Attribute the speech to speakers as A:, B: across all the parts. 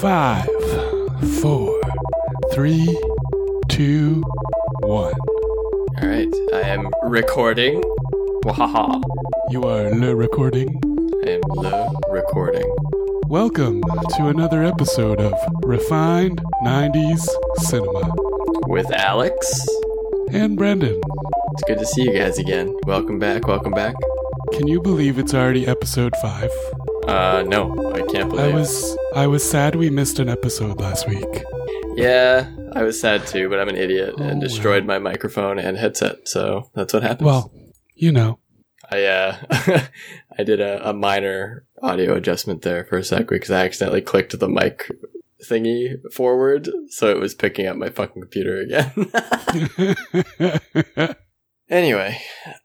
A: Five, four, three, two, one.
B: All right, I am recording. Wahaha.
A: You are le recording.
B: I am the recording.
A: Welcome to another episode of Refined 90s Cinema.
B: With Alex.
A: And Brendan,
B: It's good to see you guys again. Welcome back, welcome back.
A: can you believe it's already episode 5?
B: Uh, no, I can't
A: I
B: believe
A: was I was sad we missed an episode last week.
B: Yeah, I was sad too, but I'm an idiot
A: Oh,
B: and destroyed my microphone and headset, so that's what happens.
A: Well, you know,
B: I, uh, I did a, a minor audio adjustment there for a sec because I accidentally clicked the mic thingy forward, so it was picking up my fucking computer again. Anyway,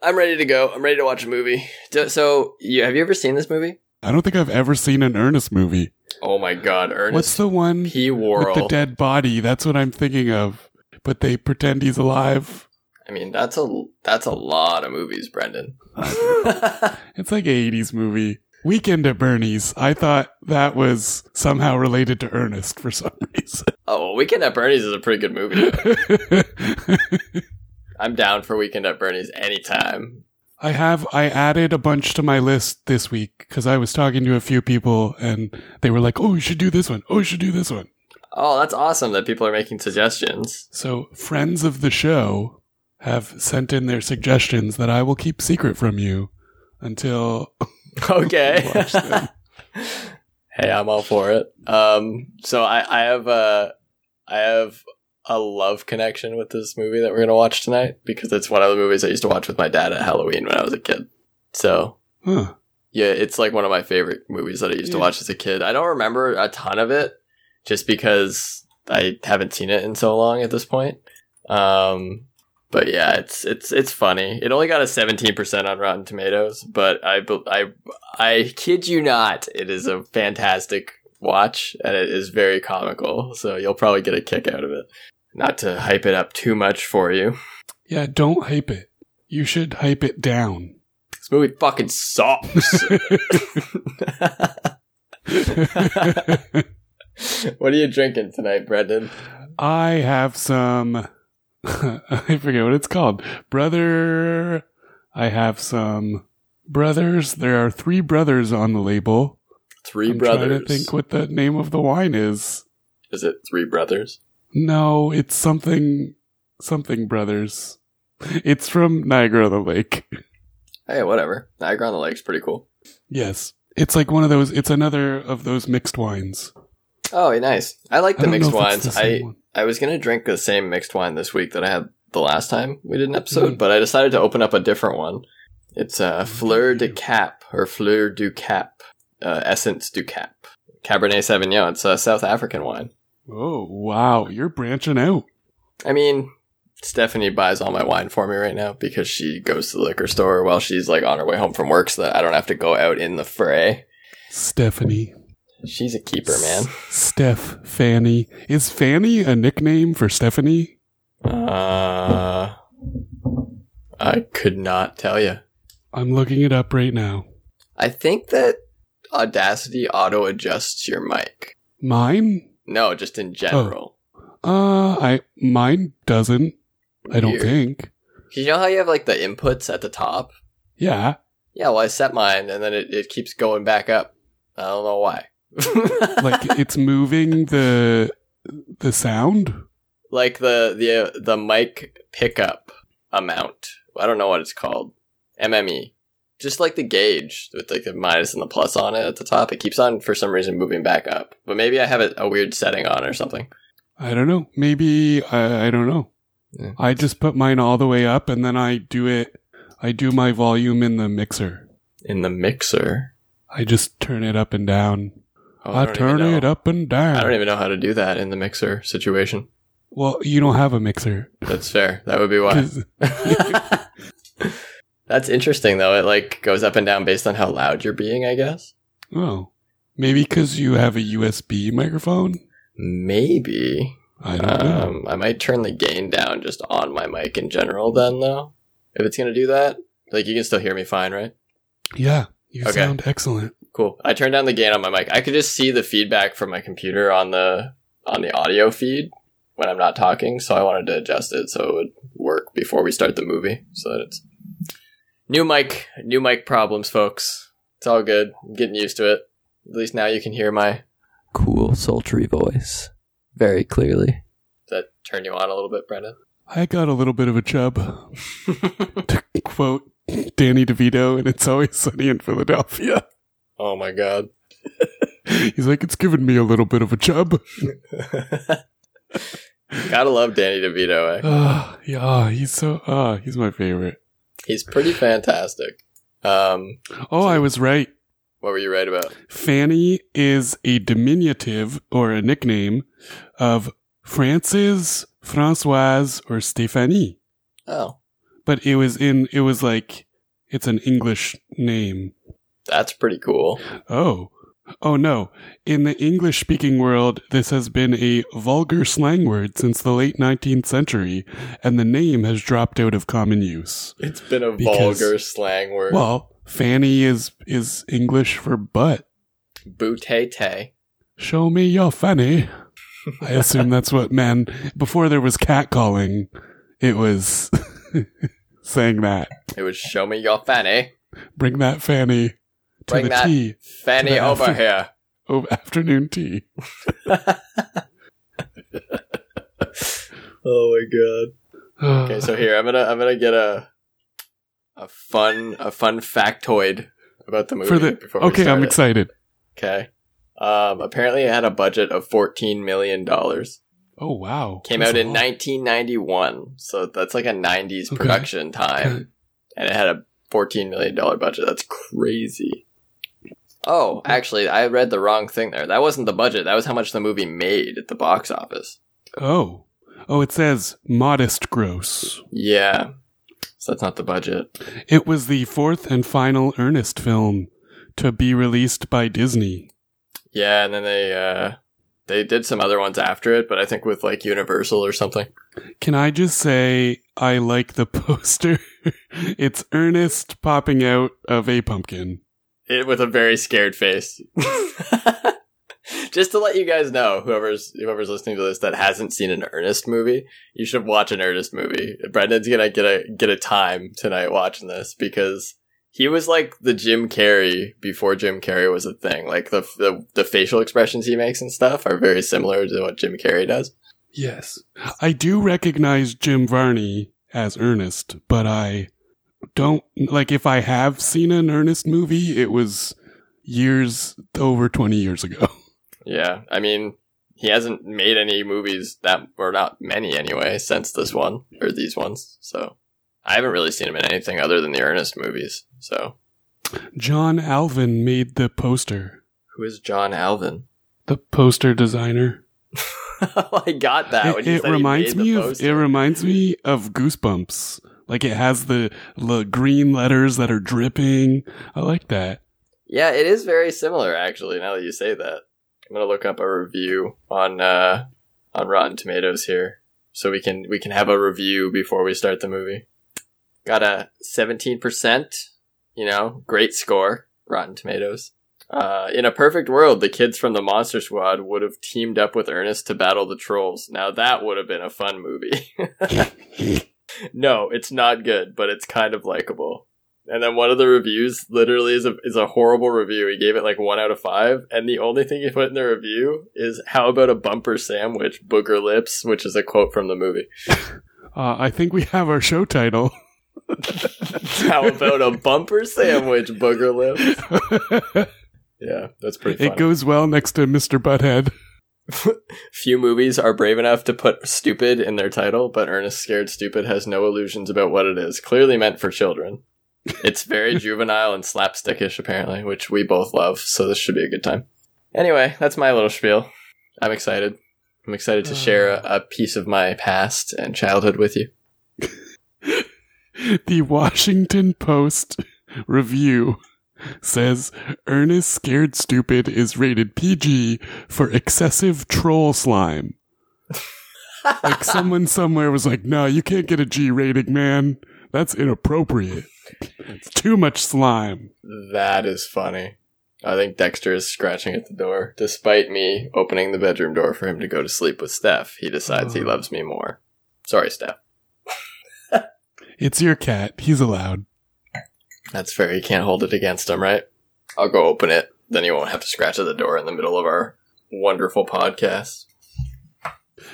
B: I'm ready to go. I'm ready to watch a movie. Do- So, you, have you ever seen this movie?
A: I don't think I've ever seen an Ernest movie.
B: Oh my god,
A: What's
B: Ernest
A: the one
B: P.
A: with the
B: Worrell.
A: dead body? That's what I'm thinking of. But they pretend he's alive.
B: I mean, that's a that's a lot of movies, Brendan.
A: It's like a 80s movie. Weekend at Bernie's. I thought that was somehow related to Ernest for some reason.
B: oh, Weekend at Bernie's is a pretty good movie. I'm down for Weekend at Bernie's anytime.
A: I have I added a bunch to my list this week because I was talking to a few people and they were like, "Oh, you should do this one. Oh, you should do this one."
B: Oh, that's awesome that people are making suggestions.
A: So friends of the show have sent in their suggestions that I will keep secret from you until
B: Okay.
A: Watch them.
B: hey, I'm all for it. Um, so I, I have a, I have a love connection with this movie that we're gonna watch tonight because it's one of the movies I used to watch with my dad at Halloween when I was a kid. So
A: huh.
B: yeah, it's like one of my favorite movies that I used to
A: Yeah.
B: watch as a kid. I don't remember a ton of it just because I haven't seen it in so long at this point. Um, but yeah, it's it's it's funny. It only got a seventeen percent on Rotten Tomatoes, but I bel- I I kid you not, it is a fantastic watch and it is very comical. So you'll probably get a kick out of it. Not to hype it up too much for you.
A: Yeah, don't hype it. You should hype it down.
B: This movie fucking sucks. what are you drinking tonight, Brendan?
A: I have some. I forget what it's called. Brother. I have some brothers. There are three brothers on the label.
B: 3
A: I'm Trying
B: brothers.
A: to think what the name of the wine is.
B: Is it three brothers?
A: No, it's something. Something brothers. It's from Niagara on the Lake.
B: Hey, whatever. Niagara on the Lake's pretty cool.
A: Yes. It's like one of those. It's another of those mixed wines.
B: Oh, nice. I like the
A: I don't
B: mixed
A: know if it's
B: wines.
A: the
B: I
A: same one.
B: I was gonna drink the same mixed wine this week that I had the last time we did an
A: Mm-hmm.
B: episode, but I decided to open up a different one. It's uh,
A: Mm-hmm.
B: Fleur de Cap or Fleur du Cap, uh, Essence du Cap, Cabernet Sauvignon. It's a South African wine.
A: Oh wow, you're branching out.
B: I mean, Stephanie buys all my wine for me right now because she goes to the liquor store while she's like on her way home from work, so that I don't have to go out in the fray.
A: Stephanie.
B: She's a keeper, man.
A: Steph Fanny. Is Fanny a nickname for Stephanie?
B: Uh, I could not tell you.
A: I'm looking it up right now.
B: I think that Audacity auto adjusts your mic.
A: Mine?
B: No, just in general.
A: Uh I mine doesn't. I don't
B: Weird.
A: think.
B: 'Cause You know how you have like the inputs at the top?
A: Yeah.
B: Yeah, well, I set mine and then it, it keeps going back up. I don't know why.
A: Like it's moving the the sound?
B: like the the the mic pickup amount. I don't know what it's called. MME. Just like the gauge with like the minus and the plus on it at the top, it keeps on for some reason moving back up. But maybe I have a, a weird setting on or something.
A: I don't know. Maybe I, I don't know.
B: Yeah.
A: I just put mine all the way up and then I do it I do my volume in the mixer.
B: In the mixer,
A: I just turn it up and down.
B: Oh,
A: I,
B: don't even
A: turn
B: know.
A: it up and down.
B: I don't even know how to do that in the mixer situation.
A: well, you don't have a mixer.
B: That's fair. That would be why.
A: 'Cause-
B: That's interesting though. It like goes up and down based on how loud you're being, I guess.
A: Oh, maybe because you have a USB microphone.
B: Maybe.
A: I don't know.
B: Um, I might turn the gain down just on my mic in general then though. If it's gonna do that. Like you can still hear me fine, right?
A: Yeah, you
B: okay.
A: sound excellent.
B: cool. I turned down the gain on my mic. I could just see the feedback from my computer on the on the audio feed when I'm not talking, so I wanted to adjust it so it would work before we start the movie. So that it's new mic, new mic problems, folks. It's all good. I'm getting used to it. At least now you can hear my cool, sultry voice very clearly. Does that turn you on a little bit, Brendan?
A: I got a little bit of a chub. to quote Danny DeVito, and it's always sunny in Philadelphia.
B: Oh my god.
A: He's like, it's given me a little bit of a chub.
B: Gotta love Danny DeVito. Eh?
A: Ah, yeah, ah, he's so ah, he's my favorite.
B: He's pretty fantastic. Um,
A: Oh, I was right.
B: what were you right about?
A: Fanny is a diminutive or a nickname of Frances, Françoise, or Stéphanie.
B: Oh,
A: But it was in it was like it's an English name.
B: that's pretty cool.
A: Oh. Oh no. In the English speaking world, this has been a vulgar slang word since the late 19th century, and the name has dropped out of common use.
B: It's been a
A: Because-
B: vulgar slang word.
A: Well, fanny is is English for butt.
B: Bootay-tay.
A: Show me your fanny. I assume that's what men before there was catcalling, it was saying that.
B: It was show me your fanny.
A: Bring that fanny to
B: Bring
A: the
B: that-
A: tea
B: Fanny
A: Yeah.
B: over here.
A: of afternoon tea.
B: Oh my god. Okay,
A: Uh,
B: so here I'm gonna I'm gonna get a a fun a fun factoid about the movie.
A: for the
B: before we
A: okay,
B: start
A: I'm
B: it.
A: excited.
B: Okay. Um, apparently, it had a budget of fourteen million dollars.
A: Oh wow,
B: Came
A: That's
B: out
A: a
B: in
A: lot.
B: 1991, so that's like a 90s
A: Okay.
B: production time,
A: Okay.
B: and it had a 14 million dollar budget. That's crazy. Oh, actually, I read the wrong thing there. That wasn't the budget. That was how much the movie made at the box office.
A: Oh, oh, it says modest gross.
B: Yeah, so that's not the budget.
A: It was the fourth and final Ernest film to be released by Disney.
B: Yeah, and then they uh they did some other ones after it, but I think with like Universal or something.
A: Can I just say I like the poster? it's Ernest popping out of a pumpkin.
B: It with a very scared face. Just to let you guys know, whoever's whoever's listening to this that hasn't seen an Ernest movie, you should watch an Ernest movie. Brendan's gonna get a get a time tonight watching this because he was like the Jim Carrey before Jim Carrey was a thing. Like the the, the facial expressions he makes and stuff are very similar to what Jim Carrey does.
A: Yes. I do recognize Jim Varney as Ernest, but I don't like if I have seen an Ernest movie, it was years over 20 years ago.
B: Yeah, I mean, he hasn't made any movies that or not many anyway since this one or these ones. So I haven't really seen him in anything other than the Ernest movies. So
A: John Alvin made the poster.
B: who is John Alvin? Oh,
A: The poster designer.
B: I got that. Ah, when
A: it
B: you
A: it
B: said he
A: reminds
B: made the
A: me of
B: poster.
A: it reminds me of Goosebumps. Like it has the, the green letters that are dripping. I like that.
B: yeah, it is very similar actually. Now that you say that, I'm gonna look up a review on uh, on Rotten Tomatoes here, so we can we can have a review before we start the movie. Got a 17%, you know, great score, Rotten Tomatoes. Uh, in a perfect world, the kids from the Monster Squad would have teamed up with Ernest to battle the trolls. Now that would have been a fun movie. no, it's not good, but it's kind of likable. And then one of the reviews literally is a, is a horrible review. He gave it like one out of five. And the only thing he put in the review is, how about a bumper sandwich, booger lips, which is a quote from the movie.
A: Uh, I think we have our show title.
B: How about a bumper sandwich, booger lips? Yeah, that's pretty funny.
A: it goes well next to Mr. Butthead.
B: Few movies are brave enough to put stupid in their title, but Ernest Scared Stupid has no illusions about what it is. Clearly meant for children. It's very juvenile and slapstickish, apparently, which we both love, so this should be a good time. Anyway, that's my little spiel. I'm excited. I'm excited to share a, a piece of my past and childhood with you.
A: The Washington Post review says Ernest Scared Stupid is rated PG for excessive troll slime. like someone somewhere was like, no, you can't get a G rating, man. That's inappropriate. It's too much slime.
B: That is funny. I think Dexter is scratching at the door. Despite me opening the bedroom door for him to go to sleep with Steph, he decides he
A: Oh.
B: loves me more. Sorry, Steph.
A: It's your cat. He's allowed.
B: That's fair. You can't hold it against him, right? I'll go open it. Then you won't have to scratch at the door in the middle of our wonderful podcast.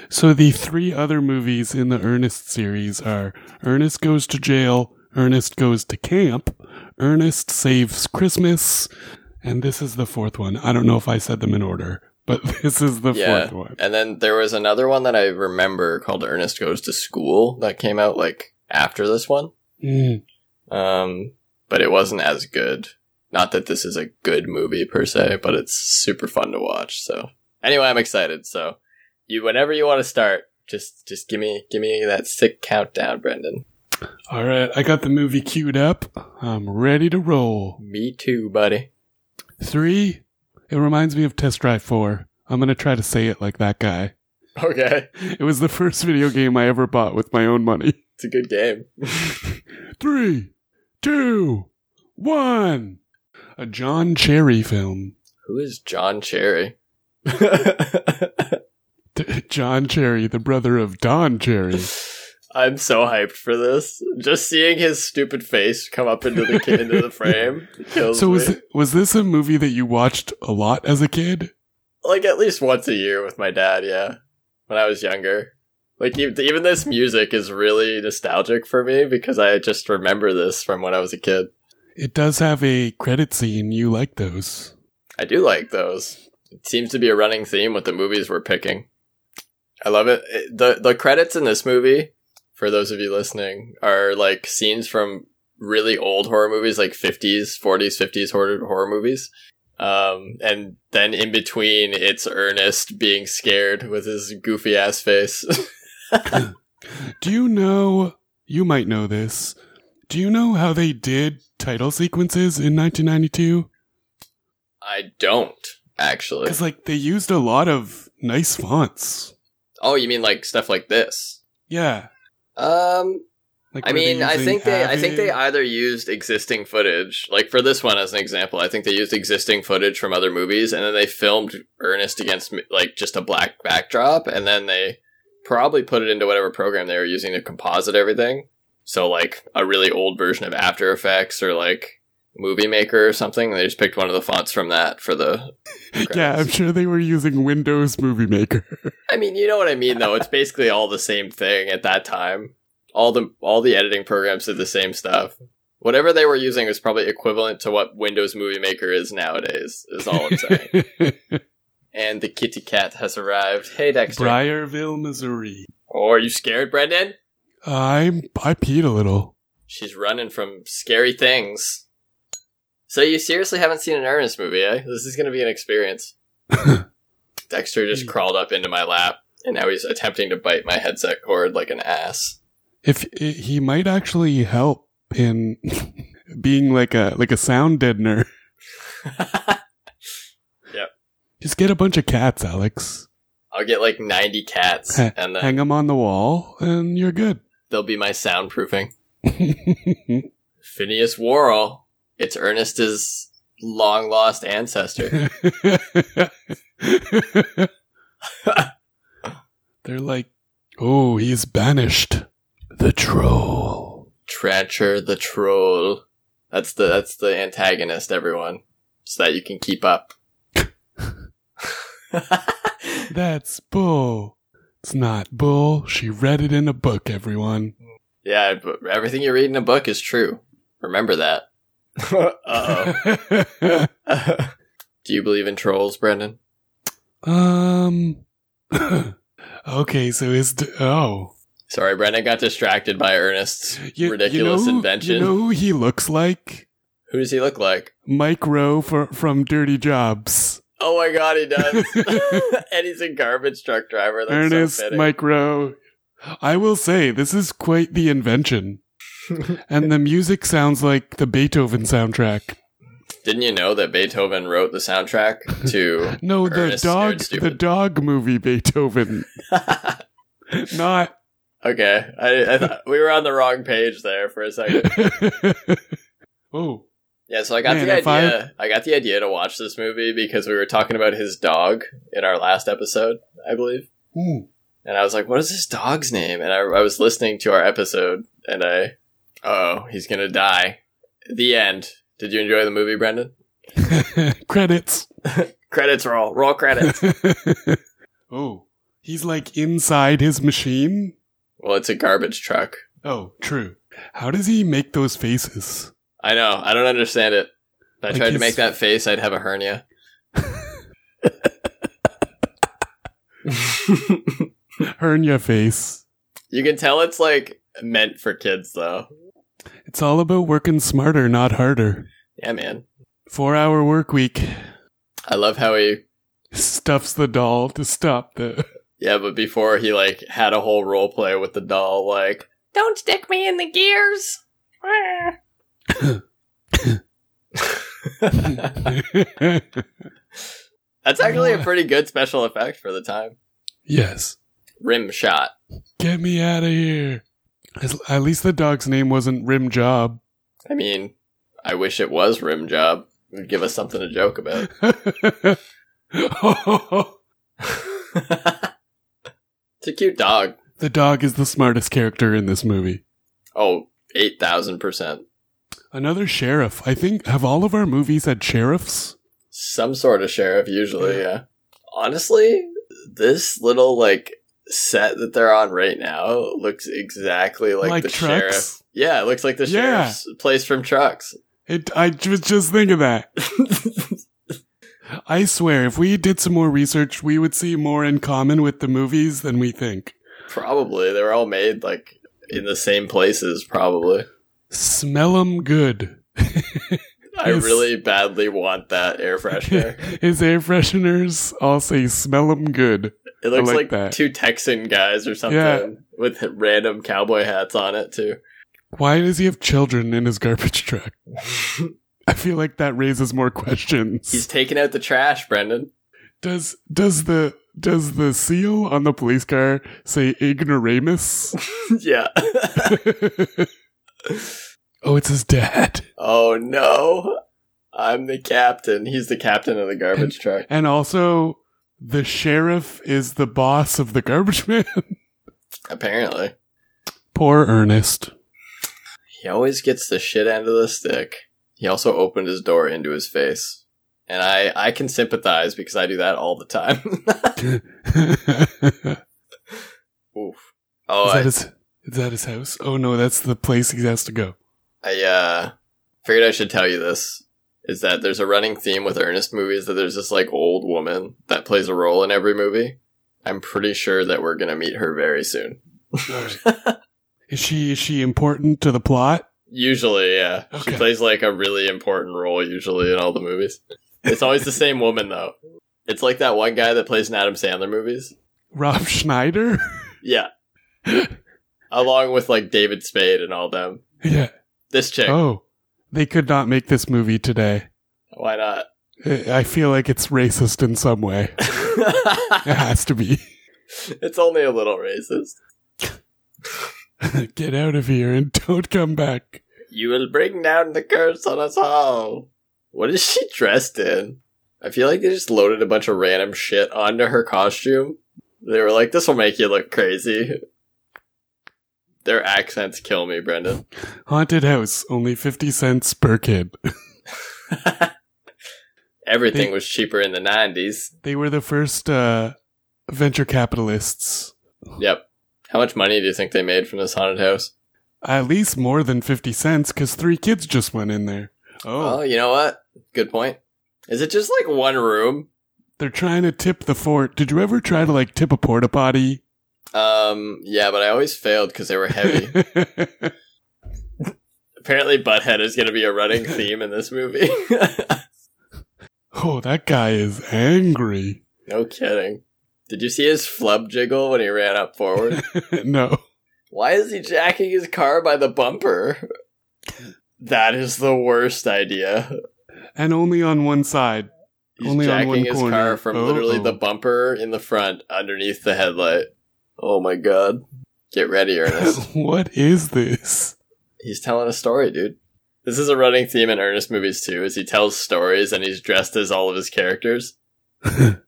A: So the three other movies in the Ernest series are Ernest Goes to Jail, Ernest Goes to Camp, Ernest Saves Christmas, and this is the fourth one. I don't know if I said them in order, but this is the
B: Yeah.
A: fourth one.
B: And then there was another one that I remember called Ernest Goes to School that came out like after this one.
A: Mm.
B: Um, but it wasn't as good. Not that this is a good movie per se, but it's super fun to watch. So anyway, I'm excited. So you, whenever you want to start, just just give me give me that sick countdown, Brendan.
A: All right, I got the movie queued up. I'm ready to roll.
B: Me too, buddy.
A: Three. It reminds me of Test Drive 4. I'm going to try to say it like that guy.
B: Okay,
A: It was the first video game I ever bought with my own money.
B: it's a good game.
A: Three, two, one. A John Cherry film.
B: Who is John Cherry?
A: D- John Cherry, the brother of Don Cherry.
B: I'm so hyped for this. Just seeing his stupid face come up into the into the frame kills
A: So
B: me.
A: was was this a movie that you watched a lot as a kid?
B: like at least once a year with my dad. Yeah, when I was younger. Like even, even this music is really nostalgic for me because I just remember this from when I was a kid.
A: It does have a credit scene. You like those?
B: I do like those. It seems to be a running theme with the movies we're picking. I love it. It- the The credits in this movie, for those of you listening, are like scenes from really old horror movies, like fifties, forties, fifties horror horror movies. Um, and then in between, it's Ernest being scared with his goofy ass face.
A: Do you know? You might know this. Do you know how they did title sequences in 1992?
B: I don't actually.
A: Because like they used a lot of nice fonts.
B: Oh, you mean like stuff like this?
A: Yeah.
B: Um,
A: Like
B: I
A: were they
B: mean, I
A: using
B: think they, I think they
A: Avid?
B: either used existing footage, like for this one as an example. I think they used existing footage from other movies, and then they filmed Ernest against m- like just a black backdrop, and then they probably put it into whatever program they were using to composite everything. So like a really old version of After Effects or like Movie Maker or something. They just picked one of the fonts from that for the.
A: Yeah, I'm
B: credits.
A: sure they were using Windows Movie Maker.
B: I mean, you know what I mean, though. It's basically all the same thing at that time. All the all the editing programs did the same stuff. Whatever they were using was probably equivalent to what Windows Movie Maker is nowadays. Is all I'm saying. and the kitty cat has arrived. Hey, Dexter.
A: Briarville, Missouri.
B: oh, are you scared, Brendan?
A: I'm I peed a little.
B: She's running from scary things. So you seriously haven't seen an Ernest movie, eh? This is going to be an experience. Dexter just crawled up into my lap, and now he's attempting to bite my headset cord like an ass.
A: If i he might actually help in being like a like a sound deadener. Just get a bunch of cats, Alex.
B: I'll get like 90 cats,
A: Heh,
B: and
A: Hang
B: then
A: them on the wall, and you're good.
B: they'll be my soundproofing. Phineas Worrell, it's Ernest's long lost ancestor.
A: They're like, oh, he's banished. The troll.
B: Trancher the troll. That's the that's the antagonist, everyone, so that you can keep up.
A: That's bull. It's not bull. She read it in a book, everyone.
B: yeah, but everything you read in a book is true. Remember that. Uh oh. Do you believe in trolls, Brendan?
A: um. okay, so is d- oh
B: Sorry, Brendan got distracted by Ernest's
A: You-
B: ridiculous
A: you know,
B: invention.
A: You know who he looks like?
B: Who does he look like?
A: Mike Rowe for, from Dirty Jobs.
B: Oh my god, he does. and he's a garbage truck driver. That's
A: Ernest
B: so fitting.
A: Mike Rowe. I will say this is quite the invention, and the music sounds like the Beethoven soundtrack.
B: Didn't you know that Beethoven wrote the soundtrack to
A: No, the
B: Ernest
A: dog,
B: Scared
A: the
B: Stupid.
A: dog movie Beethoven, not
B: Okay. I, I thought we were on the wrong page there for a second.
A: oh,
B: Yeah, so I got
A: Man,
B: the
A: if I-
B: idea. I... got the idea to watch this movie because we were talking about his dog in our last episode, I believe.
A: Ooh.
B: And I was like, "What is this dog's name?" And I, I was listening to our episode, and I, oh, he's gonna die. The end. Did you enjoy the movie, Brendan?
A: Credits.
B: Credits roll. Roll credits.
A: oh, he's like inside his machine?
B: well, it's a garbage truck.
A: Oh, true. How does he make those faces?
B: I know. I don't understand it. If I
A: Like
B: tried to
A: his-
B: make that face, I'd have a hernia.
A: Hernia face.
B: you can tell it's like meant for kids, though.
A: It's all about working smarter, not harder.
B: Yeah, man.
A: Four hour work week
B: I love how he
A: stuffs the doll to stop the.
B: Yeah, but before he like had a whole role play with the doll, like don't stick me in the gears. That's actually a pretty good special effect for the time.
A: yes.
B: Rim shot.
A: Get me out of here. As- At least the dog's name wasn't Rim Job.
B: I mean, I wish it was rim job. It would give us something to joke about.
A: the
B: it's a cute dog.
A: dog is the smartest character in this movie.
B: Oh, 8,000%.
A: Another sheriff. I think, have all of our movies had sheriffs?
B: Some sort of sheriff, usually, yeah. Honestly, this little, like, set that they're on right now looks exactly like,
A: Like
B: the
A: Trucks?
B: sheriff. Yeah, it looks like the
A: Yeah.
B: sheriff's place from Trucks.
A: It, I j- was just thinking that. I swear, if we did some more research, we would see more in common with the movies than we think.
B: probably. They were all made, like, in the same places, probably.
A: Smell 'em good.
B: I
A: Yes.
B: really badly want that air freshener.
A: His air fresheners all say smell 'em good.
B: It looks
A: like
B: like,
A: that.
B: two Texan guys or something
A: Yeah.
B: with random cowboy hats on it, too.
A: Why does he have children in his garbage truck? I feel like that raises more questions.
B: He's taking out the trash, Brendan.
A: does does the does the seal on the police car say ignoramus?
B: yeah.
A: oh, it's his dad.
B: Oh no. I'm the captain. He's the captain of the garbage truck.
A: And also the sheriff is the boss of the garbage man.
B: Apparently.
A: Poor Ernest.
B: He always gets the shit end of the stick. He also opened his door into his face. And I, I can sympathize because I do that all the time.
A: is
B: Oof. Oh,
A: that
B: I,
A: his is that his house? Oh no, that's the place he has to go.
B: I uh, figured I should tell you this. Is that there's a running theme with Ernest movies that there's this like old woman that plays a role in every movie. I'm pretty sure that we're gonna meet her very soon.
A: is she is she important to the plot?
B: Usually, yeah. She
A: Okay.
B: plays like a really important role usually in all the movies. It's always the same woman though. It's like that one guy that plays in Adam Sandler movies.
A: Rob Schneider?
B: Yeah. Along with like David Spade and all them.
A: yeah.
B: This chick.
A: Oh. They could not make this movie today.
B: Why not?
A: I I feel like it's racist in some way. It has to be.
B: it's only a little racist.
A: Get out of here and don't come back.
B: You will bring down the curse on us all. What is she dressed in? I feel like they just loaded a bunch of random shit onto her costume. They were like, this will make you look crazy. Their accents kill me, Brendan.
A: Haunted house, only 50 cents per kid.
B: Everything
A: They-
B: was cheaper in the 90s.
A: They were the first uh, venture capitalists.
B: Yep. How much money do you think they made from this haunted house?
A: At least more than 50 cents because three kids just went in there.
B: Oh,
A: Oh,
B: you know what? Good point. Is it just like one room?
A: they're trying to tip the fort. Did you ever try to like tip a porta potty?
B: Um, yeah, but I always failed because they were heavy. Apparently, butthead is going to be a running theme in this movie.
A: oh, that guy is angry.
B: no kidding. Did you see his flub jiggle when he ran up forward?
A: no.
B: Why is he jacking his car by the bumper? That is the worst idea.
A: And only on one side.
B: He's
A: Only on
B: jacking
A: one
B: his
A: corner.
B: car from
A: Oh,
B: literally
A: oh.
B: the bumper in the front underneath the headlight. Oh my god. Get ready, Ernest.
A: what is this?
B: He's telling a story, dude. This is a running theme in Ernest movies too, is he tells stories and he's dressed as all of his characters.
A: It's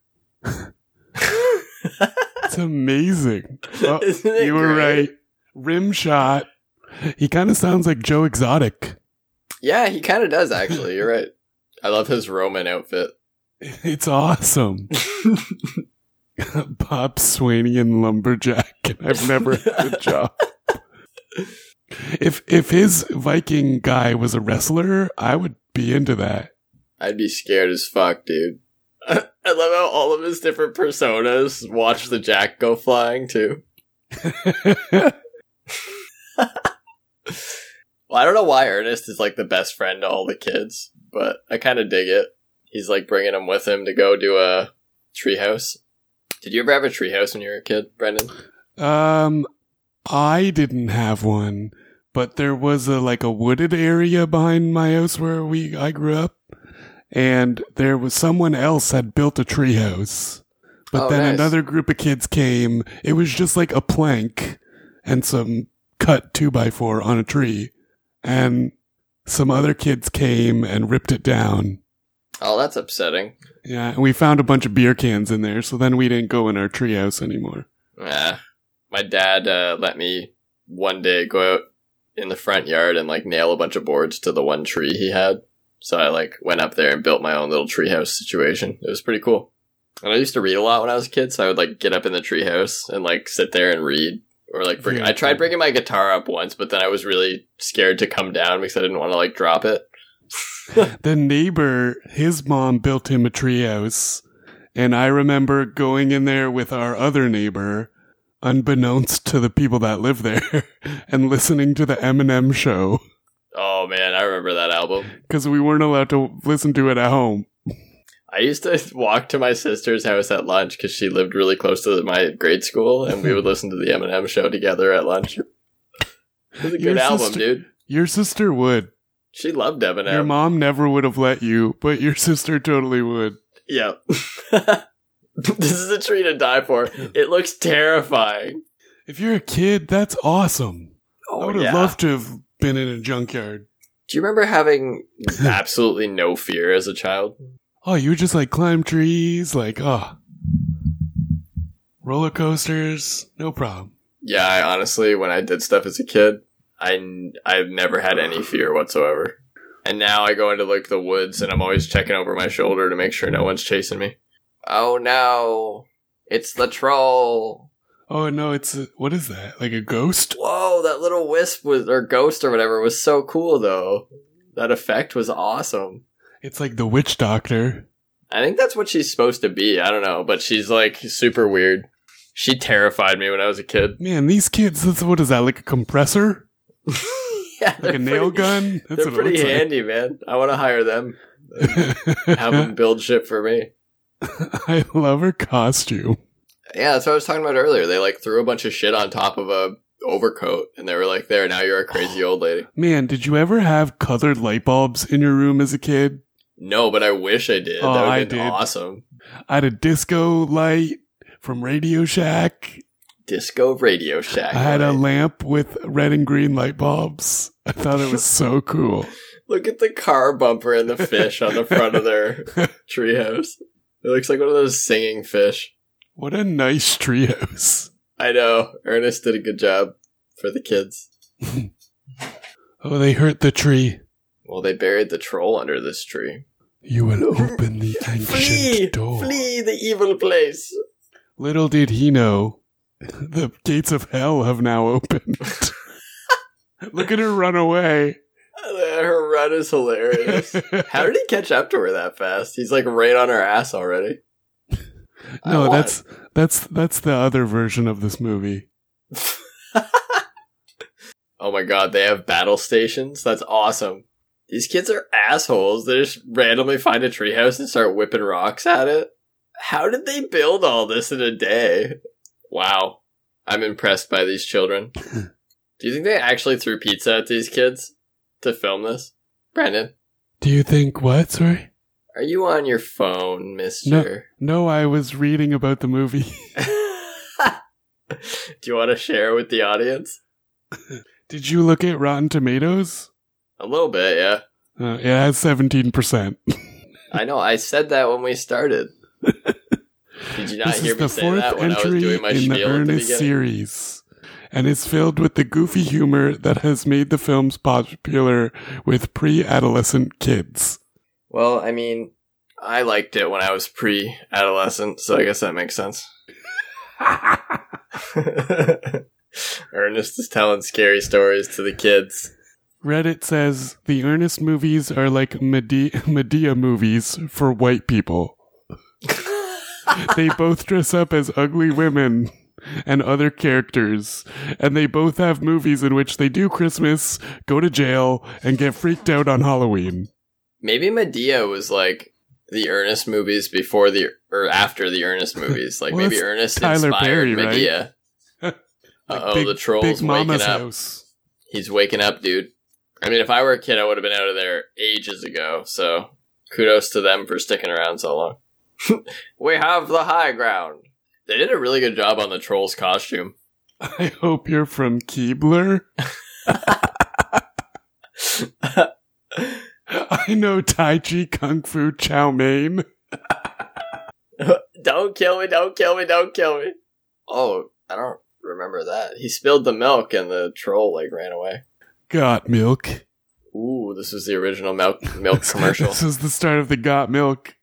A: amazing. Well,
B: Isn't it
A: Oh, you were right.
B: great?
A: Rim shot. He kind of sounds like Joe Exotic.
B: Yeah, he kind of does actually. You're right. I love his Roman outfit.
A: It's awesome. Bob Swaney and lumberjack. and I've never had a job. If if his Viking guy was a wrestler, I would be into that.
B: I'd be scared as fuck, dude. I love how all of his different personas watch the jack go flying too. Well, I don't know why Ernest is like the best friend to all the kids, but I kind of dig it. He's like bringing them with him to go do a treehouse. Did you ever have a treehouse when you were a kid, Brendan?
A: um, I didn't have one, but there was a like a wooded area behind my house where we I grew up, and there was someone else had built a tree house. But
B: Oh,
A: then
B: nice.
A: another group of kids came. It was just like a plank and some cut two by four on a tree, and some other kids came and ripped it down.
B: Oh, that's upsetting.
A: Yeah, and we found a bunch of beer cans in there, so then we didn't go in our treehouse anymore.
B: Yeah. My dad uh, let me one day go out in the front yard and like nail a bunch of boards to the one tree he had. So I like went up there and built my own little treehouse situation. It was pretty cool. And I used to read a lot when I was a kid, so I would like get up in the treehouse and like sit there and read. Or like, bring,
A: Very
B: I tried
A: cool.
B: bringing my guitar up once, but then I was really scared to come down because I didn't want to like drop it.
A: The neighbor, his mom built him a treehouse, and I remember going in there with our other neighbor, unbeknownst to the people that live there, and listening to the Eminem show
B: Oh man, I remember that album.
A: because we weren't allowed to listen to it at home.
B: I used to walk to my sister's house at lunch because she lived really close to my grade school, and we would listen to the Eminem show together at lunch. It was a
A: Your
B: good album,
A: sister-
B: dude.
A: Your sister would.
B: She loved Eminem.
A: Your mom never would have let you, but your sister totally would.
B: yeah. this is a tree to die for. It looks terrifying.
A: If you're a kid, that's awesome. I would have
B: yeah.
A: loved to have been in a junkyard.
B: Do you remember having absolutely no fear as a child?
A: Oh, you would just like climb trees, like oh, roller coasters, no problem.
B: Yeah, I honestly, when I did stuff as a kid, I n- I've never had any fear whatsoever. And now I go into like the woods, and I'm always checking over my shoulder to make sure no one's chasing me. Oh no! It's the troll.
A: Oh no, it's a, what is that? Like a ghost?
B: Whoa, that little wisp was or ghost or whatever was so cool though. That effect was awesome.
A: It's like the witch doctor.
B: I think that's what she's supposed to be. I don't know, but she's like super weird. She terrified me when I was a kid.
A: Man, these kids. That's what is that? Like a compressor?
B: yeah,
A: Like a nail gun? That's
B: They're
A: what
B: pretty
A: it
B: handy, man. I want to hire them.
A: looks like.
B: Have them build shit for me.
A: I love her costume.
B: Yeah, that's what I was talking about earlier. They like threw a bunch of shit on top of a overcoat, and they were like, "There, now you're a crazy old lady."
A: Man, did you ever have colored light bulbs in your room as a kid?
B: No, but I wish I did.
A: Oh,
B: that would
A: I
B: have been
A: did.
B: awesome.
A: I had a disco light from Radio Shack.
B: Disco Radio Shack.
A: I had a
B: right?
A: lamp with red and green light bulbs. I thought it was so cool.
B: Look at the car bumper and the fish on the front of their treehouse. It looks like one of those singing fish.
A: What a nice treehouse.
B: I know. Ernest did a good job for the kids.
A: Oh, they hurt the tree.
B: Well, they buried the troll under this tree.
A: You will open the ancient
B: Flee!
A: door.
B: Flee the evil place!
A: Little did he know, the gates of hell have now opened. Look at her run away.
B: Her run is hilarious. How did he catch up to her that fast? He's like right on her ass already. I
A: no,
B: want-
A: that's that's that's the other version of this movie.
B: Oh my god, they have battle stations? That's awesome. These kids are assholes. They just randomly find a treehouse and start whipping rocks at it. How did they build all this in a day? Wow. I'm impressed by these children. Do you think they actually threw pizza at these kids to film this? Brandon,
A: Do you think what? Sorry.
B: are you on your phone, mister?
A: No, I was reading about the movie.
B: Do you want to share with the audience?
A: Did you look at Rotten Tomatoes?
B: A little bit, yeah.
A: Uh, it has 17%.
B: I know. I said that when we started. Did you not
A: this
B: hear
A: is
B: me
A: the
B: say
A: fourth
B: that when I was
A: entry
B: doing my
A: in the
B: spiel at the
A: Ernest
B: beginning?
A: series and is filled with the goofy humor that has made the films popular with pre adolescent kids.
B: Well, I mean, I liked it when I was pre-adolescent, so I guess that makes sense. Ernest is telling scary stories to the kids.
A: Reddit says the Ernest movies are like Medea, Medea movies for white people. they both dress up as ugly women and other characters, and they both have movies in which they do Christmas, go to jail, and get freaked out on Halloween.
B: Maybe Medea was like the Ernest movies before the or after the Ernest movies. Like
A: Well,
B: maybe
A: that's
B: Ernest
A: Tyler
B: inspired
A: Perry, right?
B: Medea.
A: Like
B: uh oh,
A: Big-
B: the troll's
A: Big Mama's
B: waking up.
A: house.
B: He's waking up, dude. I mean, if I were a kid, I would have been out of there ages ago. So kudos to them for sticking around so long. we have the high ground. They did a really good job on the troll's costume.
A: I hope you're from Keebler. I know Tai Chi Kung Fu Chow Mein.
B: Don't kill me, don't kill me, don't kill me. Oh, I don't remember that. He spilled the milk and the troll like ran away.
A: Got milk.
B: Ooh, this was the original milk milk commercial.
A: this is the start of the Got Milk.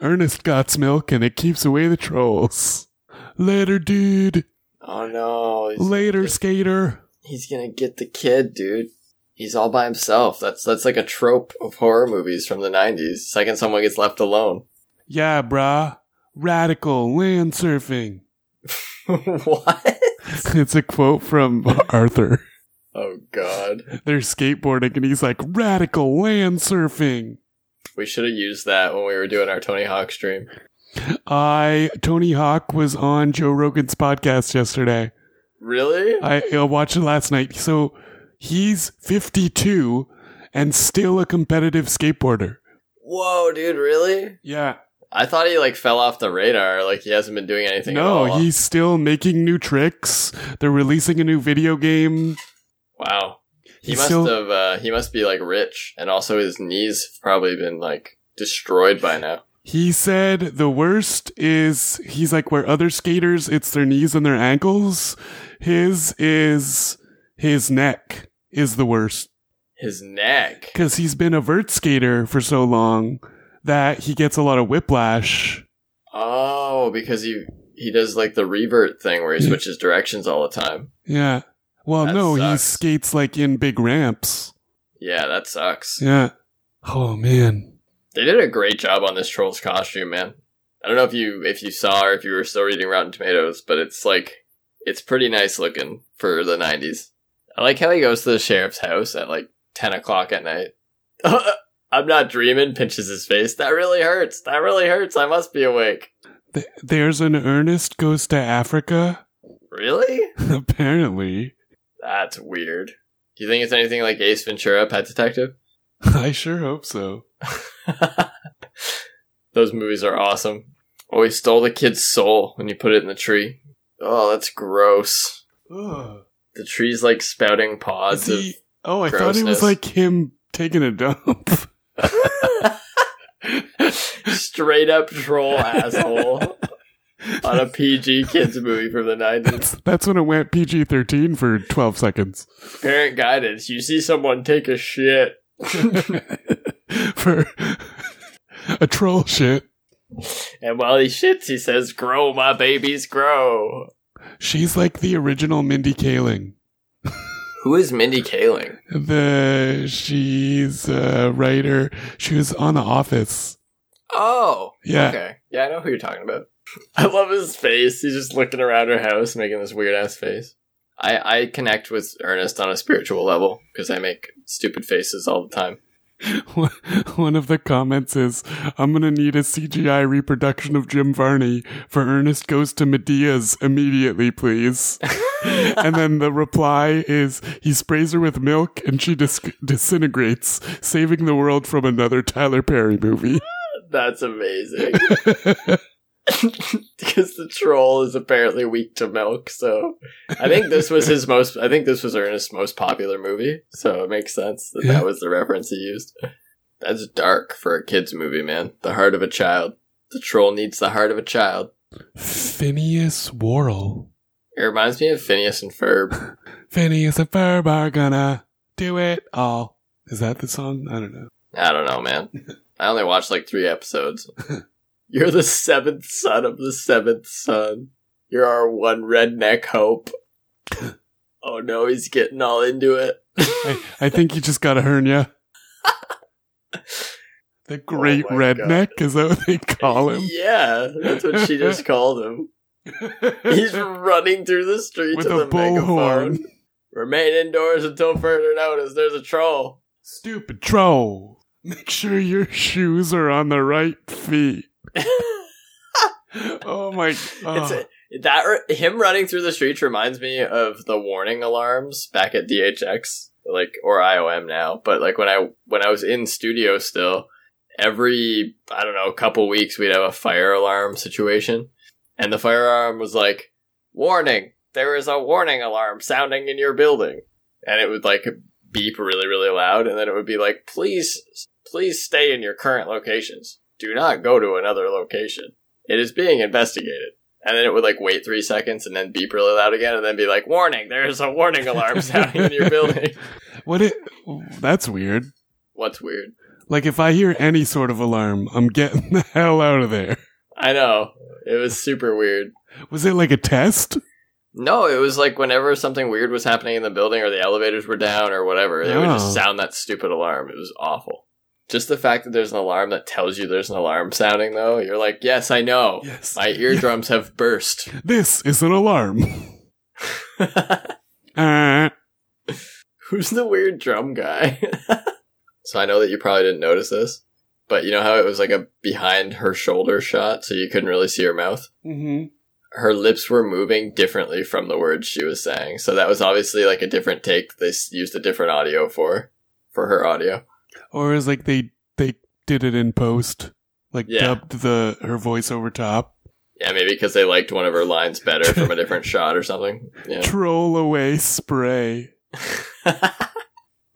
A: Ernest got's milk and it keeps away the trolls. Later, dude.
B: Oh no. he's-
A: Later, skater.
B: He's gonna get the kid, dude. He's all by himself. That's that's like a trope of horror movies from the nineties. Second someone gets left alone.
A: Yeah, brah. Radical land surfing.
B: what?
A: It's a quote from Arthur.
B: Oh god.
A: They're skateboarding and he's like, radical land surfing.
B: We should have used that when we were doing our Tony Hawk stream.
A: I, Tony Hawk was on Joe Rogan's podcast yesterday.
B: Really?
A: I, I watched it last night. So he's 52 and still a competitive skateboarder.
B: Whoa, dude, really?
A: Yeah.
B: I thought he like fell off the radar, like he hasn't been doing anything at
A: No,
B: all.
A: he's still making new tricks. They're releasing a new video game.
B: Wow. He
A: He's
B: must
A: still-
B: have uh he must be like rich and also his knees have probably been like destroyed by now.
A: He said the worst is he's like where other skaters, it's their knees and their ankles. His is his neck is the worst
B: His neck.
A: because he's been a vert skater for so long that he gets a lot of whiplash.
B: Oh, because he he does like the revert thing where he switches directions all the time.
A: Yeah. Well,
B: That
A: no,
B: sucks.
A: he skates like in big ramps.
B: Yeah, that sucks.
A: Yeah. Oh man.
B: They did a great job on this troll's costume, man. I don't know if you if you saw or if you were still reading Rotten Tomatoes, but it's like it's pretty nice looking for the '90s. I like how he goes to the sheriff's house at like 10 o'clock at night. I'm not dreaming. Pinches his face. That really hurts. That really hurts. I must be awake.
A: Th- there's an Ernest goes to Africa.
B: Really?
A: Apparently,
B: That's weird. Do you think it's anything like Ace Ventura, Pet Detective?
A: I sure hope so.
B: Those movies are awesome. Oh, he stole the kid's soul when you put it in the tree. Oh, that's gross.
A: Ugh.
B: The tree's like spouting
A: Is
B: pods of.
A: he- oh, I thought it
B: grossness.
A: was like him taking a dump.
B: Straight up troll asshole on a PG kids movie from the 90s.
A: that's, that's when it went PG-13 for 12 seconds.
B: Parent guidance. You see someone take a shit.
A: for a troll shit.
B: And while he shits, he says, Grow, my babies, grow.
A: She's like the original Mindy Kaling.
B: Who is Mindy Kaling?
A: The she's a writer. She was on The Office.
B: Oh,
A: Yeah,
B: Okay. Yeah, I know who you're talking about. I love his face. He's just looking around her house, making this weird ass face. I, I connect with Ernest on a spiritual level because I make stupid faces all the time.
A: one of the comments is, "I'm gonna need a CGI reproduction of Jim Varney for Ernest Goes to Medea's immediately, please." and then the reply is, "He sprays her with milk and she dis- disintegrates, saving the world from another Tyler Perry movie."
B: That's amazing. because the troll is apparently weak to milk. So I think this was his most. I think this was Ernest's most popular movie. So it makes sense that
A: Yeah.
B: that was the reference he used. That's dark for a kids movie, man. The heart of a child. The troll needs the heart of a child.
A: Phineas Worrell.
B: It reminds me of Phineas and Ferb.
A: Phineas and Ferb are gonna do it all. Is that the song? I don't know.
B: I don't know, man. I only watched like three episodes. You're the seventh son of the seventh son. You're our one redneck hope. Oh no, he's getting all into it.
A: I, I think you just got a hernia. The great
B: Oh my
A: redneck, is that what they call him?
B: Yeah, that's what she just called him. He's running through the streets
A: With
B: with,
A: a
B: a megaphone.
A: bullhorn.
B: Remain indoors until further notice. There's a troll.
A: Stupid troll. Make sure your shoes are on the right feet. Oh my
B: It's
A: god.
B: that re- him running through the streets reminds me of the warning alarms back at DHX, like or IOM now. But like when I when I was in studio still, every I don't know couple weeks we'd have a fire alarm situation, and the fire alarm was like, "Warning! There is a warning alarm sounding in your building," and it would like beep really really loud, and then it would be like, "Please, please stay in your current locations. Do not go to another location. It is being investigated." And then it would like wait three seconds and then beep really loud again and then be like, warning, there's a warning alarm sounding in your building.
A: What it that's weird.
B: What's weird?
A: Like if I hear any sort of alarm, I'm getting the hell out of there.
B: I know. It was super weird.
A: Was it like a test?
B: No, it was like whenever something weird was happening in the building or the elevators were down or whatever, they would
A: Oh.
B: just sound that stupid alarm. It was awful. Just the fact that there's an alarm that tells you there's an alarm sounding though, you're like, yes, I know.
A: Yes.
B: My eardrums have burst.
A: This is an alarm. Uh,
B: Who's the weird drum guy? so I know that you probably didn't notice this, but you know how it was like a behind her shoulder shot, so you couldn't really see her mouth?
A: mhm.
B: Her lips were moving differently from the words she was saying. So that was obviously like a different take they s- used a different audio for, for her audio.
A: Or is like they they did it in post, like
B: Yeah.
A: dubbed the her voice over top.
B: Yeah, maybe because they liked one of her lines better from a different shot or something. Yeah.
A: Troll away spray.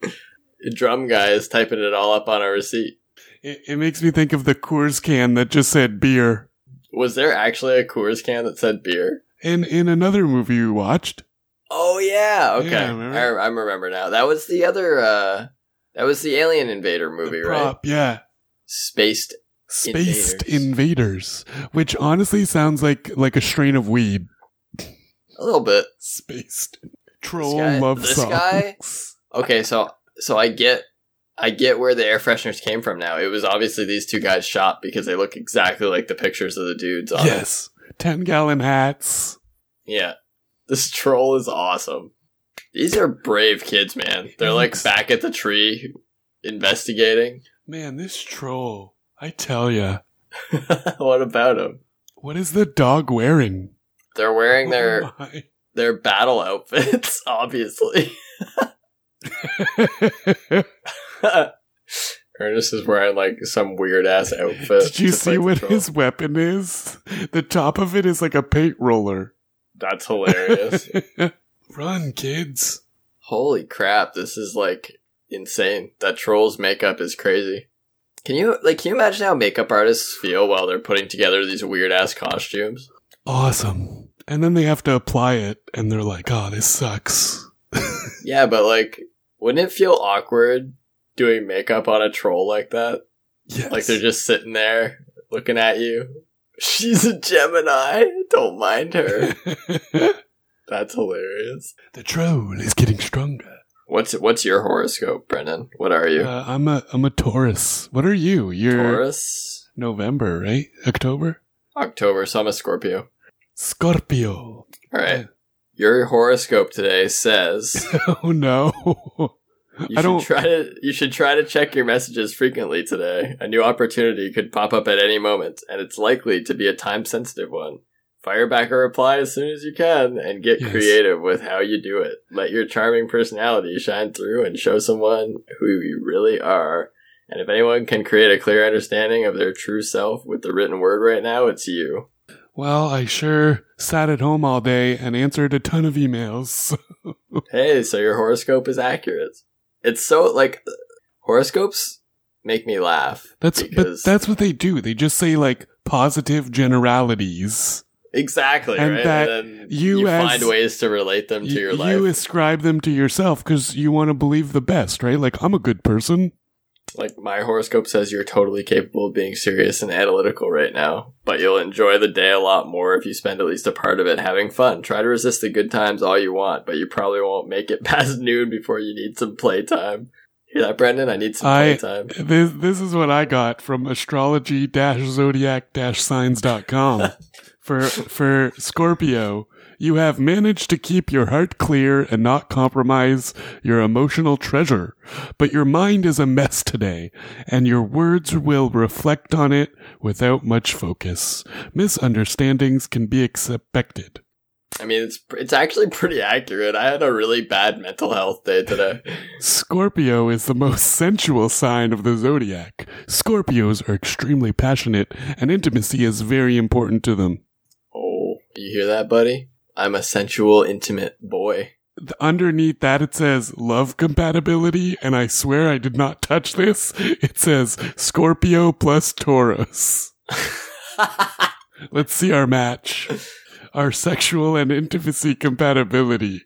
B: The drum guy is typing it all up on a receipt.
A: It, it makes me think of the Coors can that just said beer.
B: Was there actually a Coors can that said beer?
A: In in another movie we watched,
B: Oh yeah, okay.
A: Yeah,
B: I,
A: remember?
B: I, remember now. That was the other. uh That was the Alien Invader movie,
A: the
B: right?
A: prop, yeah,
B: Spaced.
A: Spaced Invaders, which honestly sounds like like a strain of weed.
B: A little bit.
A: Spaced troll
B: guy-
A: love
B: this
A: songs.
B: guy? Okay, so so I get I get where the air fresheners came from. Now it was obviously these two guys shot because they look exactly like the pictures of the dudes. on it.
A: Yes, ten gallon hats.
B: Yeah. This troll is awesome. These are brave kids, man. They're like
A: Thanks.
B: back at the tree investigating.
A: Man, this troll, I tell ya,
B: what about them?
A: what is the dog wearing?
B: They're wearing their
A: Oh my.
B: their battle outfits, obviously. Ernest is wearing like some weird ass outfit.
A: Did you
B: to
A: see
B: fight
A: what
B: the troll.
A: his weapon is? The top of it is like a paint roller.
B: That's hilarious.
A: Run, kids.
B: Holy crap, this is like insane. That troll's makeup is crazy. Can you like can you imagine how makeup artists feel while they're putting together these weird ass costumes?
A: Awesome. And then they have to apply it, and they're like, oh, this sucks.
B: Yeah, but like wouldn't it feel awkward doing makeup on a troll like that?
A: Yes.
B: Like they're just sitting there looking at you. She's a Gemini. Don't mind her. That's hilarious.
A: the troll is getting stronger.
B: What's what's your horoscope, Brennan? What are you?
A: Uh, I'm a I'm a Taurus. What are you? You're
B: Taurus,
A: November, right? October?
B: October. So I'm a Scorpio.
A: Scorpio.
B: All right. Your horoscope today says
A: Oh no.
B: you
A: I
B: should
A: don't-
B: try to you should try to check your messages frequently today. A new opportunity could pop up at any moment, and it's likely to be a time sensitive one. Fire back a reply as soon as you can, and get
A: Yes.
B: creative with how you do it. Let your charming personality shine through, and show someone who you really are. And if anyone can create a clear understanding of their true self with the written word right now, it's you.
A: Well, I sure sat at home all day and answered a ton of emails.
B: Hey, so your horoscope is accurate. It's so like horoscopes make me laugh.
A: That's but
B: Because-
A: that's what they do. They just say like positive generalities.
B: Exactly,
A: And
B: right?
A: that
B: and then
A: you
B: you,
A: as-
B: find ways to relate them to
A: You-
B: your
A: you
B: life.
A: ascribe them to yourself because you want to believe the best, right? Like I'm a good person.
B: like my horoscope says you're totally capable of being serious and analytical right now, but you'll enjoy the day a lot more if you spend at least a part of it having fun. Try to resist the good times all you want, but you probably won't make it past noon before you need some playtime. Hear that, Brendan? I need some
A: I-
B: playtime.
A: This this is what I got from astrology zodiac signs.com. for for Scorpio, you have managed to keep your heart clear and not compromise your emotional treasure, but your mind is a mess today, and your words will reflect on it without much focus. Misunderstandings can be expected.
B: I mean, it's it's actually pretty accurate. I had a really bad mental health day today.
A: Scorpio is the most sensual sign of the zodiac. Scorpios are extremely passionate, and intimacy is very important to them.
B: Oh, you hear that, buddy? I'm a sensual, intimate boy.
A: Th- Underneath that, it says love compatibility, and I swear I did not touch this. It says Scorpio plus Taurus. Let's see our match. Our sexual and intimacy compatibility.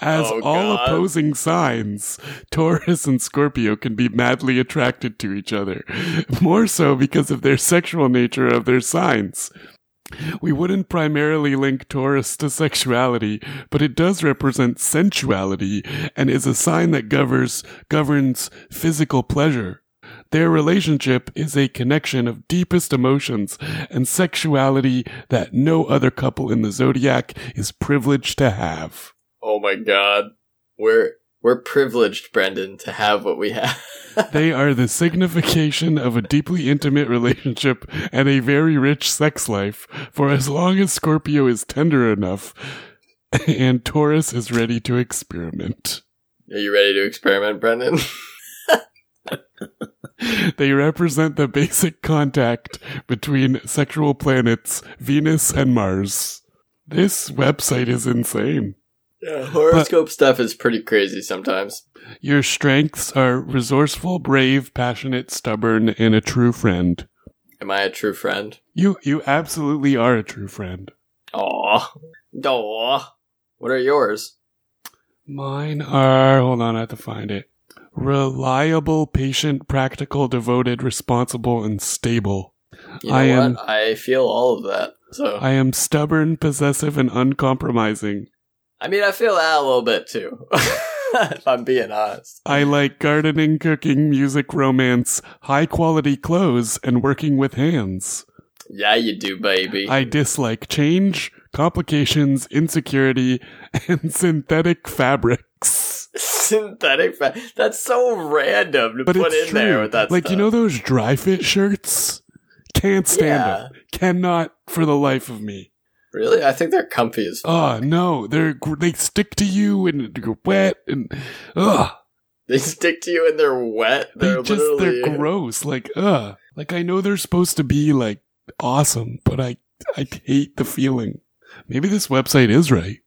A: As
B: Oh,
A: all
B: God.
A: opposing signs, Taurus and Scorpio can be madly attracted to each other, more so because of their sexual nature of their signs. We wouldn't primarily link Taurus to sexuality, but it does represent sensuality and is a sign that governs governs physical pleasure. Their relationship is a connection of deepest emotions and sexuality that no other couple in the zodiac is privileged to have.
B: Oh my god. We're we're privileged, Brendan, to have what we have.
A: They are the signification of a deeply intimate relationship and a very rich sex life, for as long as Scorpio is tender enough and Taurus is ready to experiment.
B: Are you ready to experiment, Brendan?
A: They represent the basic contact between sexual planets Venus and Mars. This website is insane.
B: Yeah. Horoscope stuff is pretty crazy sometimes.
A: Your strengths are resourceful, brave, passionate, stubborn, and a true friend.
B: Am I a true friend?
A: You you absolutely are a true friend.
B: Aw. Aw. What are yours?
A: Mine are hold on, I have to find it. Reliable, patient, practical, devoted, responsible, and stable.
B: You know
A: I
B: what?
A: am-
B: I feel all of that. So I,
A: I am stubborn, possessive, and uncompromising.
B: mean I feel that a little bit too. if I'm being honest.
A: I like gardening, cooking, music, romance, high quality clothes, and working with hands.
B: Yeah you do, baby.
A: I dislike change, complications, insecurity, and synthetic fabrics.
B: Synthetic fa- that's so random to
A: But
B: put in
A: it's
B: there
A: true.
B: with that
A: like you
B: stuff.
A: know those dry fit shirts? Can't stand
B: Yeah.
A: them. Cannot for the life of me.
B: Really? I think they're comfy as
A: Oh no, they're gr- they stick to you and you're wet and ugh.
B: They stick to you and they're wet.
A: They
B: They're
A: just
B: literally
A: they're gross. Like ugh. Like I know they're supposed to be like awesome, but I I hate the feeling. Maybe this website is right.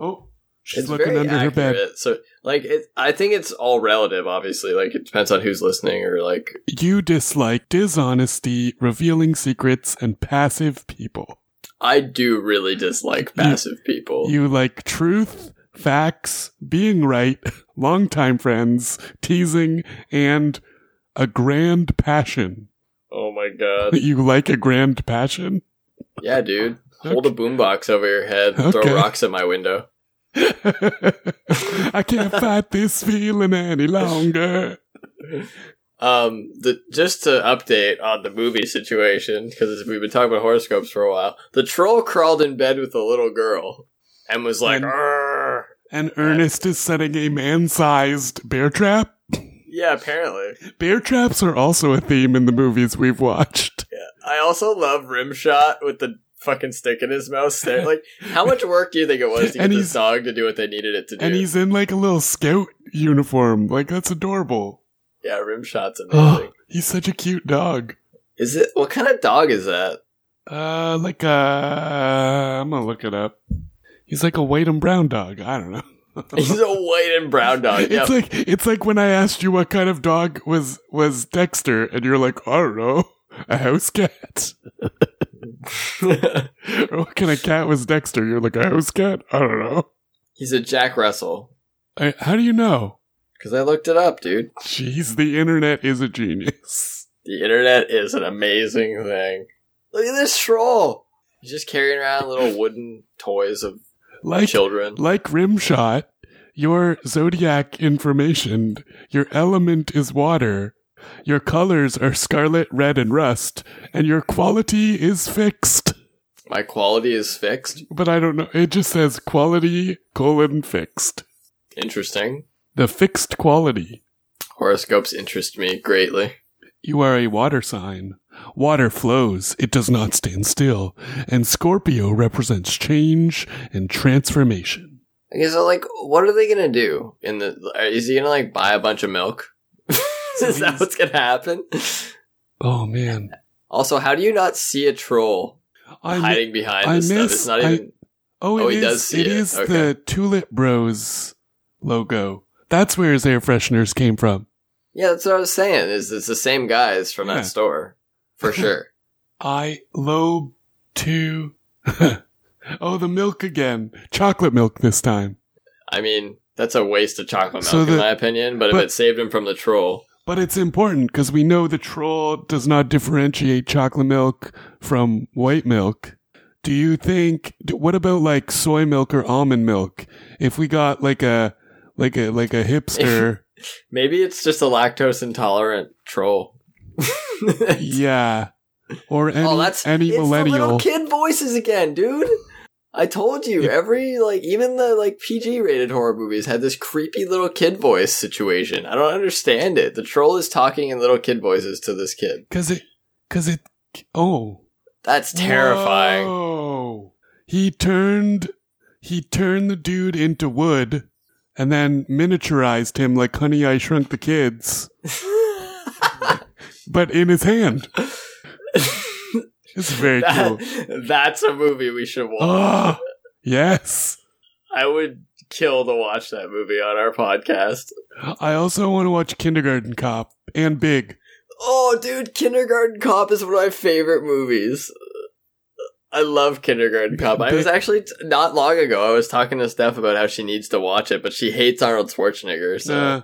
A: Oh, she's
B: it's
A: looking
B: very
A: under her bed.
B: accurate. So, like, it, I think it's all relative. Obviously, like it depends on who's listening or like.
A: You dislike dishonesty, revealing secrets, and passive people.
B: I do really dislike passive people.
A: You like truth, facts, being right, longtime friends, teasing, and a grand passion.
B: oh my god!
A: You like a grand passion?
B: Yeah, dude, hold a boombox over your head, and
A: Okay.
B: throw rocks at my window.
A: I can't fight this feeling any longer.
B: Um, the, just to update on the movie situation because we've been talking about horoscopes for a while. The troll crawled in bed with a little girl and was like,
A: And-
B: "Arr."
A: And Ernest is setting a man sized bear trap.
B: "Yeah, apparently."
A: Bear traps are also a theme in the movies we've watched.
B: I also love Rimshot with the fucking stick in his mouth. Stare. Like, how much work do you think it was to get
A: And
B: this
A: he's-
B: dog to do what they needed it to do?
A: And he's in like a little scout uniform. Like, that's adorable.
B: yeah, Rimshot's amazing.
A: Oh, he's such a cute dog.
B: is it? What kind of dog is that?
A: Uh, like uh, I'm gonna look it up. He's like a white and brown dog. I don't know.
B: He's a white and brown dog. Uh, Yeah.
A: It's like it's like when I asked you what kind of dog was was Dexter, and you're like, I don't know, a house cat. or what kind of cat was Dexter? You're like a house cat. I don't know.
B: He's a Jack Russell.
A: I, how do you know?
B: Because I looked it up, dude.
A: Jeez, the internet is a genius.
B: The internet is an amazing thing. Look at this troll. He's just carrying around little wooden toys of
A: Like
B: children.
A: like Rimshot, your zodiac information, your element is water, your colors are scarlet, red, and rust, and your quality is fixed.
B: My quality is fixed.
A: But I don't know. It just says quality colon fixed.
B: Interesting.
A: The fixed quality.
B: Horoscopes interest me greatly.
A: You are a water sign. Water flows, it does not stand still, and Scorpio represents change and transformation.
B: I guess like, what are they gonna do in the? Is he gonna like buy a bunch of milk? is that
A: he's-
B: what's gonna happen?
A: Oh man.
B: Also, how do you not see a troll
A: I mi-
B: hiding behind
A: I
B: this stuff?
A: miss-
B: It's not
A: I-
B: even.
A: Oh,
B: Oh,
A: it
B: he
A: is.
B: does see
A: it
B: it.
A: is
B: Okay.
A: the Tulip Bros logo. That's where his air fresheners came from.
B: yeah, that's what I was saying. Is it's the same guys from
A: Yeah.
B: that store for sure?
A: I lobe to. oh, the milk again. Chocolate milk this time.
B: I mean, that's a waste of chocolate milk
A: So
B: in
A: the-
B: my opinion. But,
A: but-
B: if it saved him from the troll,
A: But it's important because we know the troll does not differentiate chocolate milk from white milk. Do you think? d- What about like soy milk or almond milk? If we got like a like a like a hipster,
B: maybe it's just a lactose intolerant troll.
A: yeah, or any
B: oh, that's
A: any
B: it's The
A: millennial.
B: little kid voices again, dude. I told you,
A: Yeah.
B: every like even the like PG rated horror movies had this creepy little kid voice situation. I don't understand it. The troll is talking in little kid voices to this kid.
A: Cause it, cause it. Oh,
B: That's terrifying.
A: Whoa. He turned, he turned the dude into wood, and then miniaturized him like Honey I Shrunk the Kids, but in his hand. It's very cool.
B: That- that's a movie we should watch.
A: Ah, yes.
B: I would kill to watch that movie on our podcast.
A: I also want to watch Kindergarten Cop and Big.
B: Oh, dude, Kindergarten Cop is one of my favorite movies. I love Kindergarten Cop. I was actually t- not long ago. I was talking to Steph about how she needs to watch it, but she hates Arnold Schwarzenegger. So,
A: Uh,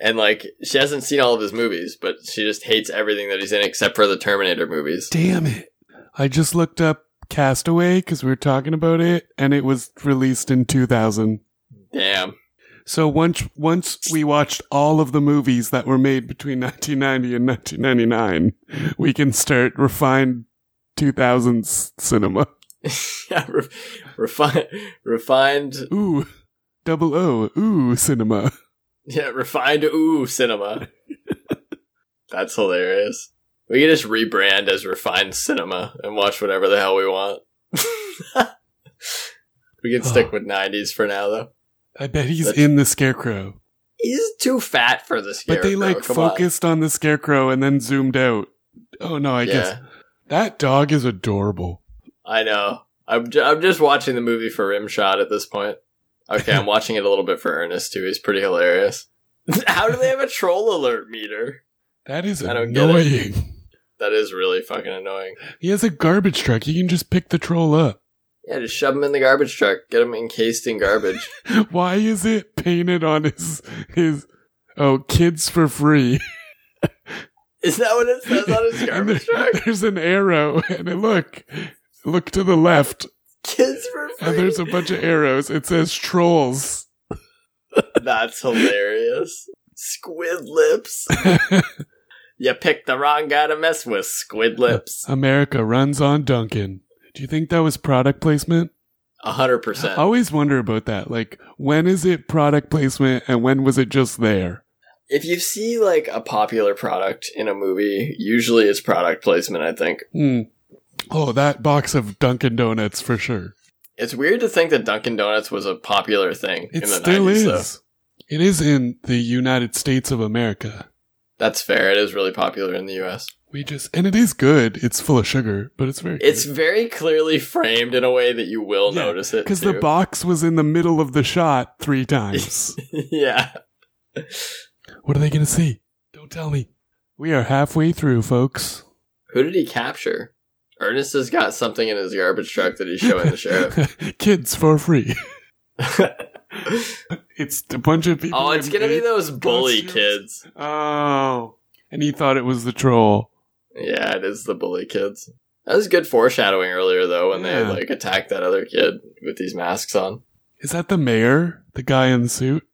B: and like, she hasn't seen all of his movies, but she just hates everything that he's in except for the Terminator movies.
A: damn it! I just looked up Castaway because we were talking about it, and it was released in two thousand.
B: Damn.
A: So once once we watched all of the movies that were made between 1990 and 1999, we can start refined 2000s cinema.
B: yeah, re- refined, refined,
A: Ooh, double O, ooh cinema.
B: yeah, refined. Ooh, cinema. That's hilarious. We can just rebrand as refined cinema and watch whatever the hell we want. we can stick with '90s for now, though.
A: I bet he's
B: That's-
A: in the Scarecrow,
B: He's too fat for the
A: but
B: scarecrow.
A: they like
B: come on.
A: focused on. the Scarecrow and then zoomed out. Oh no, I
B: yeah,
A: guess that dog is adorable.
B: I know. I'm ju- I'm just watching the movie for Rimshot at this point. Okay, I'm watching it a little bit for Ernest too. He's pretty hilarious. How do they have a troll alert meter?
A: That is
B: I don't get it.
A: annoying.
B: That is really fucking annoying.
A: He has a garbage truck. He can just pick the troll up.
B: Yeah, just shove them in the garbage truck. Get them encased in garbage.
A: Why is it painted on his his oh kids for free?
B: is that what it says on his
A: And
B: garbage
A: there-
B: truck?
A: There's an arrow and it- look look to the left
B: Kids for free.
A: and there's a bunch of arrows. It says trolls.
B: That's hilarious. Squid lips. you picked the wrong guy to mess with. Squid lips.
A: America runs on Duncan. Do you think that was product placement?
B: A hundred
A: I
B: percent.
A: always wonder about that. Like when is it product placement and when was it just there?
B: If you see like a popular product in a movie, usually it's product placement. I think
A: Hmm. Oh, that box of Dunkin' Donuts for sure.
B: it's weird to think that Dunkin' Donuts was a popular thing
A: It
B: in the
A: still
B: 90s,
A: is.
B: Though.
A: It is in the United States of America.
B: That's fair. It is really popular in the U.S.
A: We just and it is good. It's full of sugar, but it's very
B: It's very clearly framed in a way that you will
A: Yeah,
B: notice it.
A: because the
B: too.
A: box was in the middle of the shot three times.
B: yeah.
A: what are they gonna see? Don't tell me. We are halfway through, folks.
B: Who did he capture? Ernest has got something in his garbage truck that he's showing the sheriff.
A: Kids for free. It's a bunch of people.
B: oh, it's
A: in
B: gonna be
A: big-
B: those bully
A: costumes.
B: kids.
A: Oh, and he thought it was the troll.
B: Yeah, it is the bully kids. That was good foreshadowing earlier though when they
A: Yeah.
B: like attacked that other kid with these masks on.
A: Is that the mayor? The guy in the suit?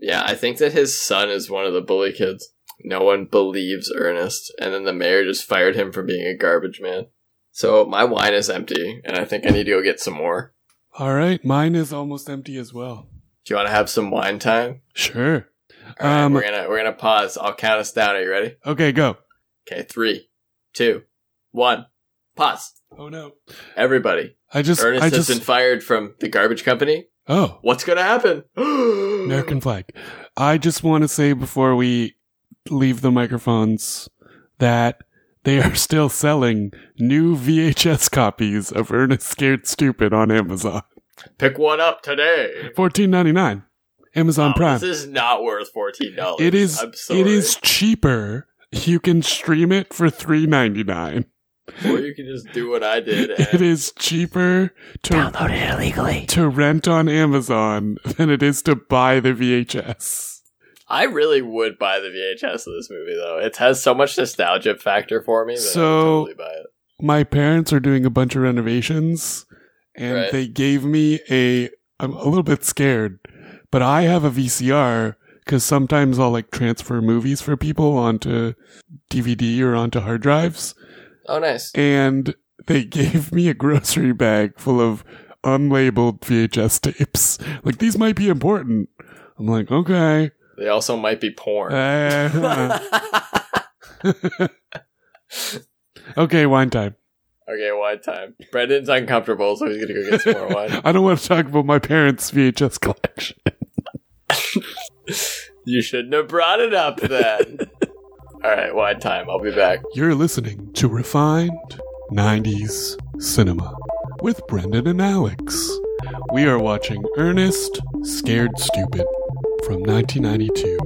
B: Yeah, I think that his son is one of the bully kids. No one believes Ernest, and then the mayor just fired him for being a garbage man. So my wine is empty, and I think I need to go get some more.
A: All right, mine is almost empty as well.
B: Do you want to have some wine time?
A: Sure.
B: All right,
A: Um,
B: we're gonna we're gonna pause. I'll count us down. Are you ready?
A: Okay, go.
B: Okay, three, two, one. Pause.
A: Oh no!
B: Everybody.
A: I just,
B: Ernest
A: I
B: has
A: just.
B: been fired from the garbage company.
A: oh,
B: What's gonna happen?
A: American flag. I just want to say before we leave the microphones that they are still selling new VHS copies of Ernest Scared Stupid on Amazon.
B: Pick one up today.
A: Fourteen ninety nine. Amazon
B: Wow,
A: Prime.
B: This is not worth fourteen dollars.
A: It is.
B: I'm sorry.
A: It is cheaper. You can stream it for three ninety nine.
B: Or you can just do what I did.
A: It
B: And
A: is cheaper to
C: Download it illegally.
A: to rent on Amazon than it is to buy the VHS.
B: I really would buy the VHS of this movie, though. It has so much nostalgia factor for me. That I
A: So-
B: would totally buy it.
A: My parents are doing a bunch of renovations, and
B: Right.
A: they gave me a. I'm a little bit scared, but I have a VCR because sometimes I'll like transfer movies for people onto DVD or onto hard drives.
B: Oh, nice.
A: and they gave me a grocery bag full of unlabeled VHS tapes. Like these might be important. I'm like, okay.
B: They also might be porn.
A: uh, okay, wine time.
B: Okay, wine time. Brendan's uncomfortable, so he's gonna go get some more wine.
A: I don't want to talk about my parents' VHS collection.
B: You shouldn't have brought it up then. All right, wine time. I'll be back.
A: You're listening to Refined 90s Cinema with Brendan and Alex. We are watching Ernest Scared Stupid from 1992,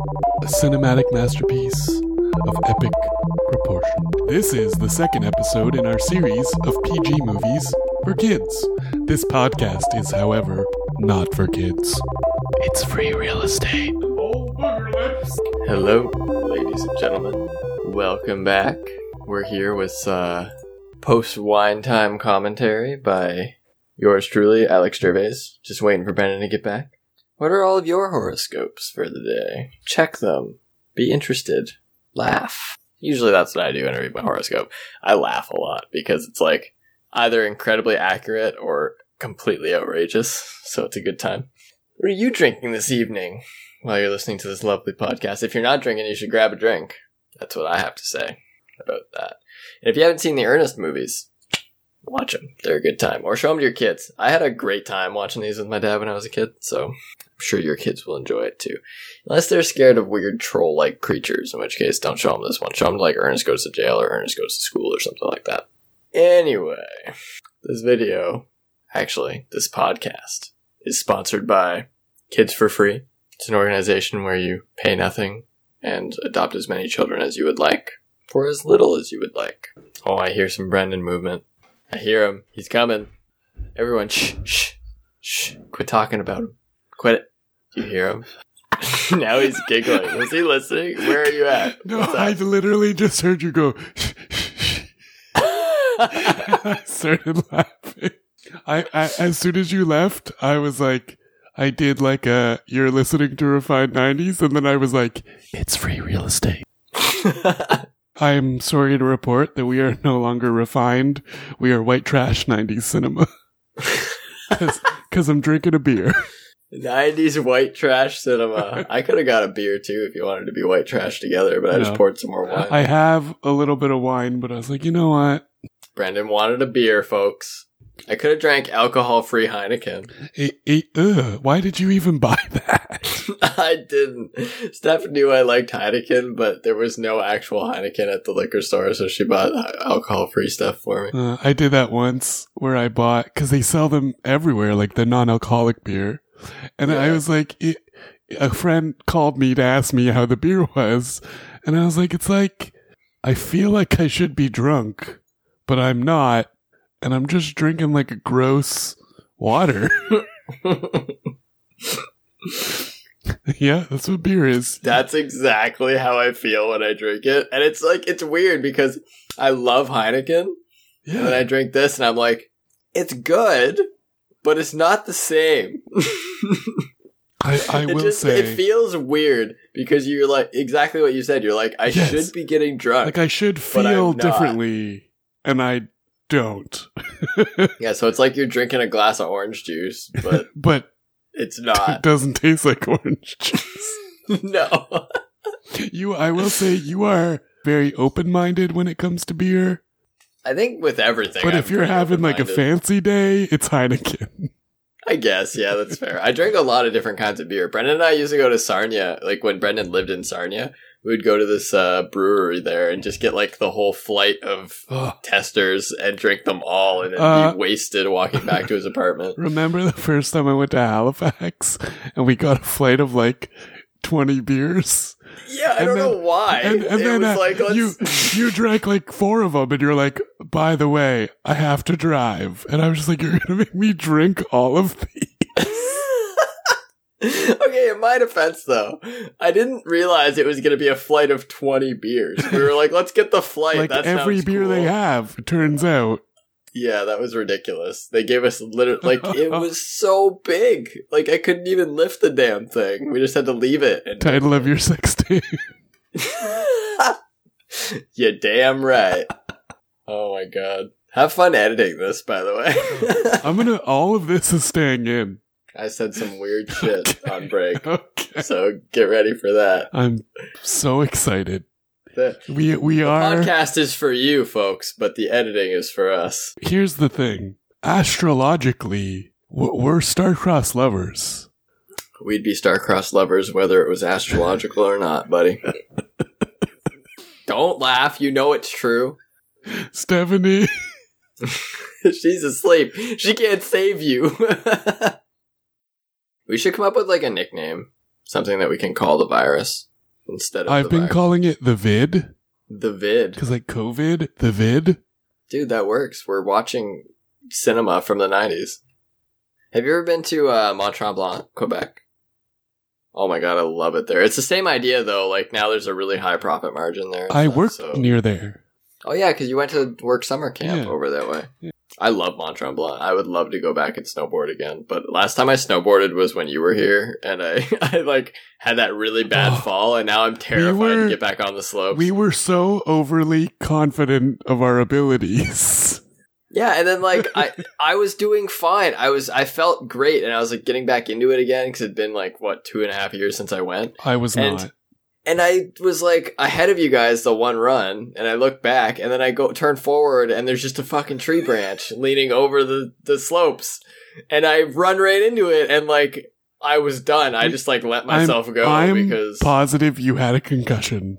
A: a cinematic masterpiece of epic proportion. This is the second episode in our series of PG movies for kids. This podcast is, however, not for kids. It's free real estate.
B: Hello, ladies and gentlemen. Welcome back. We're here with uh, post wine time commentary by yours truly, Alex Gervais. Just waiting for Brendan to get back. What are all of your horoscopes for the day? Check them. Be interested. Laugh. Usually that's what I do when I read my horoscope. I laugh a lot because it's like either incredibly accurate or completely outrageous. So it's a good time. What are you drinking this evening? while you're listening to this lovely podcast. If you're not drinking, you should grab a drink. That's what I have to say about that. And if you haven't seen the Ernest movies, watch them. They're a good time. Or show them to your kids. I had a great time watching these with my dad when I was a kid, so I'm sure your kids will enjoy it too. Unless they're scared of weird troll like creatures, in which case, don't show them this one. Show them like Ernest goes to jail or Ernest goes to school or something like that. Anyway, this video, actually, this podcast, is sponsored by Kids for Free. It's an organization where you pay nothing and adopt as many children as you would like for as little as you would like. Oh, I hear some Brendan movement. I hear him. He's coming. Everyone, shh, shh, shh. Quit talking about him. Quit it. You hear him? now he's giggling. Was he listening? Where are you at?
A: No,
B: What's
A: I
B: up?
A: literally just heard you go. "Shh, shh, shh." I started laughing. I, I as soon as you left, I was like, I did like a you're listening to Refined Nineties, and then I was like, it's free real estate. I'm sorry to report that we are no longer refined. We are white trash '90s cinema because I'm drinking a beer.
B: 90s white trash cinema. I could have got a beer too if you wanted to be white trash together, but I just
A: No.
B: poured some more wine.
A: I have a little bit of wine, but I was like, you know what?
B: Brendan wanted a beer, folks. I could have drank alcohol-free Heineken.
A: Eh, eh, ugh, why did you even buy that?
B: I didn't. Steph knew I liked Heineken, but there was no actual Heineken at the liquor store, so she bought alcohol-free stuff for me.
A: Uh, I did that once where I bought because they sell them everywhere, like the non-alcoholic beer, and I
B: Yeah.
A: was like, i a friend called me to ask me how the beer was, and I was like, it's like I feel like I should be drunk, but I'm not, and I'm just drinking like a gross water. yeah, that's what beer is.
B: That's exactly how I feel when I drink it, and it's like it's weird because I love Heineken, and then
A: Yeah,
B: I drink this, and I'm like, it's good, but it's not the same.
A: I, I
B: it
A: will
B: just
A: say
B: it feels weird because you're like exactly what you said. You're like, I
A: Yes.
B: should be getting drunk.
A: like I should
B: But I'm
A: feel
B: not.
A: differently, and I don't.
B: yeah, so it's like you're drinking a glass of orange juice, but
A: But
B: it's
A: it
B: not.
A: doesn't taste like orange juice.
B: no.
A: you, I will say, you are very open-minded when it comes to beer.
B: I think with everything.
A: but
B: I'm
A: if you're
B: pretty
A: having like a
B: open-minded.
A: fancy day, it's Heineken.
B: I guess, yeah, that's fair. I drink a lot of different kinds of beer. Brendan and I used to go to Sarnia, like when Brendan lived in Sarnia, we would go to this uh, brewery there and just get like the whole flight of
A: Ugh.
B: testers and drink them all and then
A: Uh.
B: be wasted walking back to his apartment.
A: Remember the first time I went to Halifax and we got a flight of like twenty beers,
B: Yeah, I
A: And
B: don't
A: then-
B: know why.
A: and, and
B: it
A: then
B: was
A: uh,
B: like, let's.
A: you you drank like four of them, and you're like, by the way, I have to drive, and I was just like, you're gonna make me drink all of these.
B: okay, in my defense though, I didn't realize it was going to be a flight of 20 beers. We were like, let's get the flight.
A: like
B: that
A: every
B: sounds
A: beer they
B: cool.
A: have. It turns out,
B: Yeah, that was ridiculous. They gave us literally like it was so big, like I couldn't even lift the damn thing. We just had to leave it. And-
A: title of your sex tape.
B: you damn right. Oh my god! Have fun editing this, by the way.
A: I'm gonna. All of this is staying in.
B: I said some weird shit on break,
A: Okay.
B: so get ready for that.
A: I'm so excited.
B: The
A: We we are.
B: podcast is for you, folks, but the editing is for us.
A: Here's the thing. Astrologically, w- we're star-crossed lovers.
B: We'd be star-crossed lovers whether it was astrological or not, buddy. Don't laugh. You know it's true.
A: Stephanie,
B: She's asleep. She can't save you. we should come up with like a nickname, something that we can call the virus instead of
A: I've
B: the
A: been
B: virus.
A: calling it the vid
B: the vid.
A: because like COVID, the vid.
B: Dude, that works. We're watching cinema from the '90s. Have you ever been to uh, Mont Tremblant, Quebec? Oh my god, I love it there. It's the same idea though. Like now, there's a really high profit margin there. and
A: I
B: stuff,
A: worked
B: so-
A: near there.
B: Oh yeah, because you went to work summer camp
A: Yeah.
B: over that way.
A: Yeah.
B: I love Mont Tremblant. I would love to go back and snowboard again. But last time I snowboarded was when you were here, and I, I like had that really bad
A: Oh.
B: fall, and now I'm terrified
A: were-
B: to get back on the slopes.
A: We were so overly confident of our abilities.
B: yeah, and then like I, I was doing fine. I was, I felt great, and I was like getting back into it again because it'd been like what two and a half years since I went.
A: I was
B: And-
A: not.
B: and I was like ahead of you guys the one run, and I look back, and then I go turn forward, and there's just a fucking tree branch leaning over the the slopes, and I run right into it, and like I was done. I just like let myself go
A: I'm
B: because
A: positive you had a concussion.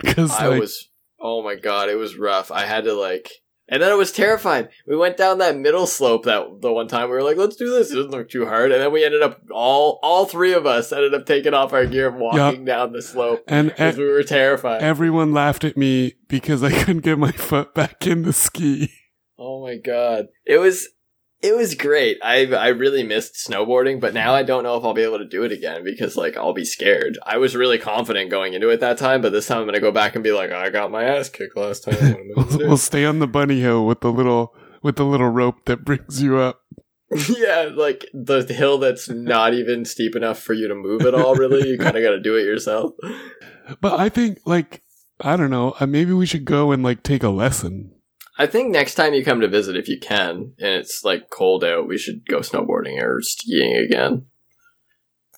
A: Because
B: I was oh my god, it was rough. I had to like. And then I was terrified. We went down that middle slope that the one time we were like, "Let's do this." It doesn't look too hard. And then we ended up all all three of us ended up taking off our gear and walking down the slope
A: and
B: because
A: e-
B: we were terrified.
A: everyone laughed at me because I couldn't get my foot back in the ski.
B: Oh my god. It was it was great. I I really missed snowboarding, but now I don't know if I'll be able to do it again because like I'll be scared. I was really confident going into it that time, but this time I'm gonna go back and be like, I got my ass kicked last time. What am I
A: We'll,
B: gonna do?"
A: we'll stay on the bunny hill with the little with the little rope that brings you up.
B: yeah, like the hill that's not even steep enough for you to move at all. Really, you kind of got to do it yourself.
A: But I think like I don't know. uh, Maybe we should go and like take a lesson.
B: I think next time you come to visit, if you can, and it's like cold out, we should go snowboarding or skiing again.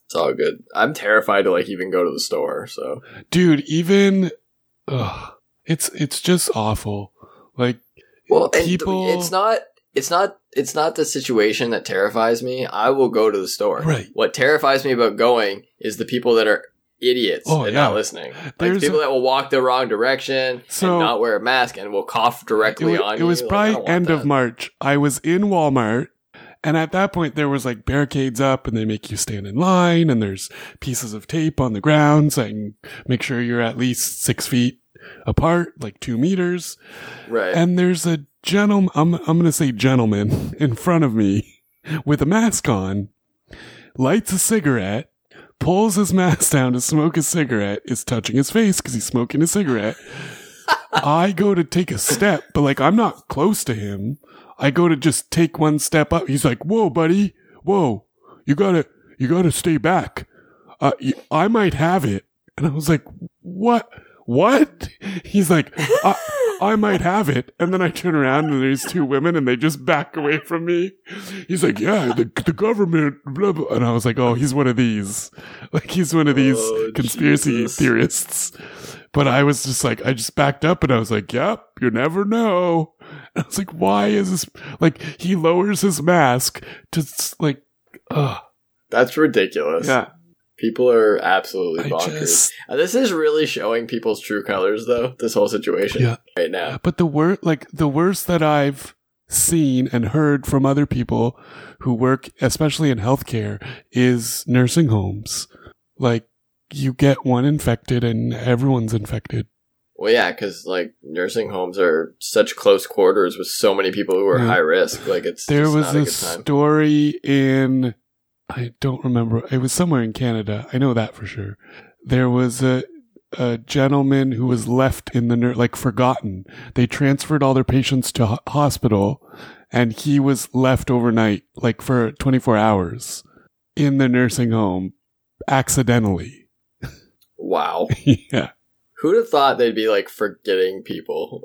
B: It's all good. I'm terrified to like even go to the store. So
A: dude even ugh, it's it's just awful like
B: well, and
A: people
B: it's not. It's not it's not the situation that terrifies me. I will go to the store.
A: Right.
B: What terrifies me about going is the people that are idiots
A: Oh,
B: and
A: yeah.
B: not listening. Like
A: There's
B: people
A: a-
B: that will walk the wrong direction
A: So-
B: and not wear a mask and will cough directly
A: it, wa-
B: on
A: it
B: you.
A: was
B: Like, I
A: probably
B: don't want
A: end
B: that.
A: of March. I was in Walmart, and at that point there was like barricades up, and they make you stand in line, and there's pieces of tape on the ground saying make sure you're at least six feet apart, like two meters.
B: right.
A: And there's a gentleman. I'm I'm gonna say gentleman in front of me with a mask on, lights a cigarette. Pulls his mask down to smoke a cigarette, is touching his face because he's smoking a cigarette. I go to take a step, but like I'm not close to him. I go to just take one step up. He's like, "Whoa, buddy! Whoa! You gotta, you gotta stay back. Uh, y I I might have it." And I was like, "What? What?" He's like, "I, I might have it." And then I turn around and there's two women and they just back away from me. He's like, "Yeah, the the government." Blah, blah. And I was like, "Oh, he's one of these. Like he's one of these
B: Oh,
A: conspiracy
B: Jesus.
A: theorists." But I was just like, I just backed up and I was like, yep, you never know. And I was like, why is this? Like, he lowers his mask to, s- like, ugh.
B: That's ridiculous. People are absolutely
A: I
B: bonkers.
A: just,
B: Uh, This is really showing people's true colors, though. This whole situation
A: Yeah.
B: right now.
A: but the worst, like, the worst that I've seen and heard from other people who work, especially in healthcare, is nursing homes. Like, you get one infected and everyone's infected.
B: Well, yeah, because like nursing homes are such close quarters with so many people who are
A: Yeah.
B: high risk. Like it's
A: There
B: just
A: was
B: not a
A: a
B: good time.
A: story in I don't remember. It was somewhere in Canada. I know that for sure. There was a a gentleman who was left in the nur- like forgotten. They transferred all their patients to ho- hospital and he was left overnight like for 24 hours in the nursing home accidentally.
B: wow,
A: yeah.
B: who'd have thought they'd be like forgetting people?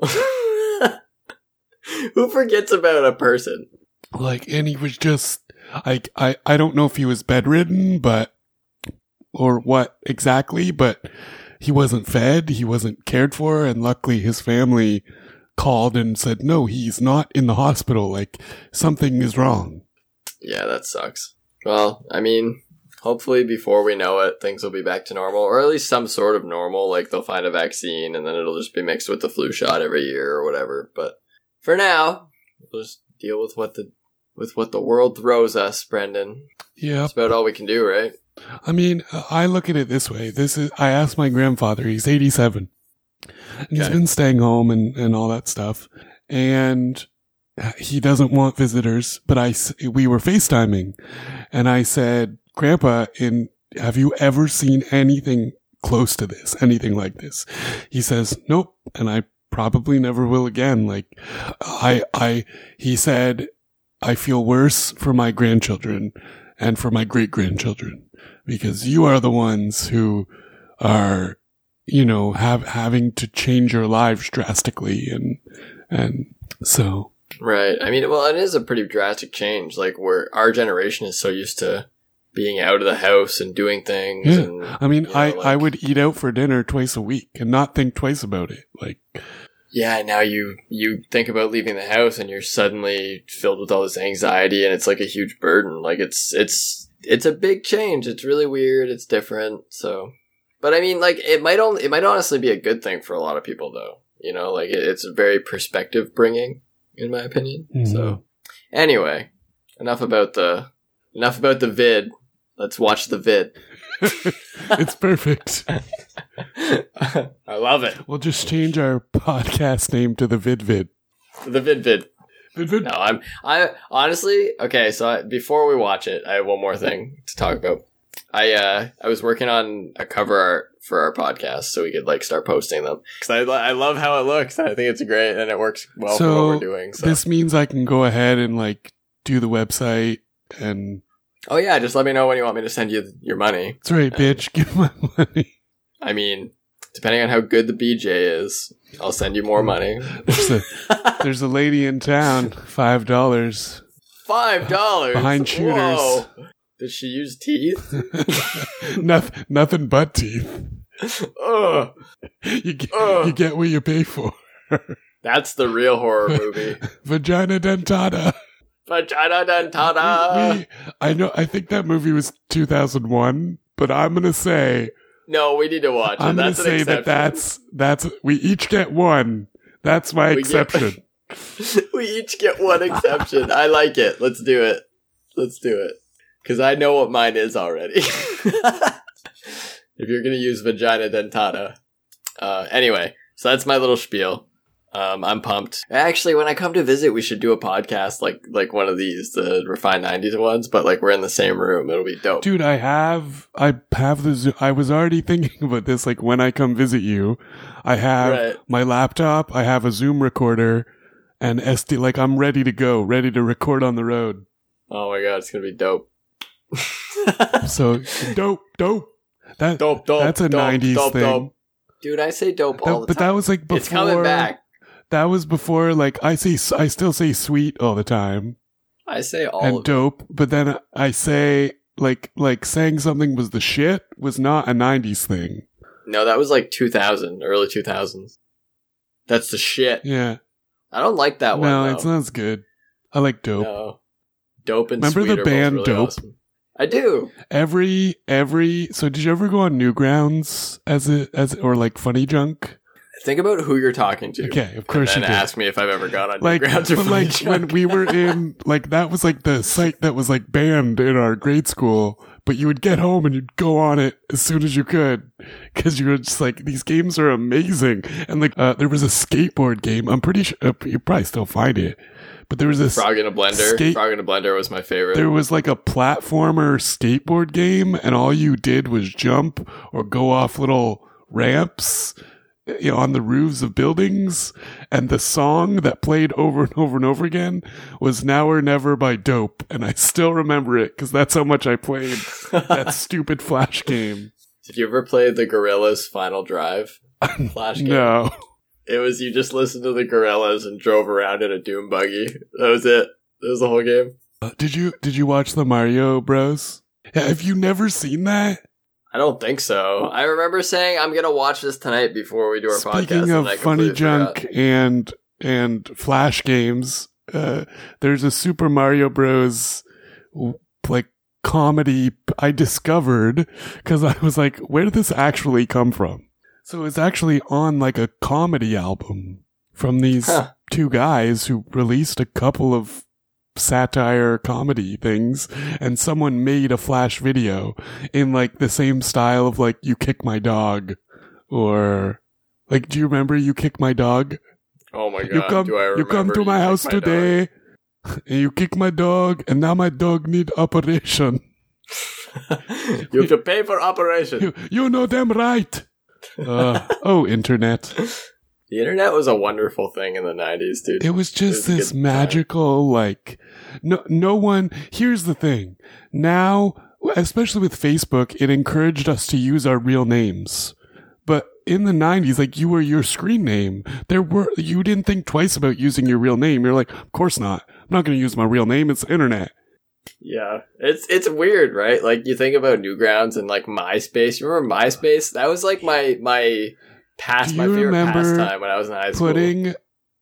B: who forgets about a person?
A: Like and he was just like I I don't know if he was bedridden but or what exactly, but he wasn't fed, he wasn't cared for, and luckily his family called and said, No, he's not in the hospital. Like, something is wrong.
B: Yeah, that sucks. Well, I mean, hopefully before we know it, things will be back to normal, or at least some sort of normal. Like they'll find a vaccine, and then it'll just be mixed with the flu shot every year or whatever. But for now, we'll just deal with what the with what the world throws us, Brendan.
A: Yeah.
B: That's about all we can do, right?
A: I mean, I look at it this way. This is, I asked my grandfather, he's 87. And he's
B: Okay.
A: been staying home and, and all that stuff. And he doesn't want visitors, but I, s- we were FaceTiming and I said, Grandpa, in, have you ever seen anything close to this? Anything like this? He says, nope. And I probably never will again. Like I, I, he said, I feel worse for my grandchildren and for my great grandchildren because you are the ones who are you know have having to change your lives drastically and and so
B: Right. I mean, well, it is a pretty drastic change. Like where our generation is so used to being out of the house and doing things.
A: Yeah.
B: And,
A: i mean
B: you know,
A: i
B: like-
A: i would eat out for dinner twice a week and not think twice about it like
B: yeah now you you think about leaving the house and you're suddenly filled with all this anxiety and it's like a huge burden like it's it's it's a big change it's really weird it's different so but i mean like it might only it might honestly be a good thing for a lot of people though you know like it, it's very perspective bringing in my opinion so anyway enough about the enough about the vid let's watch the vid
A: it's perfect
B: i love it
A: we'll just change our podcast name to the vid vid
B: the vid vid
A: vid vid
B: No, I'm I honestly okay. So I, before we watch it, I have one more thing to talk about. I uh I was working on a cover art for our podcast, so we could like start posting them because I lo- I love how it looks. And I think it's great and it works well for
A: So,
B: what we're doing. So
A: this means i can go ahead and like do the website and
B: oh yeah, just let me know when you want me to send you th- your money.
A: that's right bitch give my money
B: I mean, depending on how good the BJ is, I'll send you
A: Hmm.
B: more money.
A: there's a, there's a lady in town five dollars
B: Five dollars
A: Behind shooters.
B: Whoa. Did she use teeth?
A: nothing, nothing but teeth.
B: Ugh,
A: You get,
B: Ugh.
A: you get what you pay for.
B: that's the real horror movie.
A: Vagina dentata.
B: Vagina dentata.
A: We- I know. I think that movie was 2001, but I'm gonna say
B: No, we need to watch it.
A: I'm gonna
B: that's an
A: say
B: exception.
A: that that's that's we each get one. That's my
B: We get-
A: exception.
B: we each get one exception. I like it. Let's do it. Let's do it. Because I know what mine is already. if you're going to use vagina dentata. Uh, anyway, so that's my little spiel. Um, I'm pumped. Actually, when I come to visit, we should do a podcast like like one of these, the Refined 90s ones, but like we're in the same room. It'll be dope.
A: Dude, I have I have the Zo- I was already thinking about this like when I come visit you, I have
B: Right.
A: my laptop, I have a Zoom recorder and SD like I'm ready to go, ready to record on the road.
B: Oh my god, it's going to be dope.
A: So dope, dope. That
B: dope, dope.
A: that's a
B: dope,
A: 90s
B: dope,
A: thing.
B: Dope. Dude, I say dope
A: that-
B: all the
A: but that
B: time.
A: was like before
B: it's coming back.
A: That was before like I say I still say sweet all the time
B: I say all
A: and
B: of
A: dope, but then I say like like saying something was the shit was not a 90s thing.
B: No, that was like 2000, early 2000s. That's the shit.
A: Yeah.
B: I don't like that one.
A: no,
B: though.
A: it's not as good. I like dope.
B: No. Dope and
A: Remember
B: Sweet
A: the
B: are both
A: band
B: really
A: Dope?
B: awesome. I do.
A: Every every so did you ever go on Newgrounds as a as or like Funny Junk?
B: Think about who you're talking to.
A: Okay, of
B: And
A: course
B: then
A: you did.
B: ask me if I've ever gone on
A: like,
B: Newgrounds or
A: but like
B: Funny
A: when
B: Junk.
A: we were in like that was like the site that was like banned in our grade school, but you would get home and you'd go on it as soon as you could because you were just like these games are amazing. And like uh, there was a skateboard game. I'm pretty sure uh, you probably still find it, but there was this
B: Frog in a Blender.
A: Skate-
B: Frog in a Blender was my favorite.
A: there was like a platformer skateboard game and all you did was jump or go off little ramps eh, you know, on the roofs of buildings and the song that played over and over and over again was now or never by dope and i still remember it because that's how much i played that stupid flash game
B: Did you ever play the Gorillas Final Drive? Flash game.
A: no
B: It was you just listened to the Gorillas and drove around in a Doom buggy. That was it. That was the whole game.
A: Uh, did you did you watch the mario bros have you never seen that
B: I don't think so. I remember saying I'm gonna watch this tonight before we do our podcast.
A: Speaking
B: and I
A: of funny
B: completely forgot.
A: junk and and flash games, uh, there's a Super Mario Bros. w- like comedy p- I discovered because I was like, where did this actually come from? So it's actually on like a comedy album from these
B: Huh.
A: two guys who released a couple of satire comedy things and someone made a flash video in like the same style of like you kick my dog or like do you remember you kick my dog
B: Oh my god!
A: you come
B: do I remember
A: you come to my
B: kicked
A: house
B: dog?
A: today and you kick my dog and now my dog need operation
B: you have to pay for operation.
A: you, you know them right uh, oh internet
B: the internet was a wonderful thing in the '90s, dude.
A: It was just
B: It was a
A: this
B: good time.
A: magical, like, no, no one. Here's the thing. Now, especially with Facebook, it encouraged us to use our real names. But in the 90s, like, you were your screen name. There were, you didn't think twice about using your real name. You're like, of course not. I'm not going to use my real name. It's the internet.
B: yeah, it's it's weird, right? Like you think about Newgrounds and like MySpace. You remember MySpace? That was like my my past,
A: Do
B: my
A: you
B: favorite
A: remember
B: pastime when I was in high school.
A: Putting,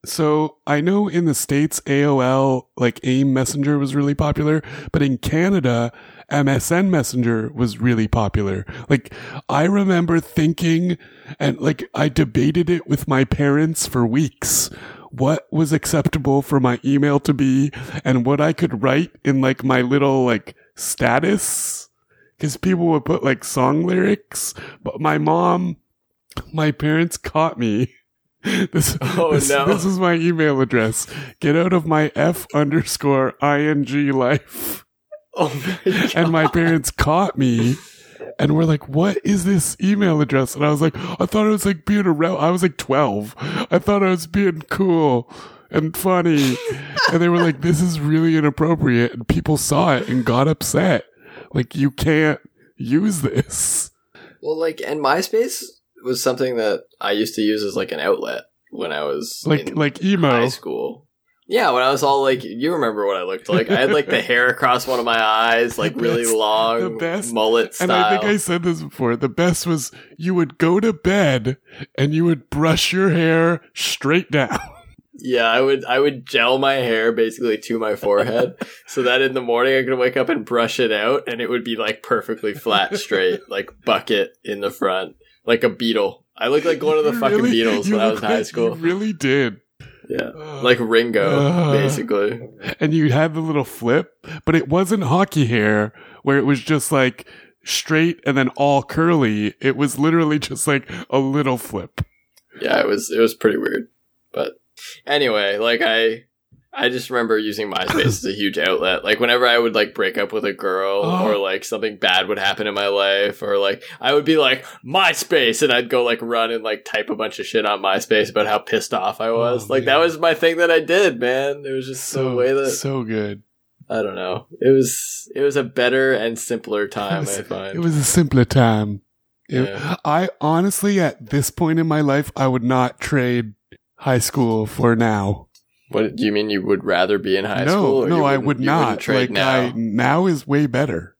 A: so I know in the States, AOL, like AIM Messenger was really popular, but in Canada, MSN Messenger was really popular. Like, I remember thinking, and like, I debated it with my parents for weeks. What was acceptable for my email to be and what I could write in like my little like status. Cause people would put like song lyrics, but my mom, my parents caught me. This,
B: Oh,
A: this,
B: no.
A: this is my email address. Get out of my F underscore ing life
B: Oh my god!
A: and my parents caught me and were like, what is this email address? And I was like, I thought I was like being around. I was like 12. I thought I was being cool and funny. and they were like, this is really inappropriate. And people saw it and got upset. Like, you can't use this.
B: Well, like, and MySpace was something that I used to use as like an outlet when I was
A: Like, oh.
B: in
A: like
B: high
A: emo.
B: school. Yeah, when I was all like, you remember what I looked like? I had like the hair across one of my eyes, like
A: The
B: really
A: best-
B: long
A: the best.
B: mullet style.
A: And I think I said this before. The best was you would go to bed and you would brush your hair straight down.
B: Yeah, I would I would gel my hair basically to my forehead so that in the morning I could wake up and brush it out and it would be like perfectly flat straight, like bucket in the front, like a beetle. I looked like one of the
A: You
B: fucking
A: really-
B: Beatles
A: you
B: when I was
A: look
B: in high
A: like- You
B: school.
A: really did.
B: Yeah. Like Ringo,
A: Ugh.
B: basically.
A: and you had the little flip, but it wasn't hockey hair where it was just like straight and then all curly. It was literally just like a little flip.
B: yeah it was it was pretty weird but anyway like i i just remember using myspace as a huge outlet like whenever i would like break up with a girl
A: Oh.
B: or like something bad would happen in my life or like i would be like myspace and i'd go like run and like type a bunch of shit on myspace about how pissed off i was
A: Oh,
B: like that
A: man.
B: was my thing that i did man it was just the way that
A: Oh, so good.
B: i don't know it was it was a better and simpler time
A: was-
B: i find
A: It was a simpler time. It-
B: Yeah.
A: I honestly, at this point in my life, I would not trade high school for now.
B: what do you mean you would rather be in high
A: no,
B: school or you
A: no, I
B: wouldn't-
A: would
B: you wouldn't
A: not.
B: trade
A: like I, now is way better.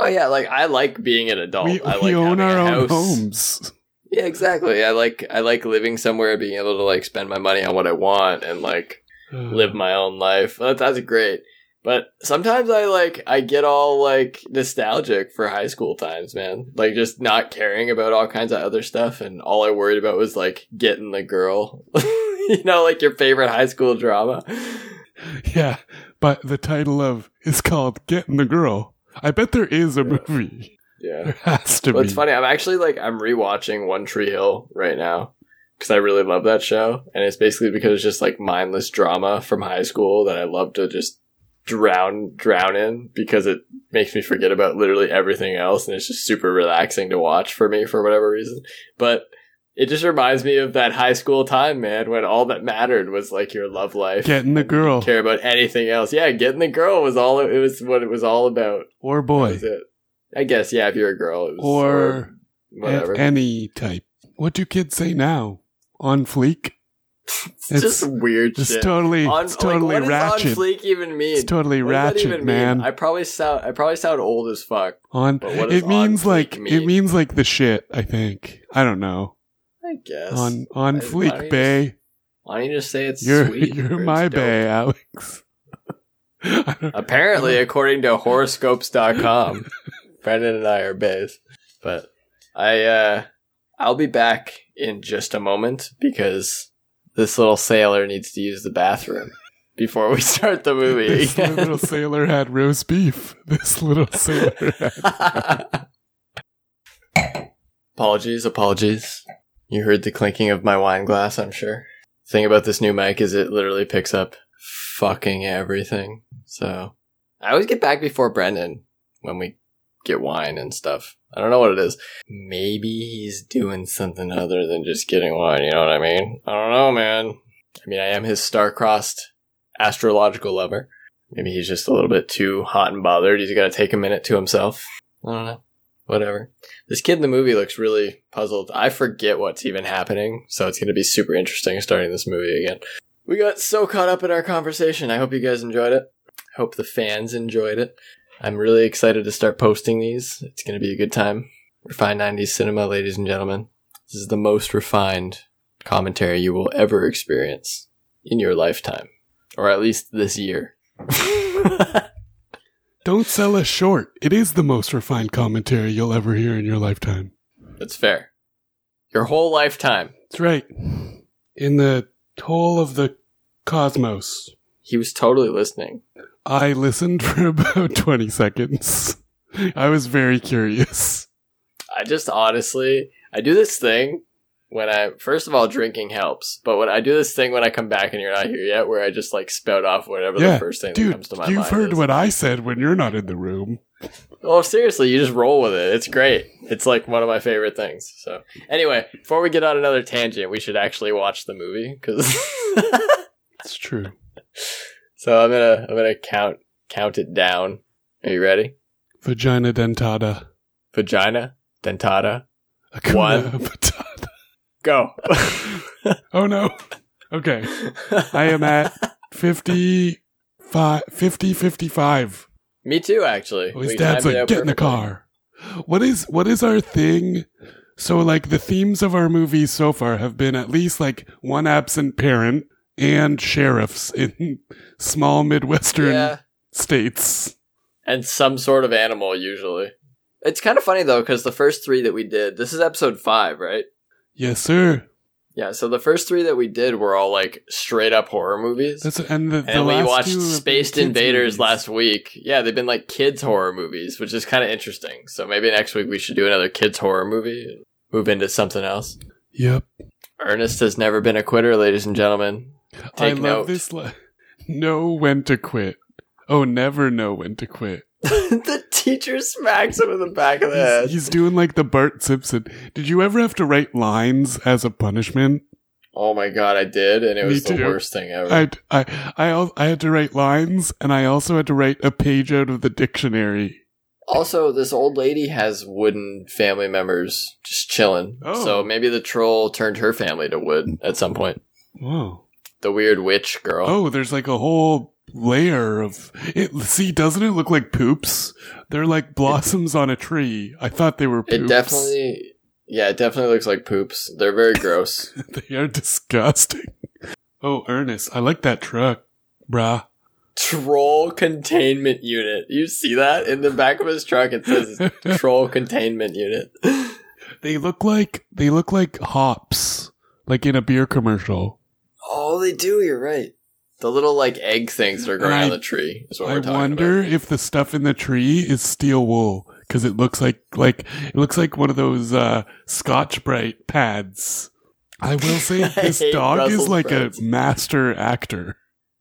B: Oh yeah, like I like being an adult.
A: we
B: I like
A: we own our
B: having a
A: own
B: house.
A: homes.
B: Yeah, exactly. I like I like living somewhere, being able to like spend my money on what I want and like live my own life. That, that's great. But sometimes I like I get all like nostalgic for high school times, man. Like just not caring about all kinds of other stuff, and all I worried about was like getting the girl. you know, like your favorite high school drama.
A: Yeah, but the title of is called Getting the Girl. I bet there is a movie.
B: Yeah.
A: There has to
B: Well,
A: be.
B: it's funny. I'm actually like I'm rewatching One Tree Hill right now because I really love that show, and it's basically because it's just like mindless drama from high school that I love to just drown drown in because it makes me forget about literally everything else, and it's just super relaxing to watch for me for whatever reason. But it just reminds me of that high school time, man, when all that mattered was like your love life.
A: Getting the
B: and you didn't
A: girl.
B: Care about anything else? Yeah, getting the girl was all. It was what it was all about.
A: Or
B: That
A: boy.
B: was it. I guess yeah, if you're a girl, it was,
A: Or a-
B: whatever.
A: any type. What do kids say now? On fleek?
B: it's,
A: It's-
B: just weird
A: It's
B: shit.
A: totally,
B: On-
A: it's
B: like,
A: totally
B: what does
A: ratchet.
B: on fleek even mean?
A: it's totally
B: What does that
A: ratchet,
B: even mean?
A: man.
B: I probably sound I probably sound old as fuck.
A: on
B: But what does
A: it means
B: on fleek
A: like it
B: mean?
A: means like the shit. I think I don't know.
B: I guess.
A: On on
B: I- why don't
A: fleek,
B: you
A: bay.
B: Why don't you just say it's
A: You're
B: sweet? or
A: you're
B: it's
A: my
B: dope?
A: bay, Alex. I don't-
B: Apparently, according to horoscopes.com, Brendan and I are bays. But I uh I'll be back in just a moment because this little sailor needs to use the bathroom before we start the movie.
A: This little sailor had roast beef. This little sailor. Had-
B: apologies, apologies. You heard the clinking of my wine glass, I'm sure. thing about this new mic is it literally picks up fucking everything. So I always get back before Brendan when we get wine and stuff. I don't know what it is. Maybe he's doing something other than just getting wine, you know what I mean? I don't know, man. I mean, I am his star-crossed astrological lover. Maybe he's just a little bit too hot and bothered. He's got to take a minute to himself. I don't know. Uh, Whatever. This kid in the movie looks really puzzled. I forget what's even happening, so it's going to be super interesting starting this movie again. We got so caught up in our conversation. I hope you guys enjoyed it. Hope the fans enjoyed it. I'm really excited to start posting these. It's going to be a good time. Refined 90s cinema, ladies and gentlemen. This is the most refined commentary you will ever experience in your lifetime, or at least this year.
A: Don't sell us short. It is the most refined commentary you'll ever hear in your lifetime.
B: That's fair. Your whole lifetime.
A: That's right. In the whole of the cosmos,
B: He was totally listening.
A: I listened for about 20 seconds. I was very curious.
B: I just honestly, I do this thing when I, first of all, drinking helps, but when I do this thing when I come back and you're not here yet, where I just like spout off whatever
A: Yeah,
B: the first thing that
A: Dude,
B: comes to my
A: you've
B: mind.
A: heard
B: is.
A: what I said when you're not in the room.
B: Well, seriously, you just roll with it. It's great. It's like one of my favorite things. So, anyway, before we get on another tangent, we should actually watch the movie because.
A: It's true.
B: so I'm gonna I'm gonna count count it down. Are you ready?
A: Vagina dentata.
B: Vagina dentata.
A: Acuna
B: One.
A: patata.
B: Go.
A: Oh no. Okay. I am at 55, 50, 55.
B: Me too, actually.
A: His
B: We
A: dad's
B: timed it
A: like,
B: out
A: get in the
B: perfectly.
A: car. What is what is our thing? So like the themes of our movies so far have been at least like one absent parent and sheriffs in small Midwestern
B: Yeah.
A: states.
B: And some sort of animal, usually. It's kind of funny, though, because the first three that we did, this is episode five, right?
A: Yes, sir.
B: Yeah, so the first three that we did were all like straight up horror movies.
A: That's and the, the
B: and we
A: last
B: watched
A: two have been
B: Spaced
A: kids'
B: Invaders
A: movies.
B: last week. Yeah, they've been like kids horror movies, which is kind of interesting. So maybe next week we should do another kids horror movie and move into something else.
A: Yep.
B: Ernest has never been a quitter, ladies and gentlemen. Take
A: I love
B: note.
A: this. Li- know when to quit. Oh, never know when to quit.
B: the teacher smacks him in the back of the head.
A: He's, he's doing like the Bart Simpson. Did you ever have to write lines as a punishment?
B: Oh my god, I did, and it
A: Me
B: was the
A: too.
B: worst thing ever.
A: I I I al- I had to write lines, and I also had to write a page out of the dictionary.
B: Also, this old lady has wooden family members just chilling.
A: Oh.
B: So maybe the troll turned her family to wood at some point.
A: Whoa.
B: The weird witch girl.
A: Oh, there's like a whole layer of it. See, doesn't it look like poops? They're like blossoms on a tree. I thought they were poops.
B: it definitely, yeah, it definitely looks like poops. They're very gross.
A: they are disgusting. Oh, Ernest, I like that truck, bruh.
B: troll containment unit. You see that in the back of his truck? It says troll containment unit.
A: They look like they look like hops, like in a beer commercial.
B: Oh, they do. You're right. The little like egg things that are growing
A: I-
B: on the tree is what
A: I
B: we're talking
A: wonder
B: about.
A: if the stuff in the tree is steel wool because it looks like like it looks like one of those uh, Scotch Brite pads. I will say
B: I
A: this
B: hate
A: dog is
B: Brussels
A: like
B: sprouts.
A: a master actor.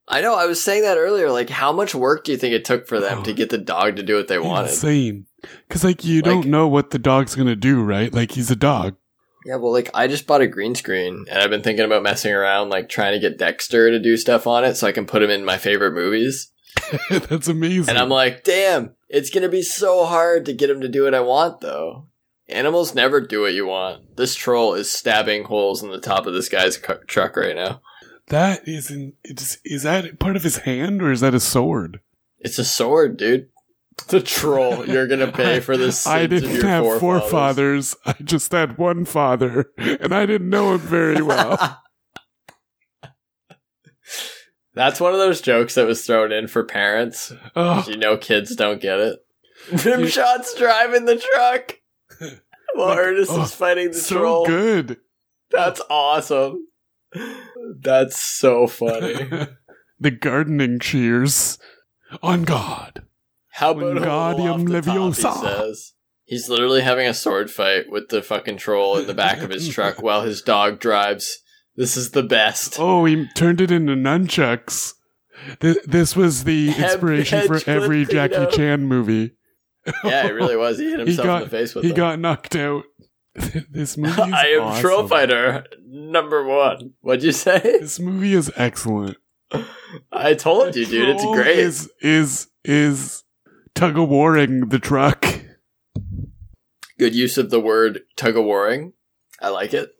B: I know. I was saying that earlier. Like, how much work do you think it took for them
A: Oh.
B: to get the dog to do what they wanted?
A: Insane, because like you don't
B: Like-
A: know what the dog's gonna do, right? Like he's a dog.
B: Yeah, well, like I just bought a green screen, and I've been thinking about messing around, like trying to get Dexter to do stuff on it, so I can put him in my favorite movies.
A: That's amazing.
B: And I'm like, damn, it's gonna be so hard to get him to do what I want, though. Animals never do what you want. This troll is stabbing holes in the top of this guy's cu- truck right now.
A: that is in, it's, is that part of his hand or is that a sword?
B: It's a sword, dude. The troll, you're gonna pay for this.
A: I didn't have forefathers. I just had one father, and I didn't know him very well.
B: That's one of those jokes that was thrown in for parents.
A: Oh,
B: You know, kids don't get it. Rimshot's driving the truck while
A: Like,
B: Ernest
A: oh,
B: is fighting the
A: so
B: troll.
A: good.
B: That's awesome. That's so funny.
A: the gardening cheers on God.
B: How about a roll off
A: Wingardium
B: the top,
A: Leviosa.
B: he says. He's literally having a sword fight with the fucking troll in the back of his truck while his dog drives. This is the best.
A: Oh, he turned it into nunchucks. Th- this was the
B: Hem-
A: inspiration for
B: Hedgecliff
A: every Jackie
B: Credo.
A: Chan movie.
B: Yeah, it really was. He hit himself
A: got-
B: in the face with
A: He
B: it.
A: got knocked out. this movie is
B: I am
A: awesome.
B: troll fighter number one. What'd you say?
A: This movie is excellent.
B: I told you, dude. It's
A: Troll
B: great.
A: Is is is tug of warring the truck.
B: Good use of the word tug of warring. I like it.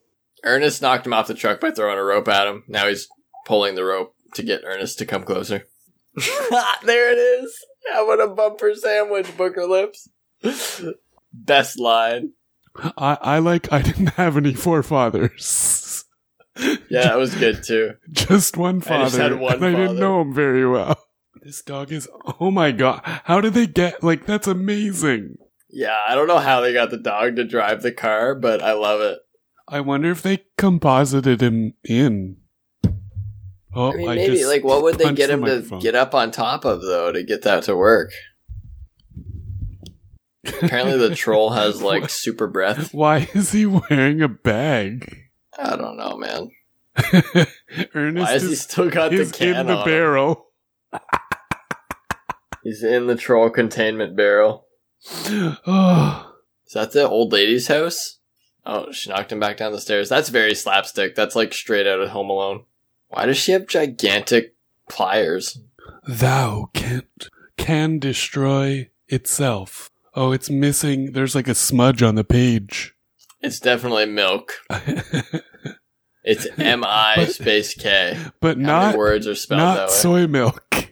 B: Ernest knocked him off the truck by throwing a rope at him. Now he's pulling the rope to get Ernest to come closer. there it is. How about a bumper sandwich, Booker Lips? Best line.
A: I, I like. I didn't have any forefathers.
B: Yeah, that was good too.
A: just one father.
B: I just had one
A: and I didn't
B: father.
A: know him very well. This dog is oh my god. How did they get like that's amazing.
B: Yeah, I don't know how they got the dog to drive the car, but I love it.
A: I wonder if they composited him in. Oh,
B: I mean, maybe like what would they
A: punched
B: get
A: the
B: him to
A: microphone.
B: get up on top of though to get that to work? Apparently, the troll has like super breath.
A: Why is he wearing a bag?
B: I don't know, man.
A: Ernest
B: Why has he
A: is,
B: still got the
A: is
B: can
A: in the
B: on him?
A: barrel.
B: He's in the troll containment barrel.
A: Oh,
B: Is that the old lady's house? Oh, she knocked him back down the stairs. That's very slapstick. That's like straight out of Home Alone. Why does she have gigantic pliers?
A: thou can't can destroy itself. Oh, it's missing. There's like a smudge on the page.
B: It's definitely milk. It's M I
A: But-
B: space K.
A: but
B: How
A: not
B: many words are spelled
A: not
B: that way?
A: soy milk.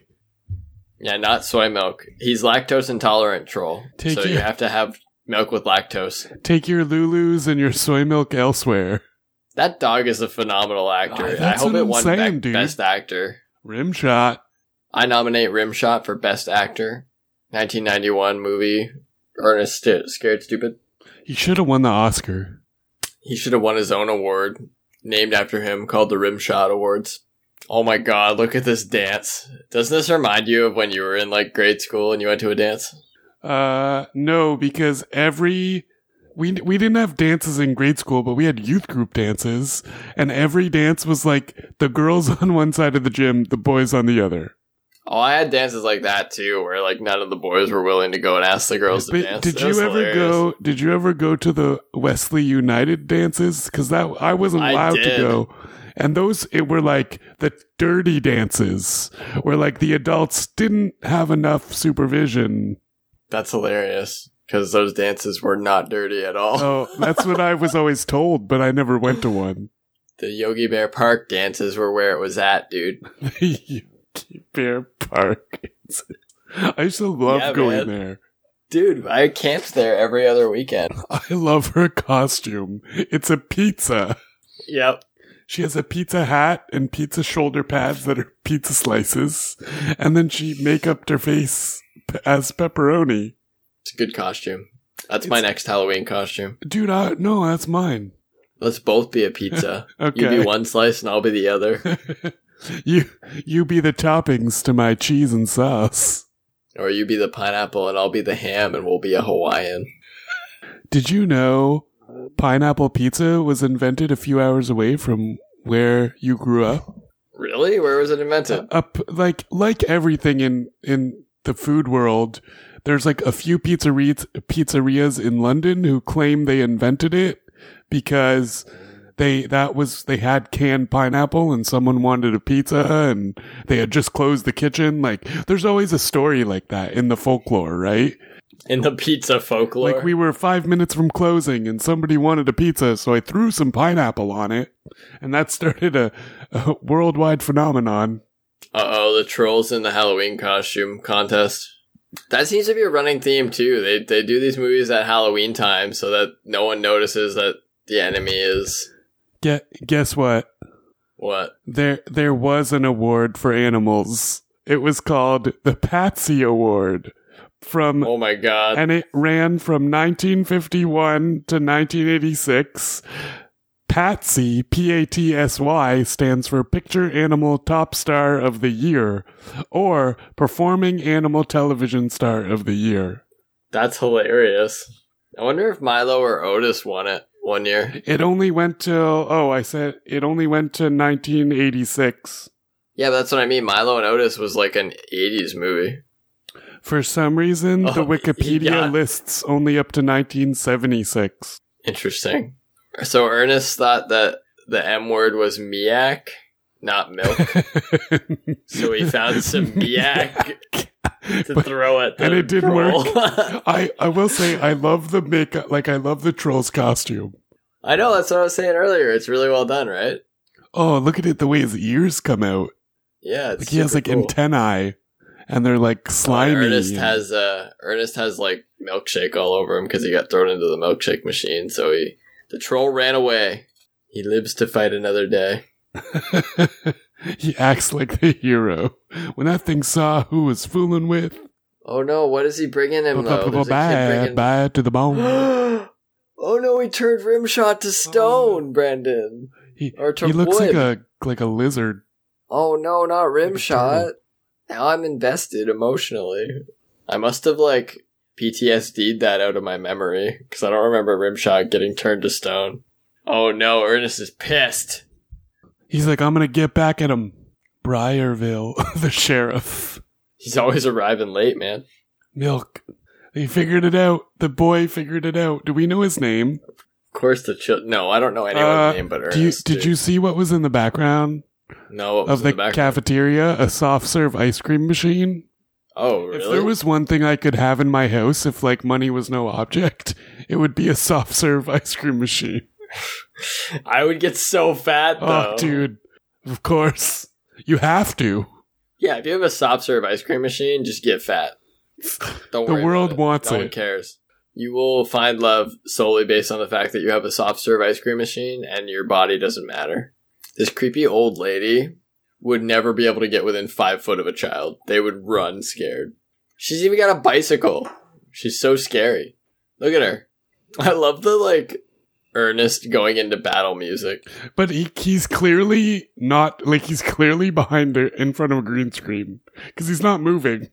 B: Yeah, not soy milk. He's lactose intolerant, troll.
A: Take
B: so
A: your-
B: you have to have milk with lactose.
A: Take your Lulus and your soy milk elsewhere.
B: That dog is a phenomenal actor.
A: Oh,
B: I
A: that's
B: hope
A: what
B: it
A: I'm
B: won
A: saying,
B: Bec-
A: dude.
B: Best Actor.
A: Rimshot.
B: I nominate Rimshot for Best Actor. 1991 movie. Ernest St- Scared Stupid.
A: He should have won the Oscar.
B: He should have won his own award named after him called the Rimshot Awards. Oh my god, look at this dance. Doesn't this remind you of when you were in like grade school and you went to a dance?
A: Uh, no, because every we we didn't have dances in grade school, but we had youth group dances, and every dance was like the girls on one side of the gym, the boys on the other.
B: Oh, I had dances like that too, where like none of the boys were willing to go and ask the girls to
A: But
B: dance.
A: did
B: It
A: you
B: was
A: ever
B: hilarious.
A: go? Did you ever go to the Wesley United dances? Because that I wasn't
B: I
A: allowed to
B: did.
A: go. And those it were like the dirty dances, where like the adults didn't have enough supervision.
B: That's hilarious because those dances were not dirty at all.
A: Oh, that's what I was always told, but I never went to one.
B: The Yogi Bear Park dances were where it was at, dude.
A: Yuki Bear Park. I used to love
B: Yeah,
A: going
B: man.
A: there.
B: Dude, I camped there every other weekend.
A: I love her costume. It's a pizza.
B: Yep.
A: She has a pizza hat and pizza shoulder pads that are pizza slices, and then she make up her face p- as pepperoni.
B: It's a good costume. That's my next Halloween costume.
A: Dude, I, no, that's mine.
B: Let's both be a pizza.
A: Okay,
B: You be one slice and I'll be the other.
A: you you be the toppings to my cheese and sauce.
B: Or you be the pineapple and I'll be the ham and we'll be a Hawaiian.
A: Did you know pineapple pizza was invented a few hours away from where you grew up?
B: Really? Where was it invented?
A: Up like like everything in in the food world, there's like a few pizzerias pizzerias in London who claim they invented it because they that was they had canned pineapple and someone wanted a pizza and they had just closed the kitchen. Like there's always a story like that in the folklore, right?
B: In the pizza folklore.
A: Like we were five minutes from closing, and somebody wanted a pizza, so I threw some pineapple on it, and that started a, a worldwide phenomenon.
B: Uh oh, the trolls in the Halloween costume contest. That seems to be a running theme too. They they do these movies at Halloween time so that no one notices that the enemy is
A: Get guess what?
B: what?
A: There there was an award for animals. It was called the Patsy Award from
B: Oh my god.
A: and it ran from 1951 to 1986. Patsy, P A T S Y, stands for Picture Animal Top Star of the Year or Performing Animal Television Star of the Year.
B: That's hilarious. I wonder if Milo or Otis won it one year.
A: It only went till, oh, I said it only went to 1986.
B: Yeah, but that's what I mean. Milo and Otis was like an 80s movie.
A: For some reason, the
B: Oh,
A: Wikipedia
B: yeah.
A: lists only up to 1976.
B: Interesting. So Ernest thought that the M word was miak, not milk. so he found some miak to
A: But-
B: throw at the
A: and it didn't work.
B: troll.
A: I, I will say I love the makeup like I love the troll's costume.
B: I know that's what I was saying earlier. It's really well done, right?
A: Oh, look at it the way his ears come out.
B: Yeah, it's
A: Like he has
B: super
A: like
B: cool. Oh,
A: antennae and they're like slimy.
B: Ernest
A: and-
B: has uh, Ernest has like milkshake all over him because he got thrown into the milkshake machine. So he the troll ran away. He lives to fight another day.
A: he acts like the hero. When that thing saw who was fooling with,
B: Oh no! What is he bringing him though? There's a kid
A: bye,
B: bringing-
A: bye to the bone.
B: oh no! He turned Rimshot to stone, Brandon.
A: He,
B: Or
A: he
B: to
A: looks like
B: wood.
A: a like a lizard.
B: Oh no, not
A: a
B: Rimshot.
A: turtle.
B: Now I'm invested emotionally. I must have like PTSD'd that out of my memory because I don't remember Rimshot getting turned to stone. Oh no, Ernest is pissed.
A: He's like, I'm gonna get back at him. Briarville, the sheriff.
B: He's always arriving late, man.
A: Milk. They figured it out. The boy figured it out. Do we know his name?
B: Of course, the child. No, I don't know
A: Uh,
B: anyone's name but Ernest.
A: Do you, did
B: dude.
A: you see what was in the background
B: No, what was
A: of the,
B: in the back?
A: cafeteria? A soft serve ice cream machine.
B: oh, really?
A: If there was one thing I could have in my house, if like money was no object, it would be a soft serve ice cream machine.
B: I would get so fat though,
A: Oh, dude. Of course. You have to.
B: Yeah, if you have a soft serve ice cream machine, just get fat. Don't
A: The
B: worry about
A: world
B: it.
A: wants
B: no
A: it.
B: one cares. You will find love solely based on the fact that you have a soft serve ice cream machine and your body doesn't matter. This creepy old lady would never be able to get within five foot of a child. They would run scared. She's even got a bicycle. She's so scary. Look at her. I love the like earnest going into battle music.
A: But he, he's clearly not like he's clearly behind her in front of a green screen because he's not moving.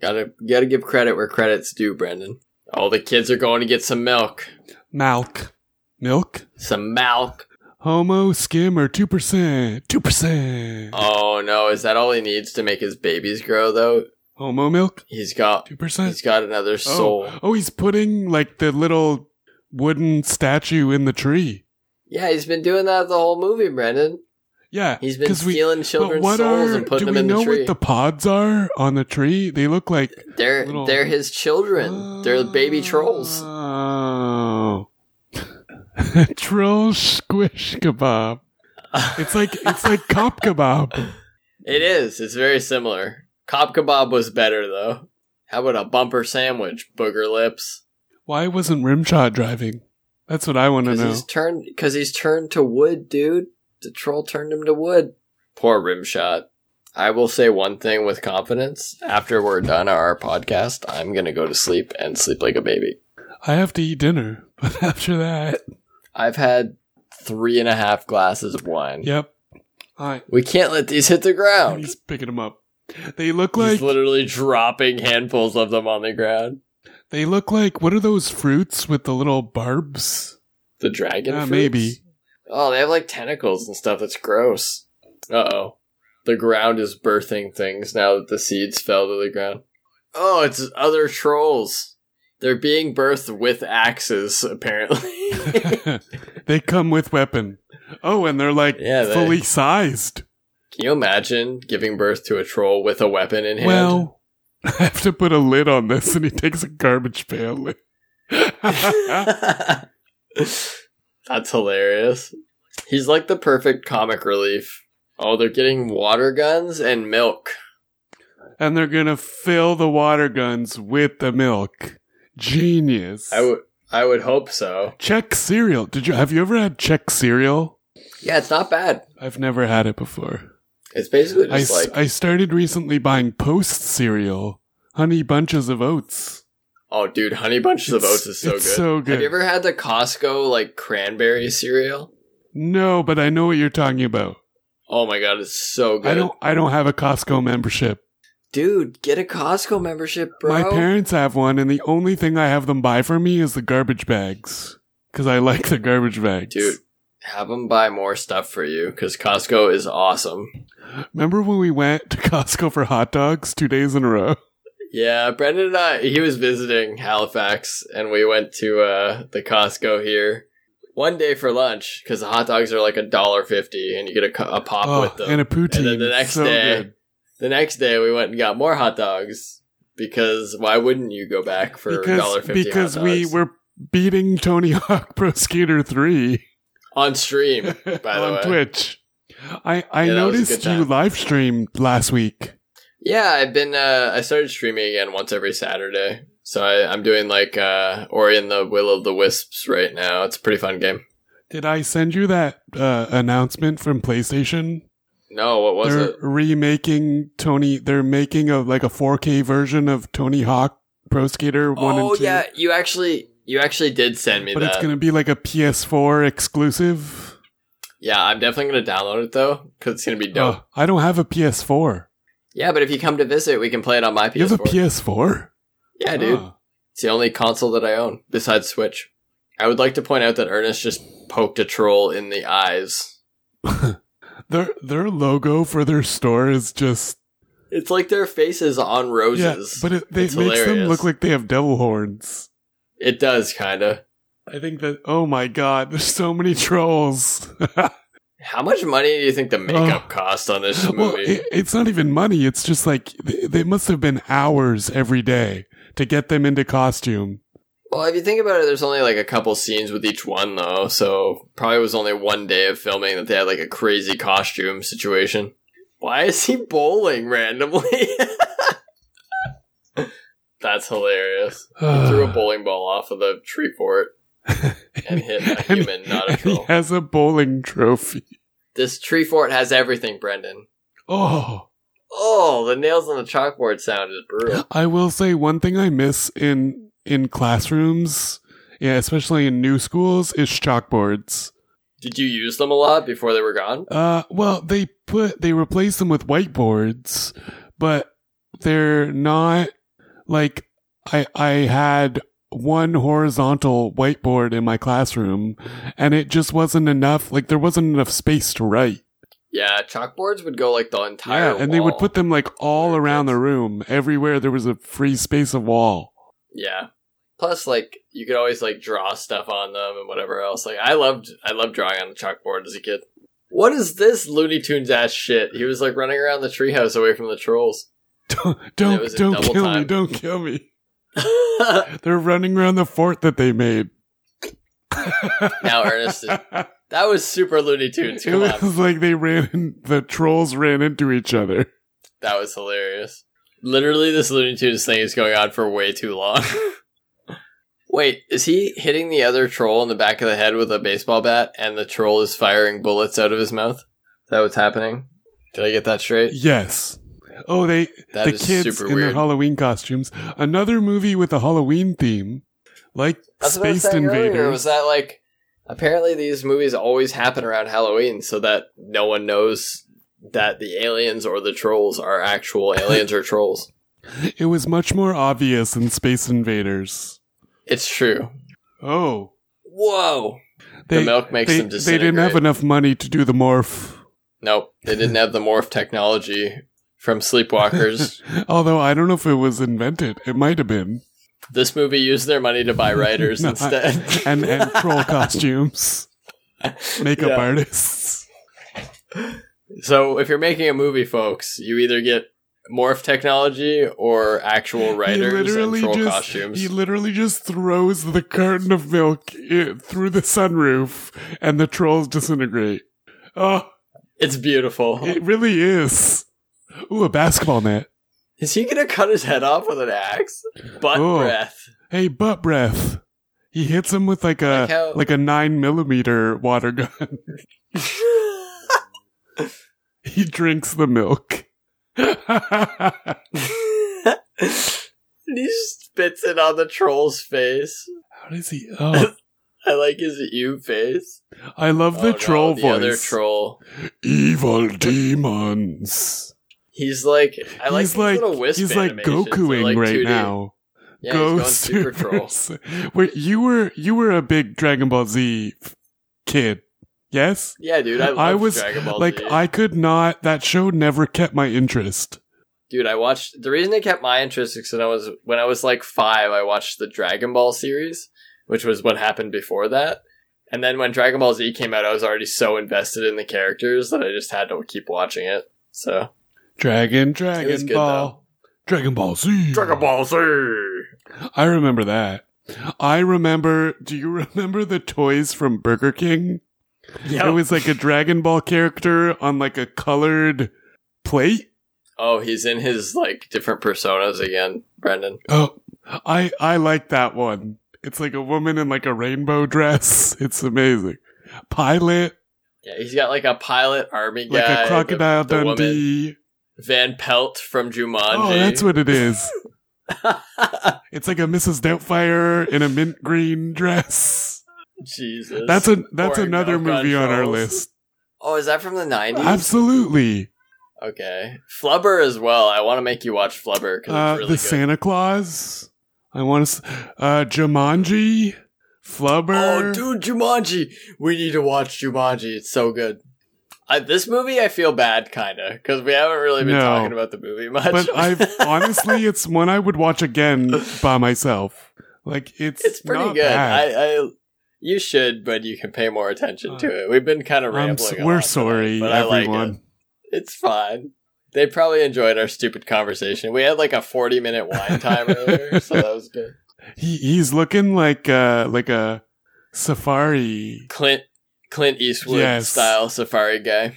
B: Gotta gotta give credit where credit's due, Brendan. All the kids are going to get some milk.
A: Malk, milk,
B: Some milk.
A: homo skimmer, two percent, two percent,
B: Oh no, is that all he needs to make his babies grow though?
A: homo milk,
B: He's got
A: two
B: he's
A: percent.
B: got another soul.
A: Oh, he's putting like the little wooden statue in the tree.
B: Yeah, he's been doing that the whole movie, Brendan.
A: Yeah,
B: He's been
A: 'cause we-
B: stealing children's souls and
A: do
B: putting them
A: we
B: in
A: know
B: the tree.
A: what the pods are on the tree? They look like
B: they're
A: little- Uh,
B: they're his children. they're baby trolls.
A: Oh, troll squish kebab. It's like it's like cop kebab.
B: It is. It's very similar. Cop kebab was better though. How about a bumper sandwich, booger lips?
A: Why wasn't Rimshot driving? That's what I want to
B: Because
A: know.
B: he's turned because he's turned to wood, dude. The troll turned him to wood. Poor rimshot. I will say one thing with confidence. After we're done our podcast, I'm gonna go to sleep and sleep like a baby.
A: I have to eat dinner, but after that,
B: I've had three and a half glasses of wine.
A: yep. Hi,
B: We can't let these hit the ground.
A: he's picking them up. They look
B: Oh. He's
A: like
B: literally dropping handfuls of them on the ground.
A: they look like what are those fruits with the little barbs?
B: The dragon.
A: Ah,
B: fruits?
A: maybe.
B: Oh, they have like tentacles and stuff. That's gross. Uh oh. The ground is birthing things now that the seeds fell to the ground. Oh, it's other trolls. They're being birthed with axes, apparently.
A: they come with weapon. Oh, and they're like
B: Yeah, they-
A: fully sized.
B: Can you imagine giving birth to a troll with a weapon in hand?
A: Well, I have to put a lid on this, and he takes a garbage pail. lid.
B: That's hilarious. He's like the perfect comic relief. Oh, they're getting water guns and milk.
A: and they're gonna fill the water guns with the milk. Genius.
B: I would I would hope so.
A: Czech cereal. Did you have you ever had Czech cereal?
B: Yeah, it's not bad.
A: I've never had it before.
B: It's basically
A: I,
B: just
A: s-
B: like
A: I started recently buying Post cereal, honey bunches of oats.
B: Oh, dude, Honey Bunches of Oats is so good.
A: it's so good.
B: Have you ever had the Costco like cranberry cereal?
A: No, but I know what you're talking about.
B: Oh my god, it's so good.
A: I don't. I don't have a Costco membership.
B: Dude, get a Costco membership, bro.
A: My parents have one, and the only thing I have them buy for me is the garbage bags because I like the garbage bags.
B: Dude, have them buy more stuff for you because Costco is awesome.
A: remember when we went to Costco for hot dogs two days in a row?
B: Yeah, Brendan and I, he was visiting Halifax and we went to uh, the Costco here one day for lunch because the hot dogs are like a dollar fifty and you get a, co- a pop
A: Oh,
B: with them.
A: and a poutine.
B: And then the next
A: so
B: day-
A: good.
B: The next day, we went and got more hot dogs because why wouldn't you go back for $1.50
A: because
B: hot
A: because we
B: dogs?
A: were beating Tony Hawk Pro Skater Three
B: on stream? the
A: on
B: way.
A: Twitch. I I
B: Yeah, that was a good
A: noticed you
B: time.
A: live streamed last week.
B: Yeah, I've been. Uh, I started streaming again once every Saturday, so I, I'm doing like uh, Ori and the Will of the Wisps right now. It's a pretty fun game.
A: Did I send you that uh, announcement from PlayStation
B: No, what was
A: they're
B: it?
A: remaking Tony. They're making a like a 4K version of Tony Hawk Pro Skater One
B: Oh
A: and Two.
B: yeah, you actually you actually did send me
A: but
B: that.
A: it's gonna be like a PS4 exclusive.
B: Yeah, I'm definitely gonna download it though because it's gonna be dope.
A: Ugh, I don't have a PS4.
B: Yeah, but if you come to visit, we can play it on my PS4.
A: You have a PS4?
B: yeah, dude.
A: Huh.
B: It's the only console that I own besides Switch. I would like to point out that Ernest just poked a troll in the eyes.
A: Their their logo for their store is just
B: It's like their faces on roses.
A: yeah, but it, they
B: It's
A: makes them
B: hilarious.
A: look like they have devil horns.
B: it does kind of.
A: I think that oh my god, there's so many trolls.
B: How much money do you think the makeup cost on this movie?
A: Uh, Well, it, it's not even money. It's just like th- they must have been hours every day to get them into costume.
B: well, if you think about it, there's only like a couple scenes with each one though, so probably was only one day of filming that they had like a crazy costume situation. Why is he bowling randomly? That's hilarious. He
A: Uh.
B: threw a bowling ball off of the tree fort and hit a human, not a
A: and he
B: troll.
A: has a bowling trophy.
B: This tree fort has everything, Brendan.
A: Oh,
B: Oh, the nails on the chalkboard sound is brutal.
A: I will say one thing I miss in in classrooms, yeah, especially in new schools, is chalkboards.
B: Did you use them a lot before they were gone?
A: Uh, well, they put they replace them with whiteboards, but they're not like I I had one horizontal whiteboard in my classroom, and it just wasn't enough. Like there wasn't enough space to write.
B: Yeah, chalkboards would go like the entire.
A: and they would
B: wall.
A: put them like all
B: Very
A: around the
B: good.
A: room, everywhere there was a free space of wall.
B: Yeah. Plus, like you could always like draw stuff on them and whatever else. Like I loved, I loved drawing on the chalkboard as a kid. What is this Looney Tunes ass shit? He was like running around the treehouse away from the trolls. it
A: Don't
B: was a
A: don't
B: double
A: kill me!
B: time.
A: Don't kill me! They're running around the fort that they made.
B: now Ernest, is, that was super Looney Tunes.
A: It
B: Come on.
A: was like they ran in, the trolls ran into each other.
B: That was hilarious. Literally, this Looney Tunes thing is going on for way too long. Wait, is he hitting the other troll in the back of the head with a baseball bat and the troll is firing bullets out of his mouth? Is that what's happening? Did I get that straight?
A: Yes. Oh, they
B: That
A: the
B: is
A: kids
B: super
A: in their
B: weird.
A: Halloween costumes. Another movie with a Halloween theme, like
B: That's what I was
A: Space
B: saying earlier,
A: Invaders.
B: Was that like apparently these movies always happen around Halloween so that no one knows that the aliens or the trolls are actual aliens or trolls.
A: It was much more obvious in Space Invaders.
B: It's true.
A: Oh,
B: Whoa.
A: they
B: the milk makes
A: they,
B: them
A: they
B: disintegrate.
A: didn't have enough money to do the morph.
B: Nope, they didn't have the morph technology from Sleepwalkers.
A: Although I don't know if it was invented, it might have been.
B: this movie used their money to buy writers
A: No, I-
B: instead,
A: and and troll costumes, makeup
B: Yeah.
A: artists.
B: So if you're making a movie, folks, you either get morph technology or actual writers and troll
A: just
B: costumes.
A: he literally just throws the carton of milk i through the sunroof, and the trolls disintegrate. Oh,
B: it's beautiful.
A: it really is. Ooh, a basketball net.
B: Is he gonna cut his head off with an axe? Butt
A: Oh.
B: breath.
A: Hey, butt breath. He hits him with like a
B: Like how-
A: Uh, like a nine millimeter water gun. He drinks the milk. How
B: and he spits it on the troll's face.
A: does he? Oh,
B: I like his ew face.
A: I love
B: Oh,
A: the
B: no,
A: troll
B: the
A: voice.
B: other troll.
A: Evil demons.
B: He's like, I like
A: he's
B: these
A: like
B: little wisp
A: he's like
B: animations. They're
A: Gokuing
B: like
A: right
B: 2D.
A: now.
B: Yeah,
A: Go
B: he's going super troll.
A: Saiyan. Wait, you were you were a big Dragon Ball Z f- kid, yes?
B: Yeah, dude, I,
A: I
B: love
A: was,
B: Dragon Ball
A: like
B: Z.
A: I could not. That show never kept my interest.
B: dude, I watched. The reason it kept my interest is when I was when I was like five, I watched the Dragon Ball series, which was what happened before that. And then when Dragon Ball Z came out, I was already so invested in the characters that I just had to keep watching it. So
A: Dragon, Dragon
B: good,
A: Ball, Dragon Ball Z,
B: Ball Z.
A: I remember that. I remember. Do you remember the toys from Burger King?
B: Yeah.
A: It was like a Dragon Ball character on like a colored plate.
B: oh, he's in his like different personas again, Brendan.
A: Oh, I I like that one. It's like a woman in like a rainbow dress. It's amazing. Pilot,
B: Yeah, he's got like a pilot army
A: like
B: guy,
A: a crocodile
B: the- the woman.
A: Dundee.
B: Van Pelt from Jumanji.
A: Oh, that's what it is. it's like a Mrs. Doubtfire in a mint green dress.
B: Jesus.
A: That's a that's
B: Pouring
A: another
B: milk on
A: movie on our
B: trolls.
A: list.
B: Oh, is that from the 90s?
A: Absolutely.
B: okay. Flubber as well. I want to make you watch Flubber because
A: Uh,
B: it's really
A: the
B: good.
A: Santa Claus. I want to. S- uh, Jumanji. Flubber.
B: Oh, dude, Jumanji. We need to watch Jumanji. It's so good. I, this movie, I feel bad, kind of, because we haven't really been
A: No.
B: talking about the movie much.
A: but I've honestly, it's one I would watch again by myself. Like it's
B: it's pretty
A: not
B: good.
A: Bad.
B: I, I, you should, but you can pay more attention to it. We've been kind of
A: Uh, I'm
B: rambling.
A: s-
B: a
A: we're
B: lot
A: sorry,
B: tonight, but I like it.
A: everyone.
B: It's fine. They probably enjoyed our stupid conversation. We had like a forty minute wine time earlier, so that was good.
A: He he's looking like uh like a safari
B: Clint Clint Eastwood
A: Yes.
B: style safari guy.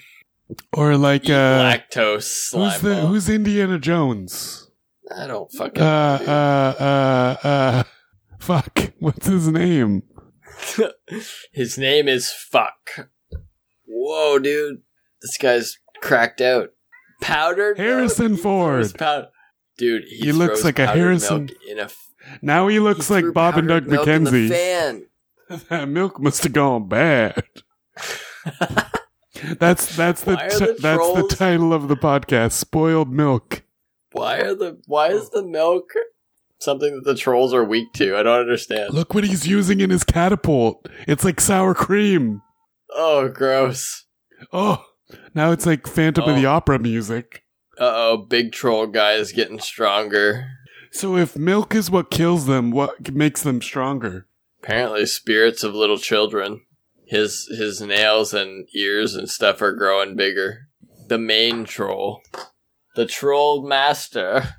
A: or like
B: Eat
A: uh
B: lactose slime.
A: who's the
B: ball.
A: who's Indiana Jones?
B: I don't
A: Uh,
B: fucking.
A: uh, uh, uh. Fuck. What's his name? uh,
B: His name is Fuck. Whoa, dude. This guy's cracked out. Powdered. milk?
A: Harrison
B: He throws
A: Ford.
B: pow- dude, he,
A: He looks
B: throws
A: like a
B: powdered
A: Harrison-
B: milk In a f-
A: Now he looks
B: he
A: like
B: threw
A: Bob and Doug
B: powdered milk in the
A: McKenzie.
B: Fan.
A: that milk must have gone bad. that's that's the,
B: Why are
A: ti-
B: the
A: that's the
B: trolls-
A: title of the podcast. Spoiled milk.
B: Why are the why is the milk something that the trolls are weak to? I don't understand.
A: Look what he's using in his catapult. It's like sour cream.
B: Oh, gross.
A: Oh, now it's like Phantom of
B: Oh.
A: the Opera music.
B: Uh oh, big troll guy is getting stronger.
A: So if milk is what kills them, what makes them stronger?
B: Apparently, spirits of little children. His his nails and ears and stuff are growing bigger. The main troll, the troll master.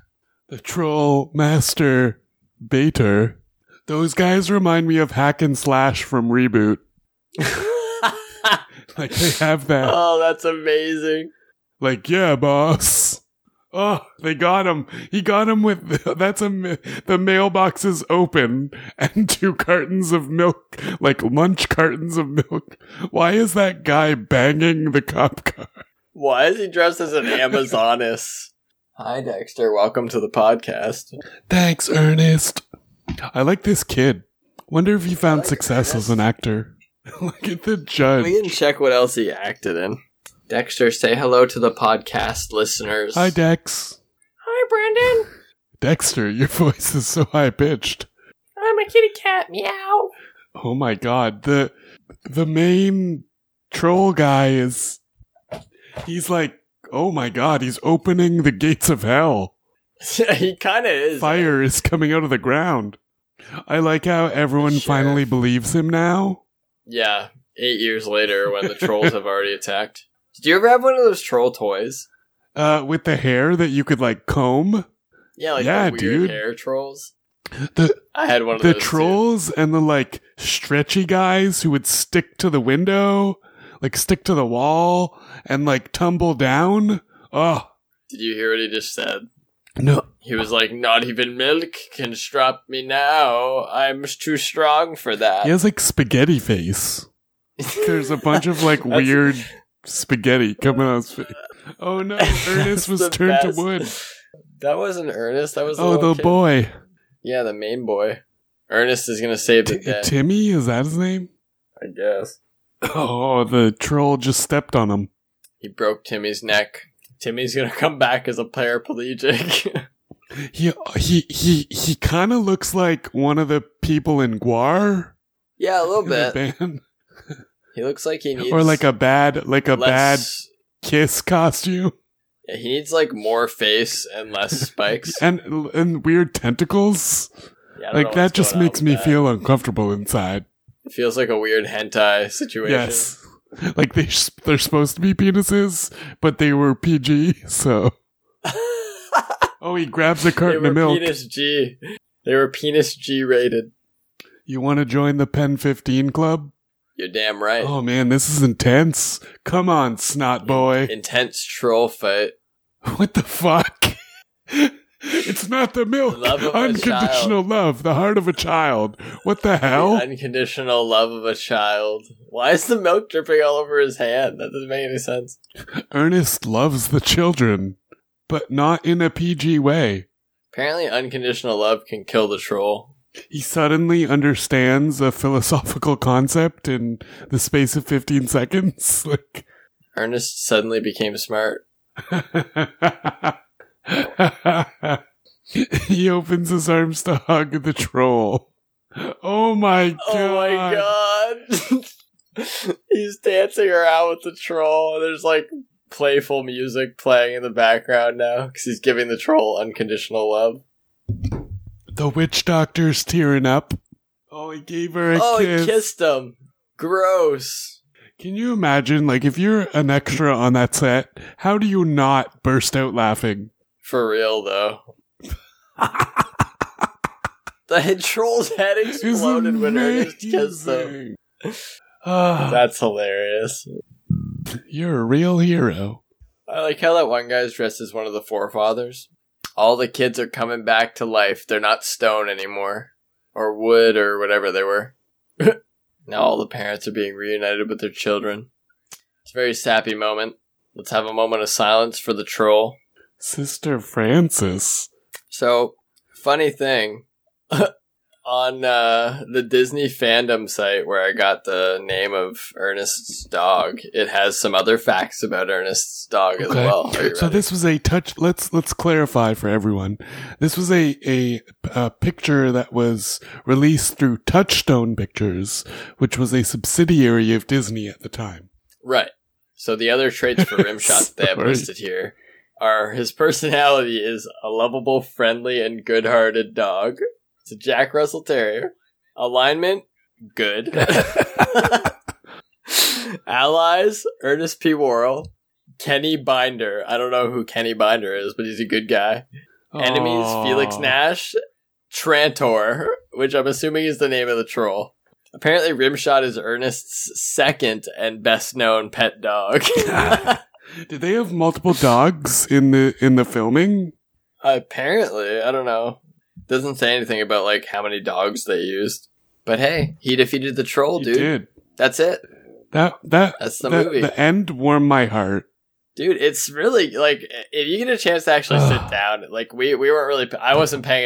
A: The troll master Bater. Those guys remind me of Hack and Slash from Reboot.
B: oh,
A: Like they have that.
B: that's amazing.
A: Like, yeah, boss. Oh, they got him. He got him with that's a ma- the mailbox is open and two cartons of milk, like lunch cartons of milk. Why is that guy banging the cop car?
B: Why is he dressed as an Amazonas? Hi, Dexter. Welcome to the podcast.
A: Thanks, Ernest. I like this kid. Wonder if he found
B: like
A: success as an actor. Look at the
B: We
A: judge.
B: can check what else he acted in. Dexter, say hello to the podcast listeners.
A: Hi, Dex.
B: Hi, Brandon.
A: Dexter, your voice is so high pitched.
B: I'm a kitty cat. Meow.
A: Oh my god, the the main troll guy is he's like, "Oh my god, he's opening the gates of hell.
B: he kind of is.
A: Fire is coming out of the ground." I like how everyone
B: Sheriff.
A: finally believes him now.
B: Yeah, eight years later when the trolls have already attacked. Did you ever have one of those troll toys?
A: Uh with the hair that you could like comb.
B: Yeah, like
A: Yeah,
B: the weird
A: dude.
B: hair trolls.
A: The
B: I had one of
A: the
B: those.
A: trolls and the like stretchy guys who would stick to the window, like stick to the wall and like tumble down. Oh,
B: Too. Did you hear what he just said?
A: no.
B: He was like, "Not even milk can strap me now. I'm too strong for that."
A: He has like spaghetti face. There's a bunch of like
B: That's-
A: weird spaghetti coming out of his face. Oh no, Ernest was
B: That's the
A: turned
B: best.
A: to wood.
B: That wasn't Ernest. That was the
A: Oh,
B: little
A: the
B: kid.
A: boy.
B: Yeah, the main boy. Ernest is gonna save the
A: T-
B: day.
A: Timmy, is that his name?
B: I guess
A: Oh, the troll just stepped on him.
B: he broke Timmy's neck. Timmy's gonna come back as a paraplegic.
A: He he he he kind of looks like one of the people in Guar.
B: yeah, a little
A: in the
B: bit.
A: band.
B: He looks like he needs
A: Or like a bad like a bad
B: less-
A: kiss costume
B: Yeah, he needs like more face and less spikes.
A: and and weird tentacles.
B: Yeah, I don't know
A: Like
B: what's
A: that just
B: going on
A: makes
B: with
A: me
B: that.
A: feel uncomfortable inside.
B: It feels like a weird hentai situation.
A: Yes. Like they s- they're supposed to be penises, but they were PG. So oh, he grabs a
B: they
A: carton
B: were
A: of milk.
B: penis G. They were penis G rated.
A: You want to join the Pen Fifteen Club?
B: You're damn right.
A: Oh man, this is intense. Come on, snot boy.
B: Intense troll fight.
A: What the fuck? It's not the milk.
B: love of a
A: Unconditional love, the heart of a child. What the hell?
B: The unconditional love of a child. Why is the milk dripping all over his hand? That doesn't make any sense.
A: Ernest loves the children, but not in a PG way.
B: Apparently, unconditional love can kill the troll.
A: He suddenly understands a philosophical concept in the space of 15 seconds. Like,
B: Ernest suddenly became smart.
A: he opens his arms to hug the troll. Oh my god.
B: Oh my god. He's dancing around with the troll. There's like playful music playing in the background now because he's giving the troll unconditional love.
A: The witch doctor's tearing up. Oh, he gave her a
B: oh,
A: kiss.
B: he kissed him. Gross.
A: Can you imagine, like, if you're an extra on that set, how do you not burst out laughing?
B: For real though. The head- troll's head
A: It's
B: exploded when Ernest kissed him.
A: amazing. Ah,
B: That's hilarious.
A: you're a real hero.
B: I like how that one guy's dressed as one of the forefathers. all the kids are coming back to life. They're not stone anymore, or wood, or whatever they were. now all the parents are being reunited with their children. It's a very sappy moment. Let's have a moment of silence for the troll.
A: Sister Francis.
B: So, funny thing on uh, the Disney fandom site where I got the name of Ernest's dog, it has some other facts about Ernest's dog as
A: Okay.
B: well. Are you
A: So
B: ready?
A: this was a touch. Let's let's clarify for everyone. This was a a, uh picture that was released through Touchstone Pictures, which was a subsidiary of Disney at the time.
B: Right. So the other traits for Rimshot that they have
A: Sorry.
B: listed here are his personality is a lovable, friendly, and good-hearted dog. It's a Jack Russell Terrier. Alignment, good. Allies, Ernest P. Worrell. Kenny Binder. I don't know who Kenny Binder is, but he's a good guy. Enemies, Felix Nash, Trantor, which I'm assuming is the name of the troll. Apparently, Rimshot is Ernest's second and best known pet dog.
A: Did they have multiple dogs in the in the filming?
B: Apparently, I don't know. Doesn't say anything about like how many dogs they used. But hey, he defeated the troll,
A: You
B: dude.
A: did
B: That's it.
A: that that
B: That's the
A: that-
B: movie.
A: The end warmed my heart.
B: Dude, it's really like if you get a chance to actually sit down, like we we weren't really I wasn't paying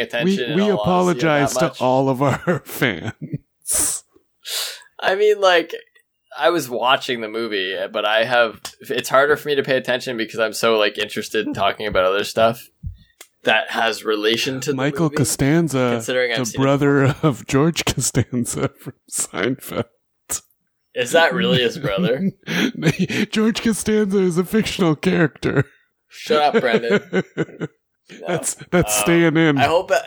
A: we
B: attention. in
A: we
B: all honesty,
A: apologize
B: that
A: to
B: much.
A: all of our fans.
B: I mean, like, I was watching the movie, but I have. It's harder for me to pay attention because I'm so like interested in talking about other stuff that has relation to the
A: Michael
B: movie,
A: Costanza,
B: Considering I've
A: the
B: seen,
A: brother of George Costanza from Seinfeld.
B: it. is that really his brother?
A: George Costanza is a fictional character.
B: Shut up, Brendan. No.
A: that's that's
B: Um,
A: staying in.
B: I hope uh,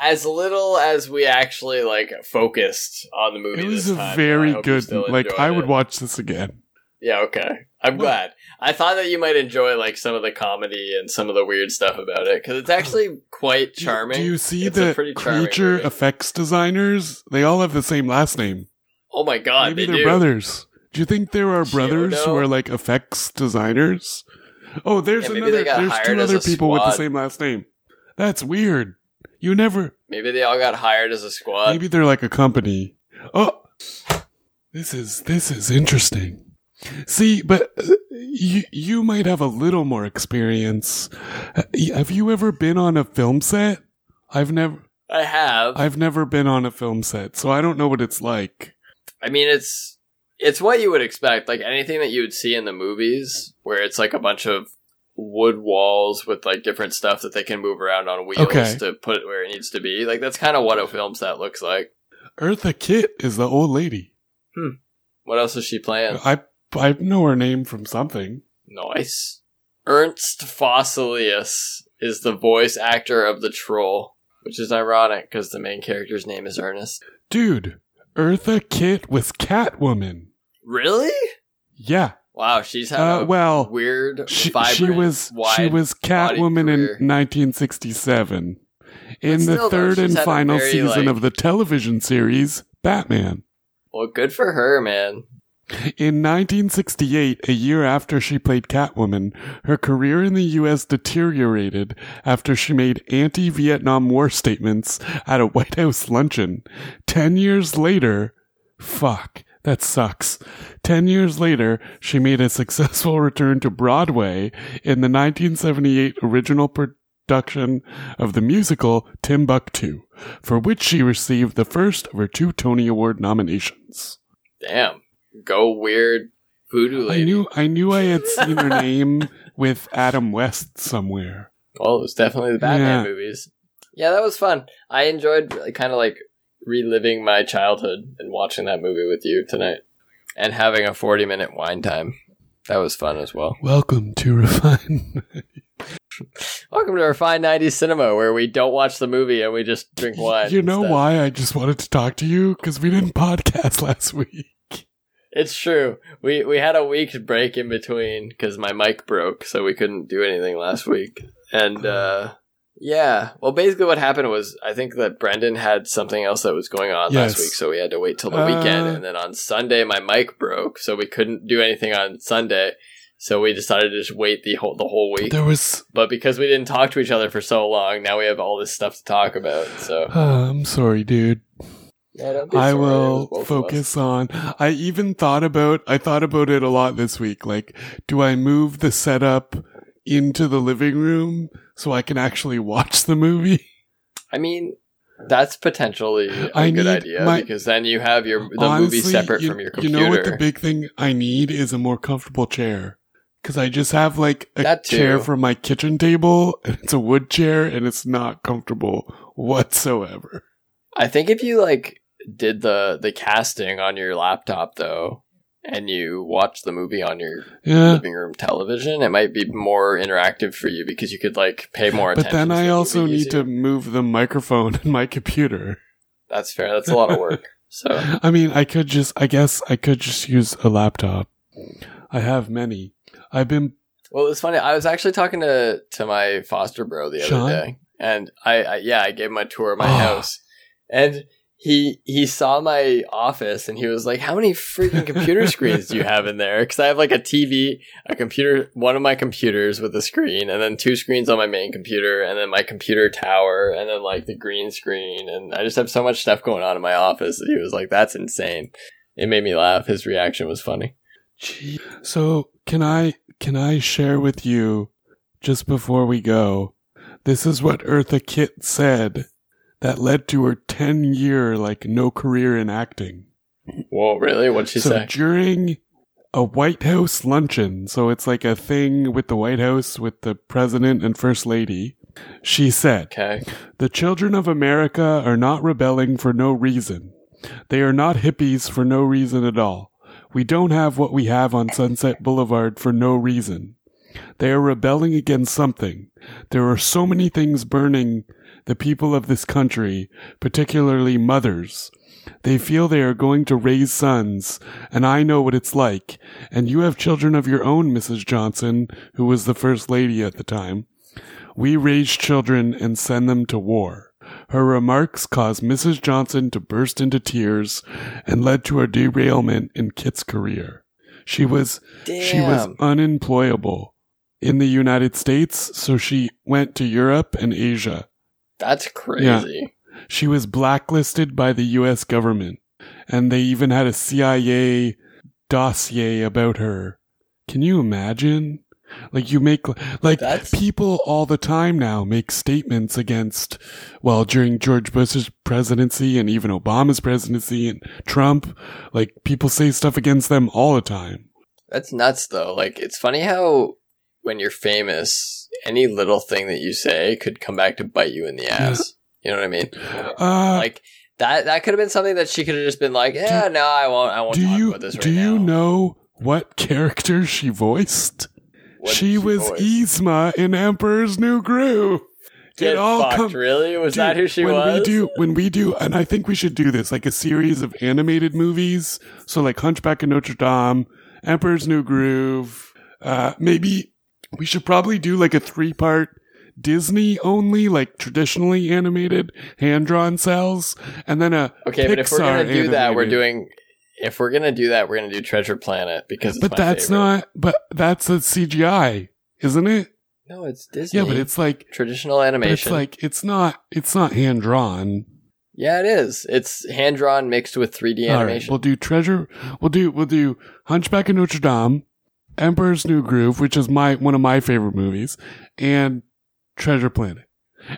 B: as little as we actually like focused on the movie.
A: it was
B: this
A: a
B: time, I
A: very
B: hope you
A: good.
B: still
A: Like
B: enjoyed
A: I would
B: it.
A: watch this again.
B: Yeah, okay. I'm glad. I thought that you might enjoy like some of the comedy and some of the weird stuff about it because it's actually quite
A: Do you-
B: charming.
A: Do, you see
B: It's a
A: the
B: pretty charming
A: creature
B: movie.
A: effects designers? They all have the same last name.
B: Oh my god,
A: Maybe
B: they
A: they're
B: do.
A: brothers. Do you think there are brothers who
B: Chiodo?
A: are like effects designers? Oh, there's
B: Yeah, maybe they
A: another.
B: got
A: There's
B: hired
A: two
B: as
A: other
B: a
A: people with the
B: squad.
A: same last name. That's weird. You never.
B: Maybe they all got hired as a squad.
A: Maybe they're like a company. Oh, this is this is interesting. See, but uh, you you might have a little more experience. Uh, y- Have you ever been on a film set? I've never
B: I have. I,
A: I've never been on a film set, so I don't know what it's like.
B: mean, it's it's what you would expect. Like anything that you would see in the movies, where it's like a bunch of wood walls with like different stuff that they can move around on wheels
A: Okay.
B: to put it where it needs to be. Like that's kind of what a film set looks like.
A: Eartha Kitt is the old lady.
B: What else is she playing?
A: I I know her name from something.
B: Nice. Ernst Fossilius is the voice actor of the troll, which is ironic because the main character's name is Ernest.
A: Dude, Eartha Kitt was Catwoman.
B: Really?
A: Yeah.
B: Wow, she's having
A: Uh,
B: a
A: well,
B: weird,
A: she,
B: vibrant,
A: she was she
B: wide
A: was Catwoman in
B: career.
A: 1967 in the
B: still, though,
A: third
B: she's
A: and
B: had a
A: final
B: very,
A: season
B: like-
A: of the television series Batman.
B: Well, good for her, man.
A: In 1968, a year after she played Catwoman, her career in the U.S. deteriorated after she made anti Vietnam War statements at a White House luncheon. Ten years later, fuck, that sucks. Ten years later, she made a successful return to Broadway in the 1978 original production of the musical Timbuktu, for which she received the first of her two Tony Award nominations.
B: Damn. Go weird voodoo lady.
A: I knew I knew I had seen her name with Adam West somewhere.
B: well, it was definitely the Batman
A: Yeah.
B: movies. Yeah, that was fun. I enjoyed kind of like reliving my childhood and watching that movie with you tonight and having a 40 minute wine time. That was fun as well.
A: Welcome to Refine.
B: Welcome to our fine 90s cinema where we don't watch the movie and we just drink wine.
A: you know
B: instead.
A: why I just wanted to talk to you because we didn't podcast last week.
B: It's true. We we had a week's break in between because my mic broke, so we couldn't do anything last week. And uh, yeah, well, basically what happened was I think that Brendan had something else that was going on
A: Yes.
B: last week, so we had to wait till the
A: Uh,
B: weekend. And then on Sunday, my mic broke, so we couldn't do anything on Sunday. So we decided to just wait the whole the whole week.
A: There was.
B: But because we didn't talk to each other for so long, now we have all this stuff to talk about. So
A: Uh, I'm sorry, dude.
B: Yeah, don't be
A: I
B: sorry, it was
A: will
B: both of us.
A: focus on. I even thought about. I thought about it a lot this week. Like, do I move the setup into the living room so I can actually watch the movie?
B: I mean, that's potentially a
A: I
B: good
A: need
B: idea
A: my-
B: because then you have your the
A: Honestly,
B: movie separate
A: you-
B: from your
A: You
B: computer.
A: know what the big thing I need is a more comfortable chair. Because I just have like a
B: That too.
A: chair from my kitchen table, and it's a wood chair, and it's not comfortable whatsoever.
B: I think if you like did the the casting on your laptop though, and you watched the movie on your
A: Yeah.
B: living room television, it might be more interactive for you because you could like pay more
A: But then
B: attention. to the
A: I
B: movie
A: also need
B: easier.
A: to move the microphone and my computer.
B: That's fair. That's a lot of work. So
A: I mean, I could just, I guess I could just use a laptop. I have many. I've been,
B: Well, it's funny. I was actually talking to to my foster bro the
A: Sean?
B: other day, and I, I yeah, I gave him a tour of my
A: Ah.
B: house, and he he saw my office, and he was like, "How many freaking computer screens do you have in there?" Because I have like a TV, a computer, one of my computers with a screen, and then two screens on my main computer, and then my computer tower, and then like the green screen, and I just have so much stuff going on in my office that he was like, "That's insane." It made me laugh. His reaction was funny.
A: gee. So can I, can I share with you just before we go? This is what Eartha Kitt said that led to her 10 year, like no career in acting.
B: Whoa, really? What'd she
A: so
B: say?
A: during a White House luncheon, so it's like a thing with the White House with the president and first lady, she said,
B: Okay.
A: The children of America are not rebelling for no reason. They are not hippies for no reason at all. We don't have what we have on Sunset Boulevard for no reason. They are rebelling against something. There are so many things burning the people of this country, particularly mothers. They feel they are going to raise sons, and I know what it's like. And you have children of your own, Mrs. Johnson, who was the first lady at the time. We raise children and send them to war. Her remarks caused Mrs. Johnson to burst into tears and led to a derailment in Kit's career. She was
B: Damn.
A: she was unemployable in the United States, so she went to Europe and Asia.
B: That's crazy.
A: She was blacklisted by the US government, and they even had a CIA dossier about her. Can you imagine? Like you make like
B: That's
A: people all the time now make statements against well during george bush's presidency and even obama's presidency and trump like people say stuff against them all the time
B: that's nuts though. Like it's funny how when you're famous, any little thing that you say could come back to bite you in the ass. You know what I mean?
A: uh,
B: Like that that could have been something that she could have just been like, "Yeah, no, I won't. I won't
A: do
B: talk
A: you
B: about this right
A: do you
B: now."
A: know what character she voiced
B: What
A: she,
B: did
A: was
B: voice?
A: yzma in emperor's new groove
B: Get
A: it all
B: fucked,
A: come-
B: really? Was
A: Dude,
B: that who she
A: when
B: was?
A: We do, when we do, and I think we should do this like a series of animated movies. So, like Hunchback of Notre Dame, Emperor's New Groove. Uh, maybe we should probably do like a three part Disney only, like traditionally animated hand drawn cells, and then a.
B: okay, but if we're gonna do
A: Pixar
B: that, we're
A: animated.
B: doing. If we're gonna do that, we're gonna do Treasure Planet because. It's
A: But
B: my
A: that's
B: favorite.
A: not. But that's a CGI, isn't it?
B: No, it's Disney.
A: Yeah, but it's like.
B: traditional
A: But it's
B: animation.
A: like it's not. It's not hand drawn.
B: yeah, it is. It's hand drawn mixed with 3D
A: All right,
B: animation.
A: we'll do treasure. We'll do we'll do Hunchback of Notre Dame, Emperor's New Groove, which is my one of my favorite movies, and Treasure Planet.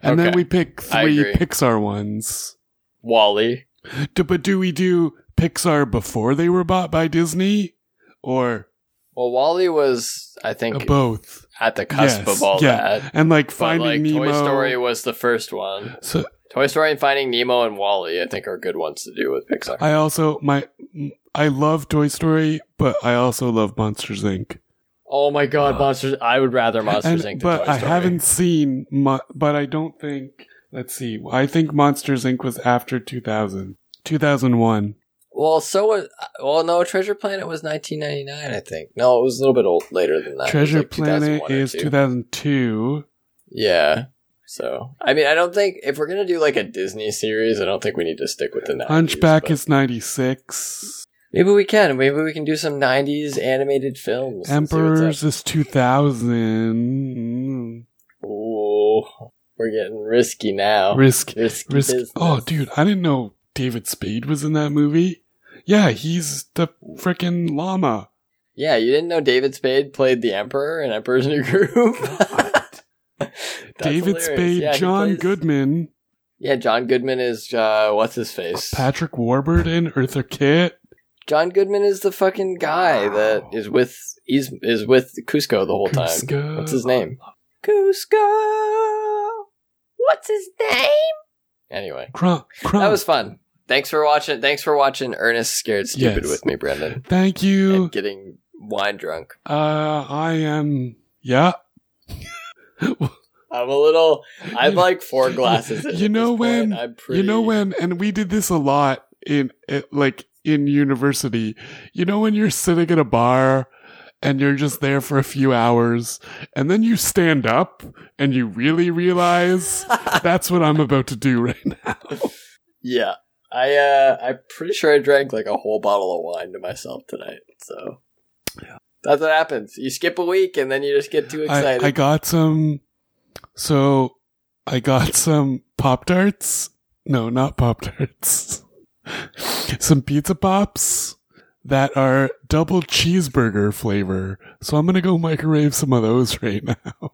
A: And then
B: Okay.
A: we pick
B: I
A: three
B: agree.
A: Pixar ones.
B: Wally.
A: Do, but do we do Pixar before they were bought by Disney, or
B: Well, Wally was, I
A: uh,
B: think,
A: both?
B: at the cusp
A: Yes,
B: of all
A: yeah.
B: that.
A: And like
B: But
A: Finding
B: like
A: Nemo.
B: Toy Story was the first one.
A: So
B: Toy Story and Finding Nemo and Wally, I think, are good ones to do with Pixar.
A: I also my I love Toy Story, but I also love Monsters Inc.
B: oh my God, monsters! I would rather Monsters
A: uh, And-
B: Inc. than
A: But
B: Toy
A: I
B: Story.
A: haven't seen. Mo- but I don't think. Let's see. I think Monsters Inc. was after 2000, 2001.
B: Well, so was. uh, Well, no, Treasure Planet was 1999, I think. No, it was a little bit old, later than that. It was,
A: Treasure
B: like, 2001
A: Planet
B: or
A: is
B: two.
A: two thousand two.
B: Yeah. So, I mean, I don't think if we're gonna do like a Disney series, I don't think we need to stick with the 90s,
A: Hunchback
B: but-
A: is ninety six.
B: Maybe we can. Maybe we can do some '90s animated films. and see what's
A: Emperors is 2000.
B: up. Ooh, we're getting risky now.
A: Risk.
B: risky
A: Risk.
B: Oh. business.
A: Oh, dude, I didn't know David Spade was in that movie. Yeah, he's the freaking llama.
B: Yeah, you didn't know David Spade played the Emperor in Emperor's New Groove.
A: David Spade, John
B: Goodman.
A: Goodman,
B: Yeah, John Goodman is uh, what's his face?
A: Patrick Warburton, Eartha Kitt.
B: John Goodman is the fucking guy that is with he's is with Cusco the whole time.
A: Cusco.
B: What's his name? Cusco. What's his name? Anyway,
A: Crump. Crump.
B: that was fun. Thanks for watching. Thanks for watching Ernest Scared Stupid
A: Yes.
B: with me, Brendan,
A: Thank you.
B: and getting wine drunk.
A: Uh, I am. Yeah.
B: I'm a little. I'm like four glasses. In
A: You
B: at
A: know
B: this
A: when-
B: point. I'm pretty.
A: You know when, and we did this a lot in at- like in university. You know when you're sitting at a bar and you're just there for a few hours, and then you stand up and you really realize that's what I'm about to do right now.
B: Yeah. I uh I'm pretty sure I drank like a whole bottle of wine to myself tonight. So that's what happens. You skip a week and then you just get too
A: I,
B: excited.
A: I got some. So I got some Pop Tarts. No, not Pop Tarts. some pizza pops that are double cheeseburger flavor. So I'm going to go microwave some of those right now.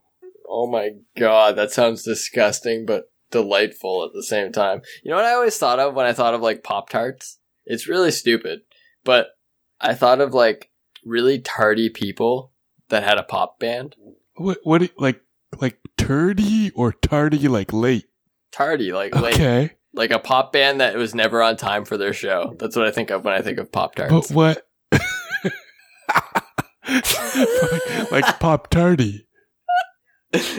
B: oh my god, that sounds disgusting but delightful at the same time. You know what I always thought of when I thought of like Pop Tarts? It's really stupid, but I thought of like really tardy people that had a pop band.
A: What, what, do you- like, like turdy or tardy, like late?
B: Tardy, like late.
A: Okay.
B: Like a pop band that was never on time for their show. That's what I think of when I think of Pop
A: But
B: Tarts.
A: what? like, like Pop Tardy.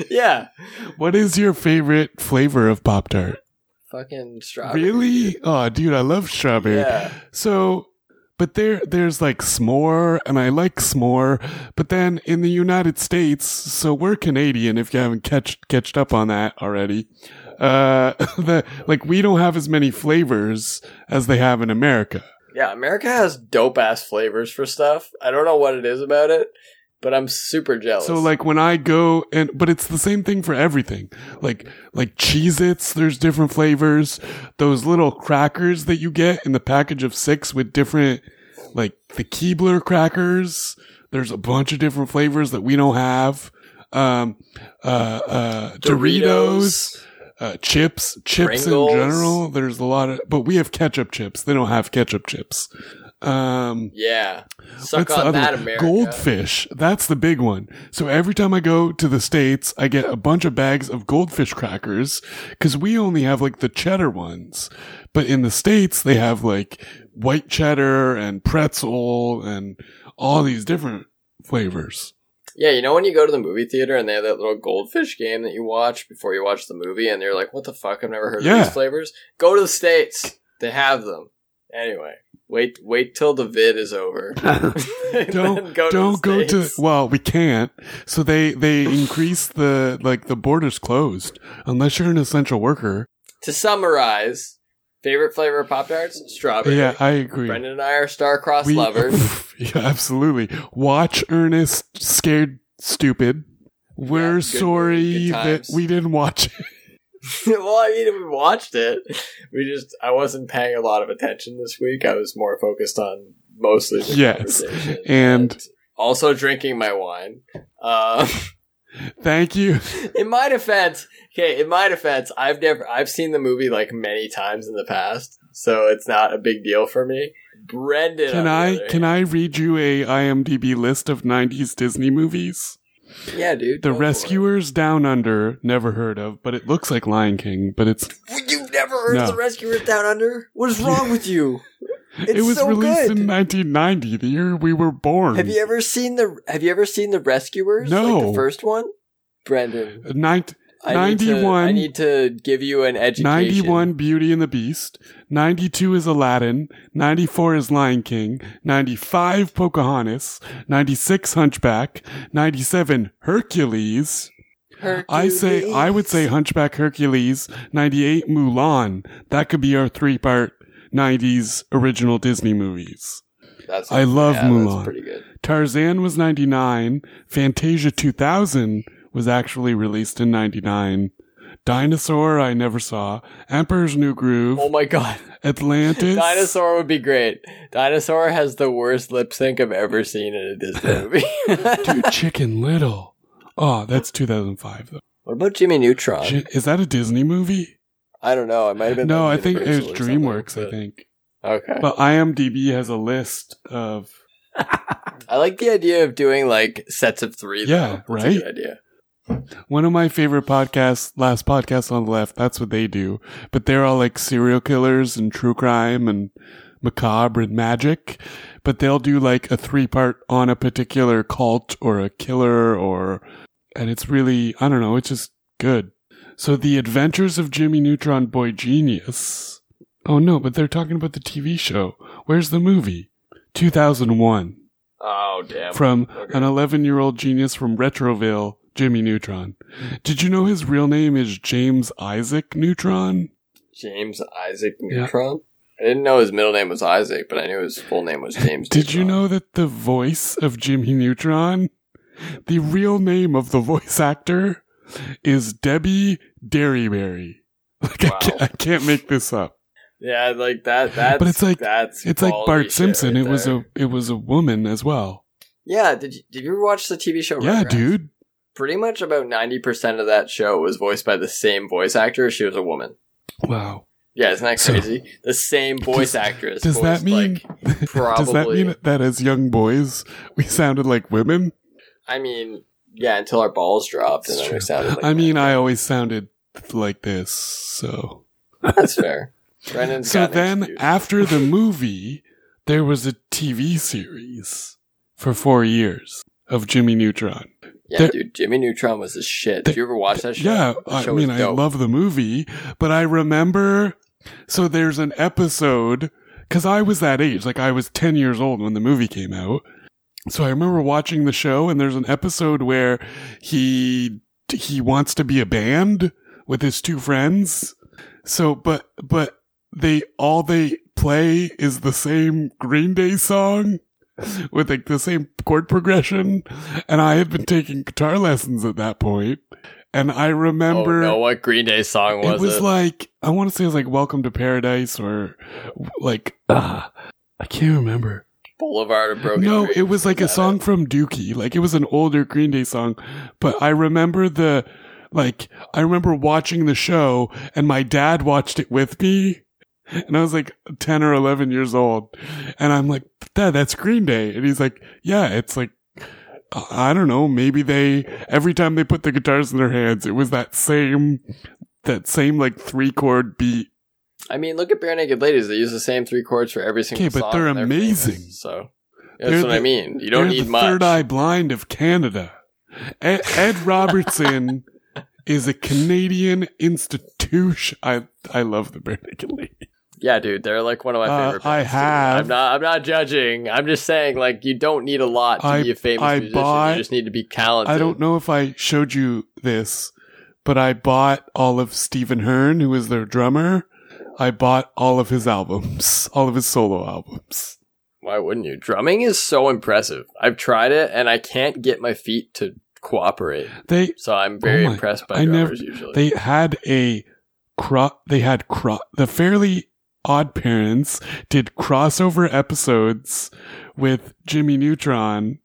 B: yeah.
A: What is your favorite flavor of Pop Tart?
B: fucking strawberry.
A: Really? Oh, dude, I love strawberry.
B: Yeah.
A: So, but there, there's like s'more, and I like s'more. But then in the United States, so we're Canadian. If you haven't catch catched up on that already, uh, the, like we don't have as many flavors as they have in America.
B: Yeah, America has dope ass flavors for stuff. I don't know what it is about it, but I'm super jealous.
A: So like when I go and but it's the same thing for everything. Like like Cheez-Its, there's different flavors. Those little crackers that you get in the package of 6 with different like the Keebler crackers, there's a bunch of different flavors that we don't have. Um uh uh Doritos, uh chips, chips
B: Pringles.
A: in general, there's a lot of but we have ketchup chips. They don't have ketchup chips. Um
B: Yeah. Suck
A: the
B: on
A: other
B: that,
A: one?
B: America.
A: Goldfish. That's the big one. So every time I go to the States, I get a bunch of bags of goldfish crackers because we only have like the cheddar ones. But in the States, they have like white cheddar and pretzel and all these different flavors.
B: Yeah, you know when you go to the movie theater and they have that little goldfish game that you watch before you watch the movie and you're like, what the fuck? I've never heard
A: Yeah.
B: of these flavors. Go to the States. They have them. Anyway, wait wait till the vid is over.
A: Don't don't go to well, we can't. So they they increase the like the borders closed unless you're an essential worker.
B: To summarize, favorite flavor of Pop Tarts? Strawberry.
A: Yeah, I agree.
B: Brendan and I are star-crossed lovers.
A: yeah, absolutely. Watch Ernest Scared Stupid.
B: Yeah,
A: We're
B: good
A: sorry
B: movie, good
A: that
B: times.
A: we didn't watch it.
B: well, I mean, we watched it. We just I wasn't paying a lot of attention this week. I was more focused on mostly the
A: Yes,
B: conversation
A: and-
B: also drinking my wine. Uh,
A: Thank you.
B: in my defense, okay, in my defense, I've never I've seen the movie like many times in the past, so it's not a big deal for me. Brendan,
A: Can I can I read you a IMDb list of 90s Disney movies?
B: Yeah, dude.
A: The
B: go for it.
A: Rescuers Down Under, never heard of, but it looks like Lion King, but it's
B: You've never heard
A: No.
B: of the Rescuers Down Under? What is wrong with you? It's
A: it was
B: so
A: released
B: good.
A: in 1990, the year we were born.
B: Have you ever seen the Have you ever seen the Rescuers? like
A: No.
B: the first one, Brendan.
A: Nin-
B: I need to-
A: 91.
B: I need to give you an education.
A: 91 Beauty and the Beast, 92 is Aladdin, 94 is Lion King, 95 Pocahontas, 96 Hunchback, 97 Hercules. I say I would say Hunchback Hercules, 98 Mulan. That could be our three-part 90s original Disney movies.
B: That's
A: I love
B: yeah,
A: Mulan.
B: That's pretty good.
A: Tarzan was 99. Fantasia 2000 was actually released in 99. Dinosaur, I never saw. Emperor's New Groove.
B: Oh my god.
A: Atlantis.
B: Dinosaur would be great. Dinosaur has the worst lip sync I've ever seen in a Disney movie.
A: Dude, Chicken Little. Oh, that's 2005, though.
B: what about Jimmy Neutron?
A: Chi- Is that a Disney movie?
B: I don't know. It might have been.
A: No, I
B: like
A: think it was
B: Universal or something,
A: DreamWorks, I
B: but-
A: think.
B: Okay.
A: But IMDb has a list of.
B: I like the idea of doing like sets of three.
A: Yeah,
B: though. It's a
A: right?
B: good idea.
A: One of my favorite podcasts, Last Podcast on the Left, that's what they do. But they're all like serial killers and true crime and macabre and magic. But they'll do like a three part on a particular cult or a killer or, and it's really, I don't know, it's just good. So The Adventures of Jimmy Neutron Boy Genius. Oh no, but they're talking about the TV show. Where's the movie? 2001
B: Oh damn.
A: from
B: Okay.
A: an 11 year old genius from Retroville, Jimmy Neutron. Did you know his real name is James Isaac Neutron?
B: James Isaac
A: Yeah.
B: Neutron. I didn't know his middle name was Isaac, but I knew his full name was James.
A: Did you
B: Neutron.
A: know that the voice of Jimmy Neutron, the real name of the voice actor, is Debbie Derryberry? Like, I,
B: Wow.
A: can't, I can't make this up.
B: Yeah, like that. That's
A: But it's like-
B: that's
A: It's like
B: quality
A: Bart
B: shit
A: Simpson.
B: right
A: it was
B: there.
A: a it was a woman as well.
B: yeah. Did you, did you ever watch the TV show?
A: Yeah,
B: Rugrats?
A: dude.
B: Pretty much about ninety percent of that show was voiced by the same voice actor. She was a woman.
A: Wow.
B: Yeah, isn't that
A: So-
B: crazy? the same voice
A: Does-
B: actress.
A: does that
B: voiced,
A: mean- Does
B: Like,
A: that
B: probably.
A: mean that as young boys we sounded like women?
B: I mean, yeah, until our balls dropped, and
A: It's
B: then
A: true.
B: we sounded. Like
A: I mean,
B: that.
A: I always sounded like this. So,
B: that's fair. Brendan's
A: so
B: got an
A: then
B: excuse.
A: after the movie, there was a TV series for four years of Jimmy Neutron.
B: yeah,
A: there-
B: dude, Jimmy Neutron was the shit. Did
A: There-
B: you ever watch that show?
A: Yeah,
B: That
A: I
B: show
A: mean,
B: was
A: I
B: dope.
A: love the movie, but I remember. So there's an episode because I was that age, like I was 10 years old when the movie came out. So I remember watching the show, and there's an episode where he he wants to be a band with his two friends. So, but but they all they play is the same Green Day song with like the same chord progression, and I had been taking guitar lessons at that point, and I remember
B: Oh no, what Green Day song was
A: it was
B: it?
A: like I want to say it was like Welcome to Paradise or like uh, I can't remember.
B: Boulevard of Broken
A: no, it
B: Dreams.
A: was like a
B: Is that
A: song
B: it?
A: from Dookie. Like it was an older Green Day song, but I remember the like I remember watching the show and my dad watched it with me. And I was like 10 or 11 years old. And I'm like, Dad, that's Green Day. And he's like, Yeah, it's like, I I don't know. Maybe they, every time they put the guitars in their hands, it was that same, that same like three chord beat.
B: I mean, look at Bare Naked Ladies. They use the same three chords for every single
A: Okay, but
B: song.
A: they're
B: and
A: amazing.
B: famous, so that's
A: They're
B: what
A: the-
B: I mean. You don't
A: They're
B: need
A: the
B: much.
A: Third Eye Blind of Canada. Ed, Ed Robertson is a Canadian institution. I I love the Bare Naked Lady.
B: Yeah, dude, they're like one of my
A: Uh,
B: favorite.
A: I
B: bands, dude.
A: have-
B: I'm not. I'm not judging. I'm just saying, like, you don't need a lot to
A: I-
B: be a famous
A: I
B: musician.
A: bought-
B: you just need to be talented.
A: I don't know if I showed you this, but I bought all of Stephen Hearn, who is their drummer. I bought all of his albums, all of his solo albums.
B: Why wouldn't you? Drumming is so impressive. I've tried it, and I can't get my feet to cooperate.
A: They
B: So I'm very
A: Oh my-
B: impressed by
A: I never-
B: drummers usually.
A: they had a cro they had cro the fairly odd parents did crossover episodes with jimmy neutron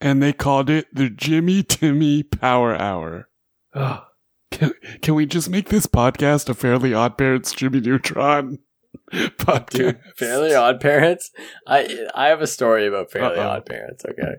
A: and they called it the jimmy timmy power hour Ugh. can, can we just make this podcast a fairly odd parents jimmy neutron podcast
B: Dude, Fairly Odd Parents. I I have a story about Fairly
A: Uh-oh.
B: Odd Parents. Okay,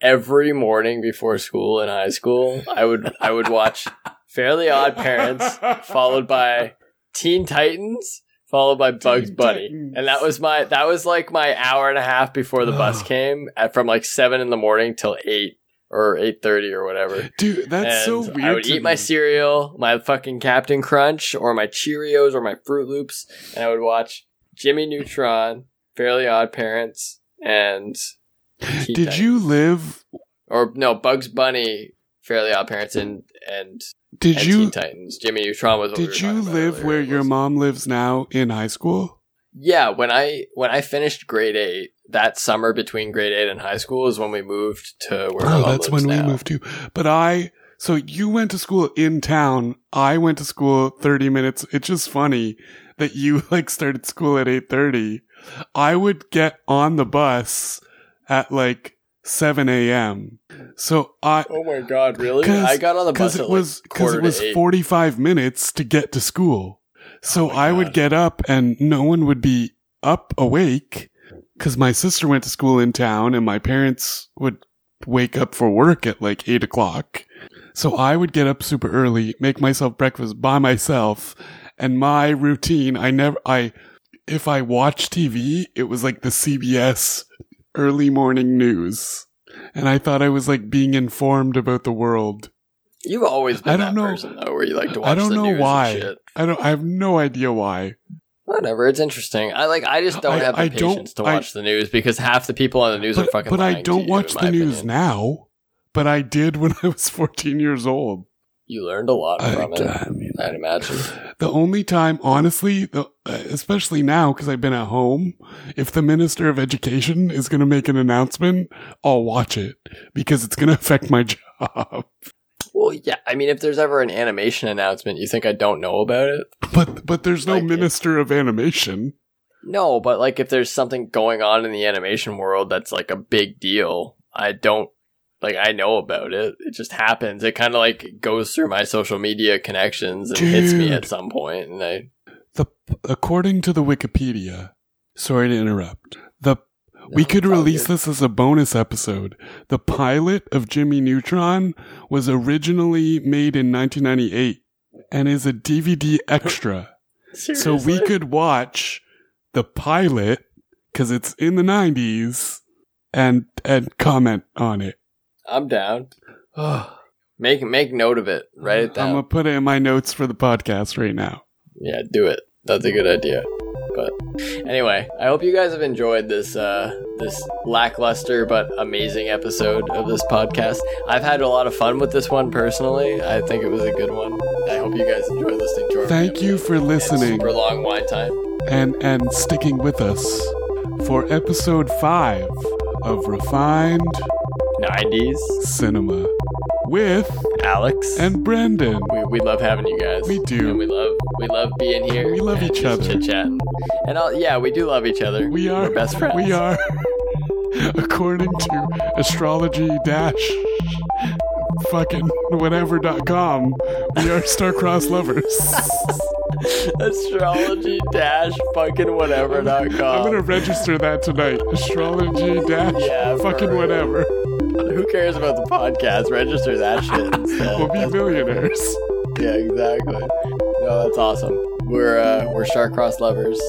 B: every morning before school in high school, I would I would watch Fairly Odd Parents, followed by Teen Titans, followed by Bugs
A: Teen
B: Bunny,
A: Titans.
B: and that was my that was like my hour and a half before the bus
A: Ugh.
B: came, at, from like seven in the morning till eight or eight thirty or whatever.
A: dude that's so
B: And
A: weird
B: I would
A: to
B: eat my
A: me.
B: cereal, my fucking Captain Crunch, or my Cheerios, or my Fruit Loops, and I would watch Jimmy Neutron, Fairly Odd Parents, and Teen
A: did
B: Titans.
A: you live
B: or no Bugs Bunny, Fairly Odd Parents, and and,
A: did
B: and
A: you
B: Teen Titans. Jimmy Neutron was. What we were
A: did you
B: talking about
A: live
B: earlier.
A: where
B: It
A: your
B: was-
A: mom lives now in high school
B: Yeah, when I when I finished grade eight, that summer between grade eight and high school is when we moved to where
A: Oh,
B: my mom
A: that's
B: lives
A: when we
B: now.
A: moved to. But I, so you went to school in town. I went to school 30 minutes. It's just funny that you like started school at 8.30. I would get on the bus at like 7 a.m. So I,
B: Oh my god, really?
A: 'Cause-
B: I got on the
A: because
B: bus at
A: it was,
B: like
A: because
B: quarter
A: it was
B: to eight.
A: 45 minutes to get to school. So
B: Oh my
A: I would
B: God.
A: get up and no one would be up awake because my sister went to school in town and my parents would wake up for work at like eight o'clock. So I would get up super early, make myself breakfast by myself. And my routine, I never, I, if I watched TV, it was like the CBS early morning news. And I thought I was like being informed about the world.
B: You've always been
A: I don't
B: that
A: know-
B: person though, where you like to watch
A: I don't
B: the
A: know
B: news and
A: why.
B: shit.
A: I don't. I have no idea why.
B: Whatever, it's interesting. I like. I just don't
A: I-
B: have the
A: I don't-
B: patience to
A: I-
B: watch the news because half the people on the news are
A: But,
B: fucking.
A: but
B: lying
A: I
B: to
A: don't
B: you,
A: watch
B: in
A: the
B: my
A: news
B: opinion.
A: now. But I did when I was 14 years old.
B: You learned a lot
A: I,
B: from it.
A: I mean,
B: I'd imagine.
A: the only time, honestly, the, uh, especially now because I've been at home, if the Minister of Education is going to make an announcement, I'll watch it because it's going to affect my job.
B: Well, yeah. I mean, if there's ever an animation announcement, you think I don't know about it?
A: But but there's no
B: Like it.
A: Minister of Animation.
B: No, but like if there's something going on in the animation world that's like a big deal, I don't like I know about it. It just happens. It kind of like goes through my social media connections and hits me
A: Dude.
B: at some point and I
A: According to the Wikipedia, sorry to interrupt. The we could release this as a bonus episode. The pilot of Jimmy Neutron was originally made in 1998 and is a DVD extra.
B: this
A: so we could watch the pilot cuz it's in the 90s and and comment on it.
B: I'm down. Make make note of it. Write it
A: I'm
B: down.
A: going to put it in my notes for the podcast right now.
B: yeah, do it. That's a good idea. But anyway, I hope you guys have enjoyed this uh, this lackluster but amazing episode of this podcast. I've had a lot of fun with this one personally. I think it was a good one. I hope you guys enjoy listening to our
A: Thank
B: rambling
A: you for
B: and
A: listening.
B: Super long wine time.
A: and and sticking with us for episode 5 of refined
B: Nineties,
A: cinema with
B: Alex
A: and Brendan.
B: we, we love having you guys.
A: We do.
B: And we love we love being here.
A: We love each other.
B: Chit chatting. And all, yeah, we do love each other.
A: We are
B: We're best friends.
A: We are according to astrology dash fucking whatever dot com. We are star-crossed lovers.
B: astrology dash fucking whatever dot
A: I'm
B: com.
A: gonna register that tonight. Astrology dash
B: Yeah, for
A: fucking
B: real.
A: whatever.
B: Who cares about the podcast? Register that shit. instead.
A: We'll be
B: That's-
A: millionaires.
B: yeah, exactly. No, that's awesome. We're uh, we're shark cross lovers.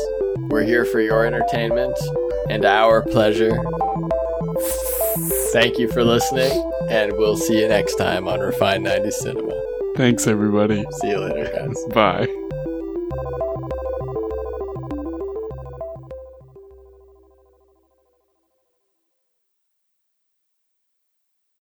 B: We're here for your entertainment and our pleasure. Thank you for listening, and we'll see you next time on Refined 90 Cinema.
A: Thanks everybody.
B: See you later, guys.
A: Bye.